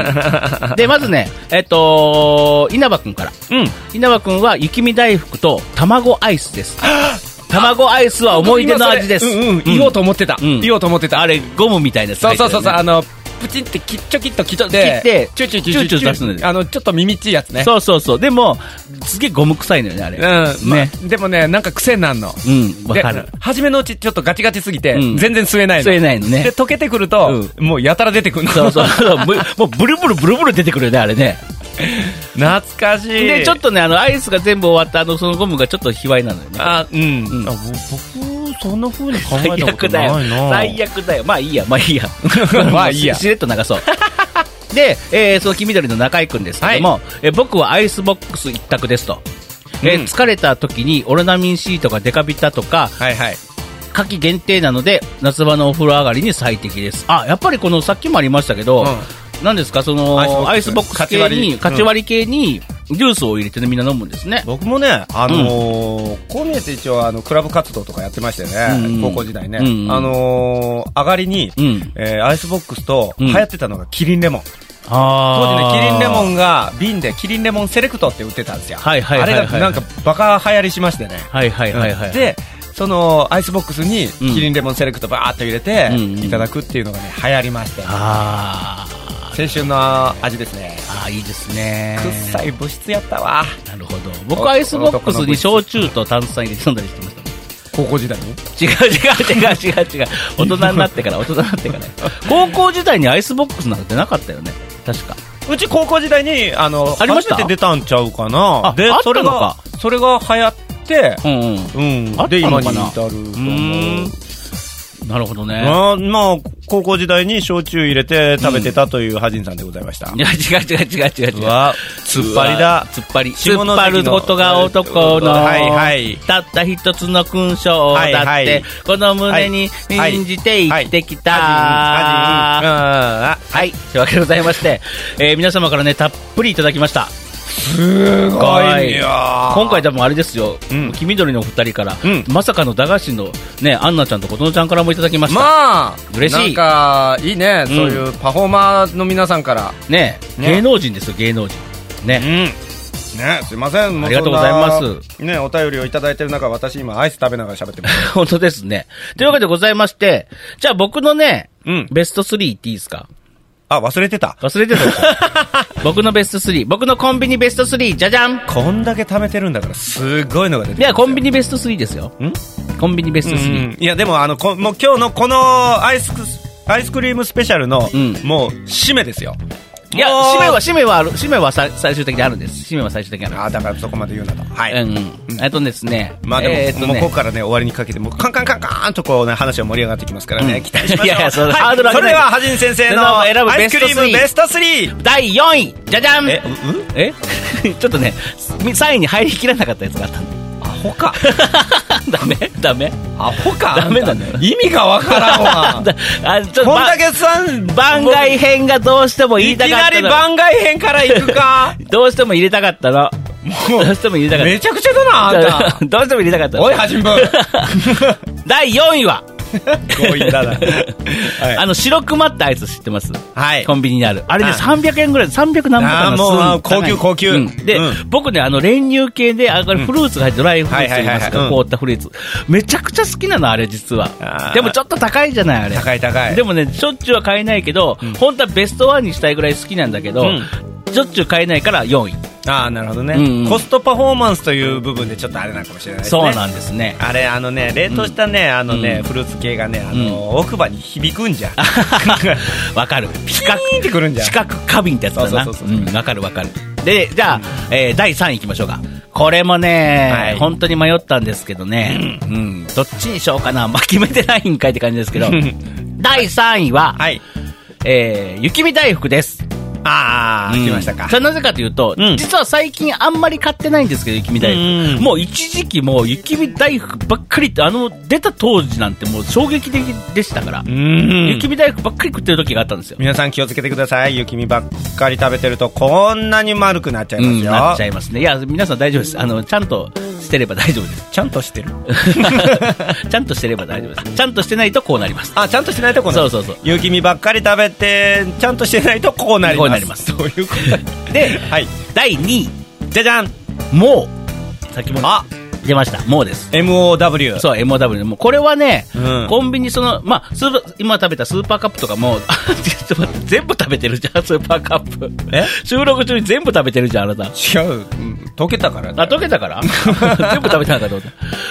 Speaker 1: 人。で、まずね、えっ、と稲葉くんから。
Speaker 4: うん
Speaker 1: 稲葉くんは雪見大福と卵アイスです。卵アイスは思い出の味です。
Speaker 4: うんうん言おうと思ってた、
Speaker 1: うん
Speaker 4: 言おうと思ってた
Speaker 1: あれ、ゴムみたいなやつ
Speaker 4: そうそうそうそ
Speaker 1: 入っ
Speaker 4: う、
Speaker 1: て
Speaker 4: あのプチってきちょきっと切って
Speaker 1: 切って
Speaker 4: チュチュチュチュチュ
Speaker 1: チュチュ出すのよ
Speaker 4: あのちょっと耳っちいやつ
Speaker 1: るよね
Speaker 4: ね
Speaker 1: そうそうそう。でも、すげえゴム臭いのよね、あれ。
Speaker 4: うん、まあ
Speaker 1: ね。
Speaker 4: でもねなんか癖になるの
Speaker 1: うん、わ
Speaker 4: で
Speaker 1: かる。
Speaker 4: 初めのうちちょっとガチガチすぎて、
Speaker 1: うん
Speaker 4: 全然吸えないの
Speaker 1: 吸えないのね
Speaker 4: で溶けてくると、もうやたら出てくるの
Speaker 1: そうそうそう。ぶもうブルブルブルブル出てくるよね、あれね。
Speaker 4: 懐かしい。
Speaker 1: で、ちょっとね、あの、アイスが全部終わった、あの、そのゴムがちょっと卑猥なのよね。
Speaker 4: あ、うん。
Speaker 1: うん
Speaker 2: あ僕そんな風に考
Speaker 1: 最
Speaker 2: えたこと
Speaker 1: 悪だよ
Speaker 2: ないな。
Speaker 1: 最悪だよ。まあいいや、まあいいや。
Speaker 4: まあいいや
Speaker 1: ししれっと流そう。で、えーその黄緑の中井くんですけども、えー僕はアイスボックス一択ですと。えー
Speaker 4: うん
Speaker 1: 疲れた時にオロナミン C とかデカビタとか、
Speaker 4: はいはい。
Speaker 1: 夏季限定なので、夏場のお風呂上がりに最適です。あ、やっぱりこの、さっきもありましたけど、なんですか、その、ア
Speaker 4: ア
Speaker 1: イ
Speaker 4: イ
Speaker 1: ス
Speaker 4: ス
Speaker 1: ボ
Speaker 4: ボ
Speaker 1: ッ
Speaker 4: ッ
Speaker 1: ク
Speaker 4: ク
Speaker 1: ス系
Speaker 4: ス
Speaker 1: に、カ
Speaker 4: カ
Speaker 1: チ
Speaker 4: チ
Speaker 1: 割
Speaker 4: 割
Speaker 1: り系に、ジュースを入れてね、みんな飲むんですね。
Speaker 3: 僕もね、あのーこう見えて一応あのクラブ活動とかやってましたよね、
Speaker 1: うん
Speaker 3: 高校時代ね、
Speaker 1: うんうん
Speaker 3: あのー上がりに、
Speaker 1: うん。
Speaker 3: えーアイスボックスと
Speaker 1: うん
Speaker 3: 流行ってたのがキリンレモン、当時
Speaker 1: あ
Speaker 3: ねキリンレモ
Speaker 1: ン。
Speaker 3: ンが瓶でキリンレモンセレクトって売ってたんですよ、
Speaker 1: はいはいはいはいはい
Speaker 3: あれがなんかバカ流行りしましてね、
Speaker 1: はいはいはいはい。
Speaker 3: でそのアイスボックスに
Speaker 1: うん
Speaker 3: キリンレモンセレクトバーっと入れて
Speaker 1: うんうん
Speaker 3: いただくっていうのがね流行りまして、
Speaker 1: あ
Speaker 3: 青春の味ですね
Speaker 1: ーあー、いいですね。
Speaker 3: くっさい物質やったわ
Speaker 1: なるほど。僕はアイスボックスに焼酎と炭酸入れて飲んだりしてました。
Speaker 3: 高校時代に
Speaker 1: 違う違う違う違う違う。大人になってから、大人になって から。高校時代にアイスボックスなんてなかったよね。確か。
Speaker 3: うち高校時代にあの
Speaker 1: ありました
Speaker 3: 初めて出たんちゃうか
Speaker 1: あ
Speaker 3: なで
Speaker 1: あった
Speaker 3: それ
Speaker 1: の
Speaker 3: が
Speaker 1: か
Speaker 3: それが流行って
Speaker 1: うんうん。
Speaker 3: うん
Speaker 1: あった
Speaker 3: で
Speaker 1: の
Speaker 3: 今
Speaker 1: かな
Speaker 3: に至る
Speaker 1: う
Speaker 3: と思
Speaker 1: ー。
Speaker 3: うん
Speaker 1: なるほどね。
Speaker 3: まあ、まあ、高校時代に焼酎入れて食べてたというハジンさんでございました。
Speaker 1: いや、違う違う違う違う違
Speaker 3: う
Speaker 1: う。
Speaker 3: わ、突っ張りだ。
Speaker 1: 突っ張り。
Speaker 3: 下
Speaker 1: 突
Speaker 3: 関の
Speaker 1: っ張ることが男の。
Speaker 3: はいはい
Speaker 1: たった一つの勲章だって、
Speaker 3: はいはい
Speaker 1: この胸に
Speaker 3: はい
Speaker 1: 信じて生きてきた。
Speaker 3: ハジン、
Speaker 1: は
Speaker 3: ハ
Speaker 1: い。というわけでございまして、えー皆様からね、たっぷりいただきました。
Speaker 3: ジン、うん、すごいよ。
Speaker 1: 今回多分あれですよ、
Speaker 3: うん
Speaker 1: 黄緑のお二人から、
Speaker 3: うん
Speaker 1: まさかの駄菓子のね、アンナちゃんと琴乃ちゃんからもいただきました。
Speaker 4: まあ、
Speaker 1: 嬉しい
Speaker 4: なんか、いいね、
Speaker 1: うん
Speaker 4: そういうパフォーマーの皆さんから。
Speaker 1: ね
Speaker 3: ね
Speaker 1: 芸能人ですよ、芸能人。
Speaker 3: うん。
Speaker 1: ね。
Speaker 3: ね、すいません。も
Speaker 1: ありがとうございます
Speaker 3: す。ね、お便りをいただいてる中、私今アイス食べながら喋ってます。
Speaker 1: 本当ですね。というわけでございまして、じゃあ僕のね、
Speaker 3: うん
Speaker 1: ベスト3言っていいですか
Speaker 3: あ、忘れてた。
Speaker 1: 忘れてたでし ょ僕のベスト3。僕のコンビニベスト3、じゃじゃん
Speaker 3: こんだけ貯めてるんだから、すごいのが出てくるんです
Speaker 1: で
Speaker 3: よ。
Speaker 1: は、コンビニベスト3ですよ。コンビニベスト3。
Speaker 3: うんいやでもあのこもう今日のこのアイスクアイスクリームスペシャルの、
Speaker 1: うん
Speaker 3: もう締めですよ
Speaker 1: いや、
Speaker 3: もう
Speaker 1: 締めは、締めはある、締めはさ最終的にあるんです。締めは最終的にある。
Speaker 3: あーだからそこまで言うなとはい、
Speaker 1: うんうん。えっとですね。
Speaker 3: まあでも、
Speaker 1: えーっと
Speaker 3: もう
Speaker 1: ね
Speaker 3: ここからね終わりにかけてもうカンカンカンカーンとこうね話は盛り上がってきますからね、
Speaker 1: うん
Speaker 3: 期待しましょう
Speaker 1: いやいやそれ
Speaker 3: はい
Speaker 1: ハードル上げ
Speaker 3: そ
Speaker 1: ない
Speaker 3: れでははじん先
Speaker 1: そ
Speaker 3: 生の
Speaker 1: れでは選ぶ
Speaker 3: アイスクリーム
Speaker 1: ベ
Speaker 3: ベ
Speaker 1: ス
Speaker 3: スト 3!
Speaker 1: 第4位じゃじゃん
Speaker 3: えうう
Speaker 1: え ちょっとね、3位に入りきらなかったやつがあったんだ。
Speaker 4: アホか。
Speaker 1: ダメダメ
Speaker 4: アホか。
Speaker 1: ダメだ
Speaker 4: あん
Speaker 1: ね
Speaker 4: た意味がわからんわ。
Speaker 1: だあ、ちょっと
Speaker 3: こん
Speaker 1: ば
Speaker 3: だけさん
Speaker 1: 番外編がどうしても言い
Speaker 4: い
Speaker 1: た
Speaker 4: き
Speaker 1: かっ
Speaker 4: な
Speaker 1: た
Speaker 4: り
Speaker 1: の。。
Speaker 4: 番外編から行くか
Speaker 1: どうしても入れたかったの。どうしても入れたかった
Speaker 4: めちゃくちゃだな、あん た。
Speaker 1: どうしても入れたかったの
Speaker 4: おい、はじ んぶん。
Speaker 1: 第4位は、
Speaker 3: 強引だな
Speaker 1: あ
Speaker 3: はい
Speaker 1: の、白くまってアイス知ってます
Speaker 3: はい
Speaker 1: コンビニにある。あれね、
Speaker 3: はい
Speaker 1: 300円ぐらい、300何
Speaker 3: あ
Speaker 1: 百
Speaker 3: ー
Speaker 1: 円
Speaker 3: もうあー高級高級
Speaker 1: で
Speaker 3: う、
Speaker 1: 僕ね、あの、練乳系で、あこれフルーツが入って、ドライフルーツと言います
Speaker 3: はいはいはい
Speaker 1: か、
Speaker 3: うん
Speaker 1: 凍ったフルーツ。めちゃくちゃ好きなの、あれ実
Speaker 3: あ
Speaker 1: は。
Speaker 3: ー
Speaker 1: でもちょっと高いじゃない、あれ。
Speaker 3: 高い高い
Speaker 1: でもね、しょっちゅうは買えないけど、本当はベストワンにしたいぐらい好きなんだけど、しょっちゅう買えないから4位。
Speaker 3: ああなるほどね、
Speaker 1: うんうん
Speaker 3: コストパフォーマンスという部分でちょっとあれなのかもしれないですね
Speaker 1: そうなんです ね。
Speaker 3: あれあのね冷凍したね、あの
Speaker 1: う
Speaker 3: ね、
Speaker 1: ん
Speaker 3: フルーツ系がねあの、奥歯に響くん じゃん
Speaker 1: わかる。四角
Speaker 3: ピーンってくるんじゃん
Speaker 1: 四角花瓶ってやつだな。
Speaker 3: そうそうそう
Speaker 1: う
Speaker 3: そうん
Speaker 1: わかるわかる。で、じゃあ、えー第3位いきましょうか。これもね、
Speaker 3: はい
Speaker 1: 本当に迷ったんですけどね、うん、どっちにしようかな。まあ、決めてないんかいって感じですけど、第3位は、
Speaker 3: はい
Speaker 1: えー雪見大福です。
Speaker 3: ああ、
Speaker 1: うん
Speaker 3: 来ましたか
Speaker 1: それなぜかというと、
Speaker 3: うん
Speaker 1: 実は最近あんまり買ってないんですけど、雪見大福。
Speaker 3: うん
Speaker 1: もう一時期もう雪見大福ばっかりって、あの、出た当時なんてもう衝撃的でしたから、
Speaker 3: うん
Speaker 1: 雪見大福ばっかり食ってる時があったんですよ。
Speaker 3: 皆さん気をつけてください雪見ばっかり食べてるとこんなに丸くなっちゃいますよ、
Speaker 1: なっちゃいますね。いや、皆さん大丈夫です。あの、ちゃんとしてれば大丈夫です。
Speaker 3: ちゃんとしてる
Speaker 1: ちゃんとしてれば大丈夫です。ちゃんとしてないとこうなります。
Speaker 3: あちゃんとしてないとこうな
Speaker 1: そう
Speaker 3: る
Speaker 1: そうそう。
Speaker 3: 雪見ばっかり食べてちゃんとしてないとこうなります
Speaker 1: こうなります
Speaker 3: そういうこと
Speaker 1: で
Speaker 3: はい
Speaker 1: 第2位、
Speaker 3: じゃじゃん
Speaker 1: もう。先も
Speaker 3: あ
Speaker 1: 出ました。もうです。
Speaker 3: MOW
Speaker 1: そう、MOW でもうこれはね、
Speaker 3: うん
Speaker 1: コンビニその、まあ、スーパー今食べたスーパーカップとかも、 あちょっと待って、全部食べてるじゃん、スーパーカップ。
Speaker 3: え
Speaker 1: 収録中に全部食べてるじゃん、あなた。
Speaker 3: 違う、うん溶けたからだ
Speaker 1: あ、
Speaker 3: よ
Speaker 1: 溶けたから 全部食べたのかどうだ。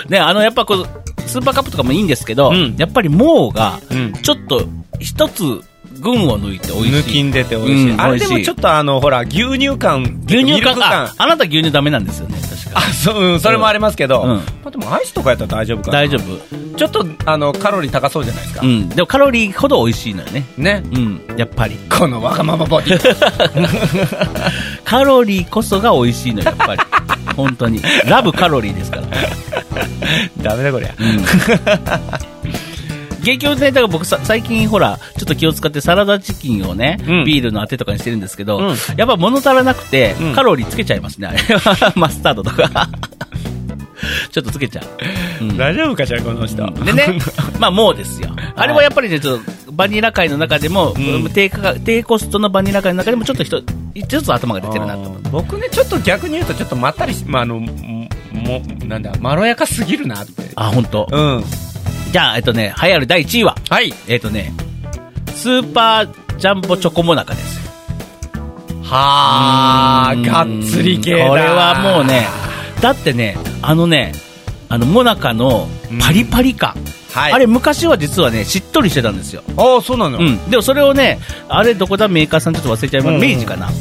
Speaker 1: ね、あの、やっぱこう、スーパーカップとかもいいんですけど、
Speaker 3: うん
Speaker 1: やっぱりもうが
Speaker 3: うん、
Speaker 1: ちょっと、一つ、群を抜いて美味
Speaker 3: 抜
Speaker 1: し
Speaker 3: き
Speaker 1: い。
Speaker 3: んでて美味しい、
Speaker 1: うん
Speaker 3: あれで
Speaker 1: 美
Speaker 3: も
Speaker 1: 味しい
Speaker 3: ちょっとあのほら牛乳感
Speaker 1: 牛乳か
Speaker 3: ミルク
Speaker 1: あ、あなた牛乳ダメなんですよね、確か。
Speaker 3: あそう、うんそれもありますけど、
Speaker 1: うん
Speaker 3: まあ、でもアイスとかやったら大丈夫かな
Speaker 1: 大丈夫。
Speaker 3: ちょっとあのカロリー高そうじゃないですか
Speaker 1: う、ん。でもカロリーほど美味しいのよね。
Speaker 3: ね
Speaker 1: うん、やっぱり。
Speaker 3: このわがまま ボディ
Speaker 1: カロリーこそが美味しいのよやっ ぱり。本当に。ラブカロリーですから。
Speaker 3: ダメだこりゃ
Speaker 1: 結局ね、だから僕さ、最近ほら、ちょっと気を使ってサラダチキンをね、
Speaker 3: うん
Speaker 1: ビールのあてとかにしてるんですけど、
Speaker 3: うん
Speaker 1: やっぱ物足らなくて、
Speaker 3: うん
Speaker 1: カロリーつけちゃいますね、あれ マスタードとか。ちょっとつけちゃう。うん
Speaker 3: 大丈夫かしらこの人、
Speaker 1: でね、まあもうですよ。あれはやっぱりね、ちょっとバニラ界の中でも、
Speaker 3: ん
Speaker 1: 低価格低コストのバニラ界の中でもちょっと人、ちょっと頭が出てるなと。
Speaker 3: あー僕ねちょっと逆に言うとちょっとまったりし、まあ、あのももなんだまろやかすぎるなって
Speaker 1: あ、本当。
Speaker 3: うん
Speaker 1: じゃあ、えっとね、流行る第1位は、
Speaker 3: はい
Speaker 1: えっとね、スーパージャンボチョコモナカですよ。
Speaker 3: はあがっつり系だ
Speaker 1: これはもうねだってねあのねあのモナカのパリパリ感、
Speaker 3: はい
Speaker 1: あれ昔は実はねしっとりしてたんですよ、
Speaker 3: ああそうなの、
Speaker 1: うん、でもそれをねあれどこだメーカーさんちょっと忘れちゃいます、
Speaker 3: うんうん
Speaker 1: 明治かな
Speaker 3: わ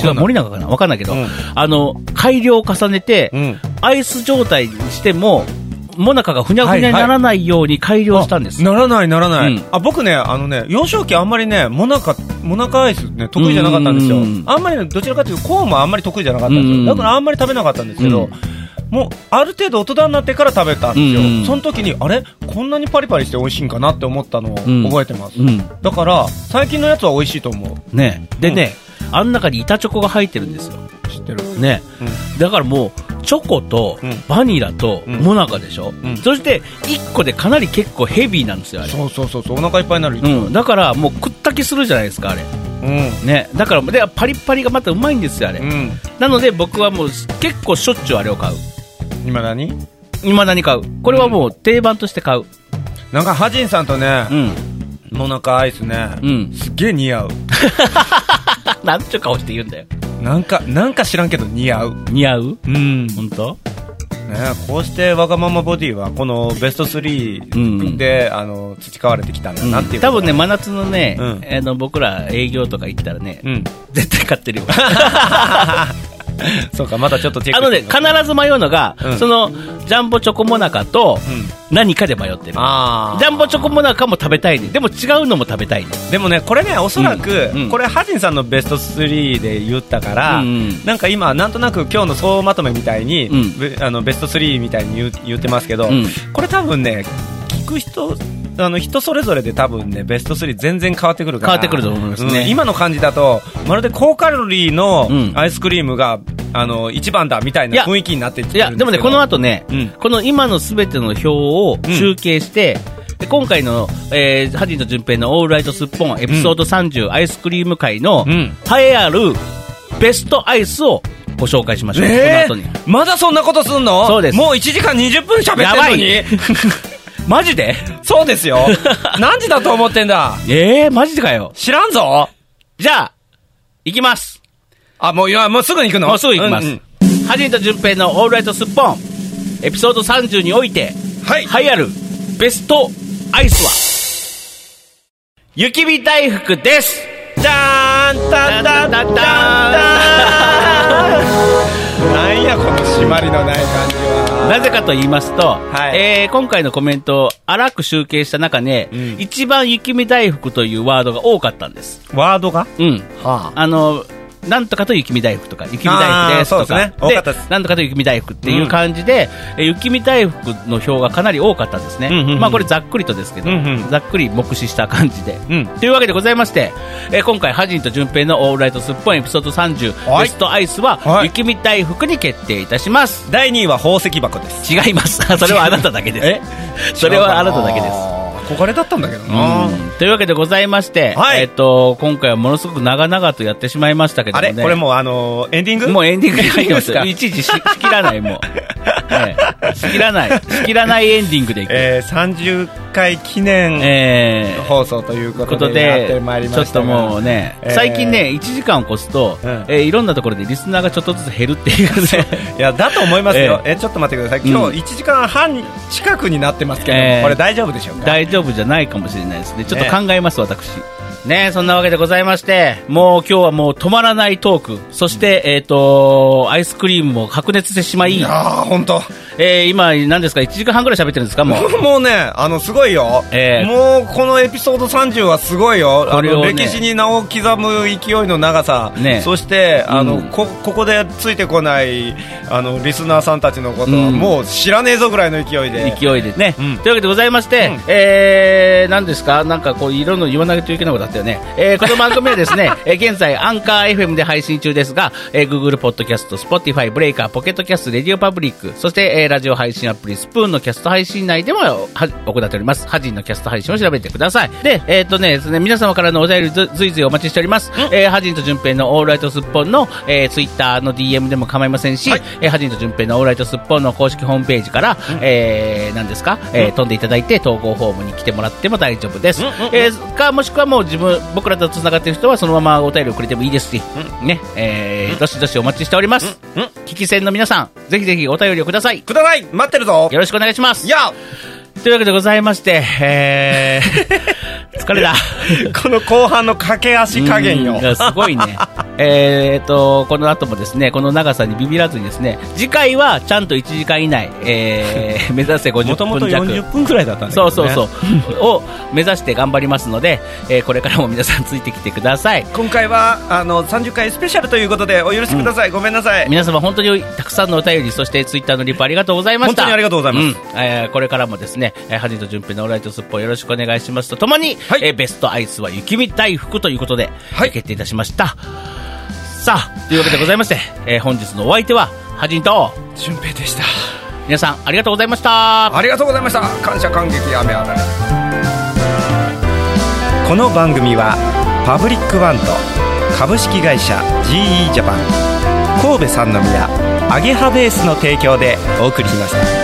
Speaker 1: 違
Speaker 3: か
Speaker 1: うん
Speaker 3: ない
Speaker 1: 森永かなわかんないけど、
Speaker 3: うん
Speaker 1: あの改良を重ねて、
Speaker 3: うん
Speaker 1: アイス状態にしてもモナカがふにゃふにゃにならないように改良したんです、
Speaker 3: あならないならな
Speaker 1: う
Speaker 3: い、
Speaker 1: ん
Speaker 3: あ僕ねあのね幼少期あんまりねモナカモナカアイスね得意じゃなかったんですよ
Speaker 1: うん
Speaker 3: あんまりねどちらかというとコーンもあんまり得意じゃなかったんです
Speaker 1: うん
Speaker 3: よだからあんまり食べなかったんですけど、
Speaker 1: うん
Speaker 3: もうある程度大人になってから食べたんですよ、
Speaker 1: うん
Speaker 3: その時にあれこんなにパリパリして美味しいんかなって思ったのを
Speaker 1: うん
Speaker 3: 覚えてます、
Speaker 1: うん
Speaker 3: だから最近のやつは美味しいと思う
Speaker 1: ねでね、あん中に板チョコが入ってるんですよ
Speaker 3: 知ってる
Speaker 1: ね、
Speaker 3: う
Speaker 1: だからもうチョコと
Speaker 3: うん
Speaker 1: バニラと
Speaker 3: うん
Speaker 1: モナカでしょ、
Speaker 3: うん
Speaker 1: そして1個でかなり結構ヘビーなんですよあれ
Speaker 3: そうそうそうそうお腹いっぱいになる、
Speaker 1: うん、だからもうくったきするじゃないですかあれ
Speaker 3: うん
Speaker 1: ねだからでパリッパリがまたうまいんですよあれ、
Speaker 3: うん
Speaker 1: なので僕はもう結構しょっちゅうあれを買う
Speaker 3: 今何
Speaker 1: いまだに買うこれはもう定番として買う
Speaker 3: なんかハジンさんとね
Speaker 1: う、ん
Speaker 3: モナカアイスね、
Speaker 1: うん
Speaker 3: すっげえ似合う
Speaker 1: あなんちゅう顔して言うんだよ
Speaker 3: なんかなんか知らんけど似合う
Speaker 1: 似合う
Speaker 3: うん
Speaker 1: 本当
Speaker 3: ね、こうしてわがままボディはこのベスト3で、あの培われてきたんだなっていう、
Speaker 1: 多分ね、真夏のね、
Speaker 3: うん
Speaker 1: あの僕ら営業とか行ったらね、
Speaker 3: うん、
Speaker 1: 絶対買って るよ
Speaker 3: そうかまだちょっとチェッ
Speaker 1: あ
Speaker 3: ク
Speaker 1: の
Speaker 3: して
Speaker 1: ね、
Speaker 3: みよ
Speaker 1: 必ず迷うのが、
Speaker 3: うん
Speaker 1: その、ジャンボチョコモナカと
Speaker 3: う、うん、
Speaker 1: 何かで迷ってる。ジ
Speaker 3: あ
Speaker 1: ャンボチョコモナカも食べたいね。でも違うのも食べたいね。
Speaker 3: でもねこれねおそらく、
Speaker 1: うんうん
Speaker 3: これハジンさんのベスト3で言ったから、
Speaker 1: うんうん
Speaker 3: なんか今なんとなく今日の総まとめみたいに、
Speaker 1: うん
Speaker 3: べあのベスト3みたいに言う言ってますけど、
Speaker 1: うん
Speaker 3: これ多分ね聞く人あの人それぞれで多分ねベスト3全然変わってくるから
Speaker 1: 変わってくると思いますね
Speaker 3: うん今の感じだとまるで高カロリーの
Speaker 1: うん
Speaker 3: アイスクリームが、あの一番だみたい
Speaker 1: いや
Speaker 3: な雰囲気になってき
Speaker 1: い
Speaker 3: てる
Speaker 1: や、
Speaker 3: ん
Speaker 1: でもね、この
Speaker 3: 後
Speaker 1: 後ね、
Speaker 3: うん
Speaker 1: この今のすべての表を集計して、で今回の、えー、ハジンと淳平のオールライトスッポンエピソード30、アイスクリーム界の、
Speaker 3: う
Speaker 1: 栄
Speaker 3: ん
Speaker 1: えあるベストアイスをご紹介しましょう。
Speaker 3: え
Speaker 1: この後に。
Speaker 3: ー、まだそんなことすんの
Speaker 1: そうです
Speaker 3: もう1時間20分喋ってん
Speaker 1: やば
Speaker 3: の
Speaker 1: い
Speaker 3: に
Speaker 1: ねマジで
Speaker 3: そうです よ何時だと思ってんだ
Speaker 1: ええー、マジでかよ。
Speaker 3: 知らんぞ
Speaker 1: じゃあ、行きます。
Speaker 3: あ、もう、いや、もうすぐに行くの
Speaker 1: もうすぐ行きます。
Speaker 3: うんうん
Speaker 1: はじんとじゅんぺいのオールライトスッポン、エピソード30において、
Speaker 3: はい
Speaker 1: 流行るベストアイスは、雪見大福です
Speaker 3: じゃーんたんたんたんたんなんや、この締まりのない感じは。
Speaker 1: なぜかと言いますと、
Speaker 3: い
Speaker 1: えー今回のコメントを荒く集計した中で、
Speaker 3: うん
Speaker 1: 一番雪見大福というワードが多かったんです。
Speaker 3: ワードが
Speaker 1: うん。
Speaker 3: は
Speaker 1: あの、なんとかと雪見大福とか、雪見大福ですとか、
Speaker 3: あーそうですね多かったです
Speaker 1: なんとかと雪見大福っていう感じで、え雪見大福の票がかなり多かったんですね。
Speaker 3: うんうんうん
Speaker 1: まあこれざっくりとですけど、
Speaker 3: うんうん
Speaker 1: ざっくり目視した感じで。
Speaker 3: うん
Speaker 1: というわけでございまして、えー今回、ハジンと順平のオールライトすっぽんエピソード30、
Speaker 3: はい
Speaker 1: ベストアイスは
Speaker 3: はい
Speaker 1: 雪見大福に決定いたします。
Speaker 3: 第2位は宝石箱です。
Speaker 1: 違います。それはあなただけです。 それはあなただけです。
Speaker 3: す。憧れだったんだけどな。
Speaker 1: うんというわけでございまして、
Speaker 3: はい
Speaker 1: えっ、と、今回はものすごく長々とやってしまいましたけど
Speaker 3: あ
Speaker 1: もね。
Speaker 3: れこれもう、あのー、エンディング
Speaker 1: もうエンディングに入ってます
Speaker 3: エンディングです か
Speaker 1: いちいちし仕 切らない、もう。ね仕切らない。仕切らないエンディングでいく。
Speaker 3: えー、30回記念
Speaker 1: えー
Speaker 3: 放送というこ
Speaker 1: ことと
Speaker 3: でやって
Speaker 1: で
Speaker 3: まいり、ま
Speaker 1: ちょっ
Speaker 3: した
Speaker 1: と
Speaker 3: が
Speaker 1: もうね、
Speaker 3: えー
Speaker 1: 最近ね、1時間を越すと、
Speaker 3: うん
Speaker 1: えーいろんなところでリスナーがちょっとずつ減るっていう ね、
Speaker 3: いやだと思いますよ、
Speaker 1: え
Speaker 3: えちょっと待ってください、今日1時間半近くになってますけど、
Speaker 1: ええ
Speaker 3: これ大丈夫でしょうか、
Speaker 1: 大丈夫じゃないかもしれないですね、ちょっと考えます、私。ねそんなわけでございまして、もう今日はもう止まらないトーク、そして、えっ、と、アイスクリームも白熱してしまい、
Speaker 3: ああ、本当、
Speaker 1: えー今、何ですか、1時間半ぐらい喋ってるんですか、もう。
Speaker 3: もうね、あのすごいよ、
Speaker 1: ええ
Speaker 3: もうこのエピソード30はすごいよ、
Speaker 1: これをね
Speaker 3: あの歴史に名を刻む勢いの長さ、
Speaker 1: ね
Speaker 3: そしてあの、
Speaker 1: うん
Speaker 3: こ、ここでついてこないあのリスナーさんたちのこと
Speaker 1: う
Speaker 3: は、
Speaker 1: ん
Speaker 3: もう知らねえぞぐらいの勢いで、
Speaker 1: 勢いでね、
Speaker 3: うん
Speaker 1: というわけでございまして、
Speaker 3: うん
Speaker 1: えー、なんですか、なんかこう、いろいろ言わなきゃいけないことあったよね、えーこの番組は ですね、えー現在、アンカー FM で配信中ですが、えー Google ポッドキャスト、Spotify、ブレイカー、ポケットキャスト、レディオパブリック、そして、えーラジオ配信アプリ、スプーンのキャスト配信内でもは行っております、ハジンのキャスト配信を調べてください。で、えっ、とね、ですね皆様からのお便りず随々お待ちしております、えーハジンと順平のオールライトスッポンの、えー、Twitter の DM でも構いませんし、えーハジンと順平のオールライトスッポンの公式ホームページから、えー、何ですか、えー飛んでいただいて投稿フォームに来てもらっても大丈夫です、えーかもしくはもう自分僕らとつながってる人はそのままお便りをくれてもいいですし、ねえーどしどしお待ちしております、聞き戦の皆さんぜひぜひお便りをください
Speaker 3: ください、待ってるぞ、
Speaker 1: よろしくお願いします
Speaker 3: いや、
Speaker 1: というわけでございまして、え ー疲れた
Speaker 3: この後半の駆け足加減よ
Speaker 1: うんい。やすごい ね。えーと、この後もですね、この長さにビビらずにですね、次回はちゃんと1時間以内、え ー目指せ50分弱。
Speaker 3: もともと40分くらいだったんだけど、
Speaker 1: そ
Speaker 3: ね、
Speaker 1: うそうそう。を目指して頑張りますので、えーこれからも皆さんついてきてください。
Speaker 3: 今回はあの30回スペシャルということでお許しください、ごめんなさい
Speaker 1: 皆様本当にたくさんのお便り、そしてツイッターのリプありがとうございました。
Speaker 3: 本当にありがとうございます
Speaker 1: んえーこれからもですね、えー、ハジと順平のオールライトスッポンよろしくお願いしますとともに、
Speaker 3: はい
Speaker 1: えーベストアイスは雪見大福ということで、
Speaker 3: はい
Speaker 1: えー決定いたしました。さあ、というわけでございまして、えー本日のお相手は、ハジと、
Speaker 3: 順平でした
Speaker 1: 皆さんありがとうございました。
Speaker 3: ありがとうございました感謝感激雨あられ
Speaker 5: この番組はパブリックワンと株式会社 GE ジャパン神戸三宮アゲハベースの提供でお送りしました。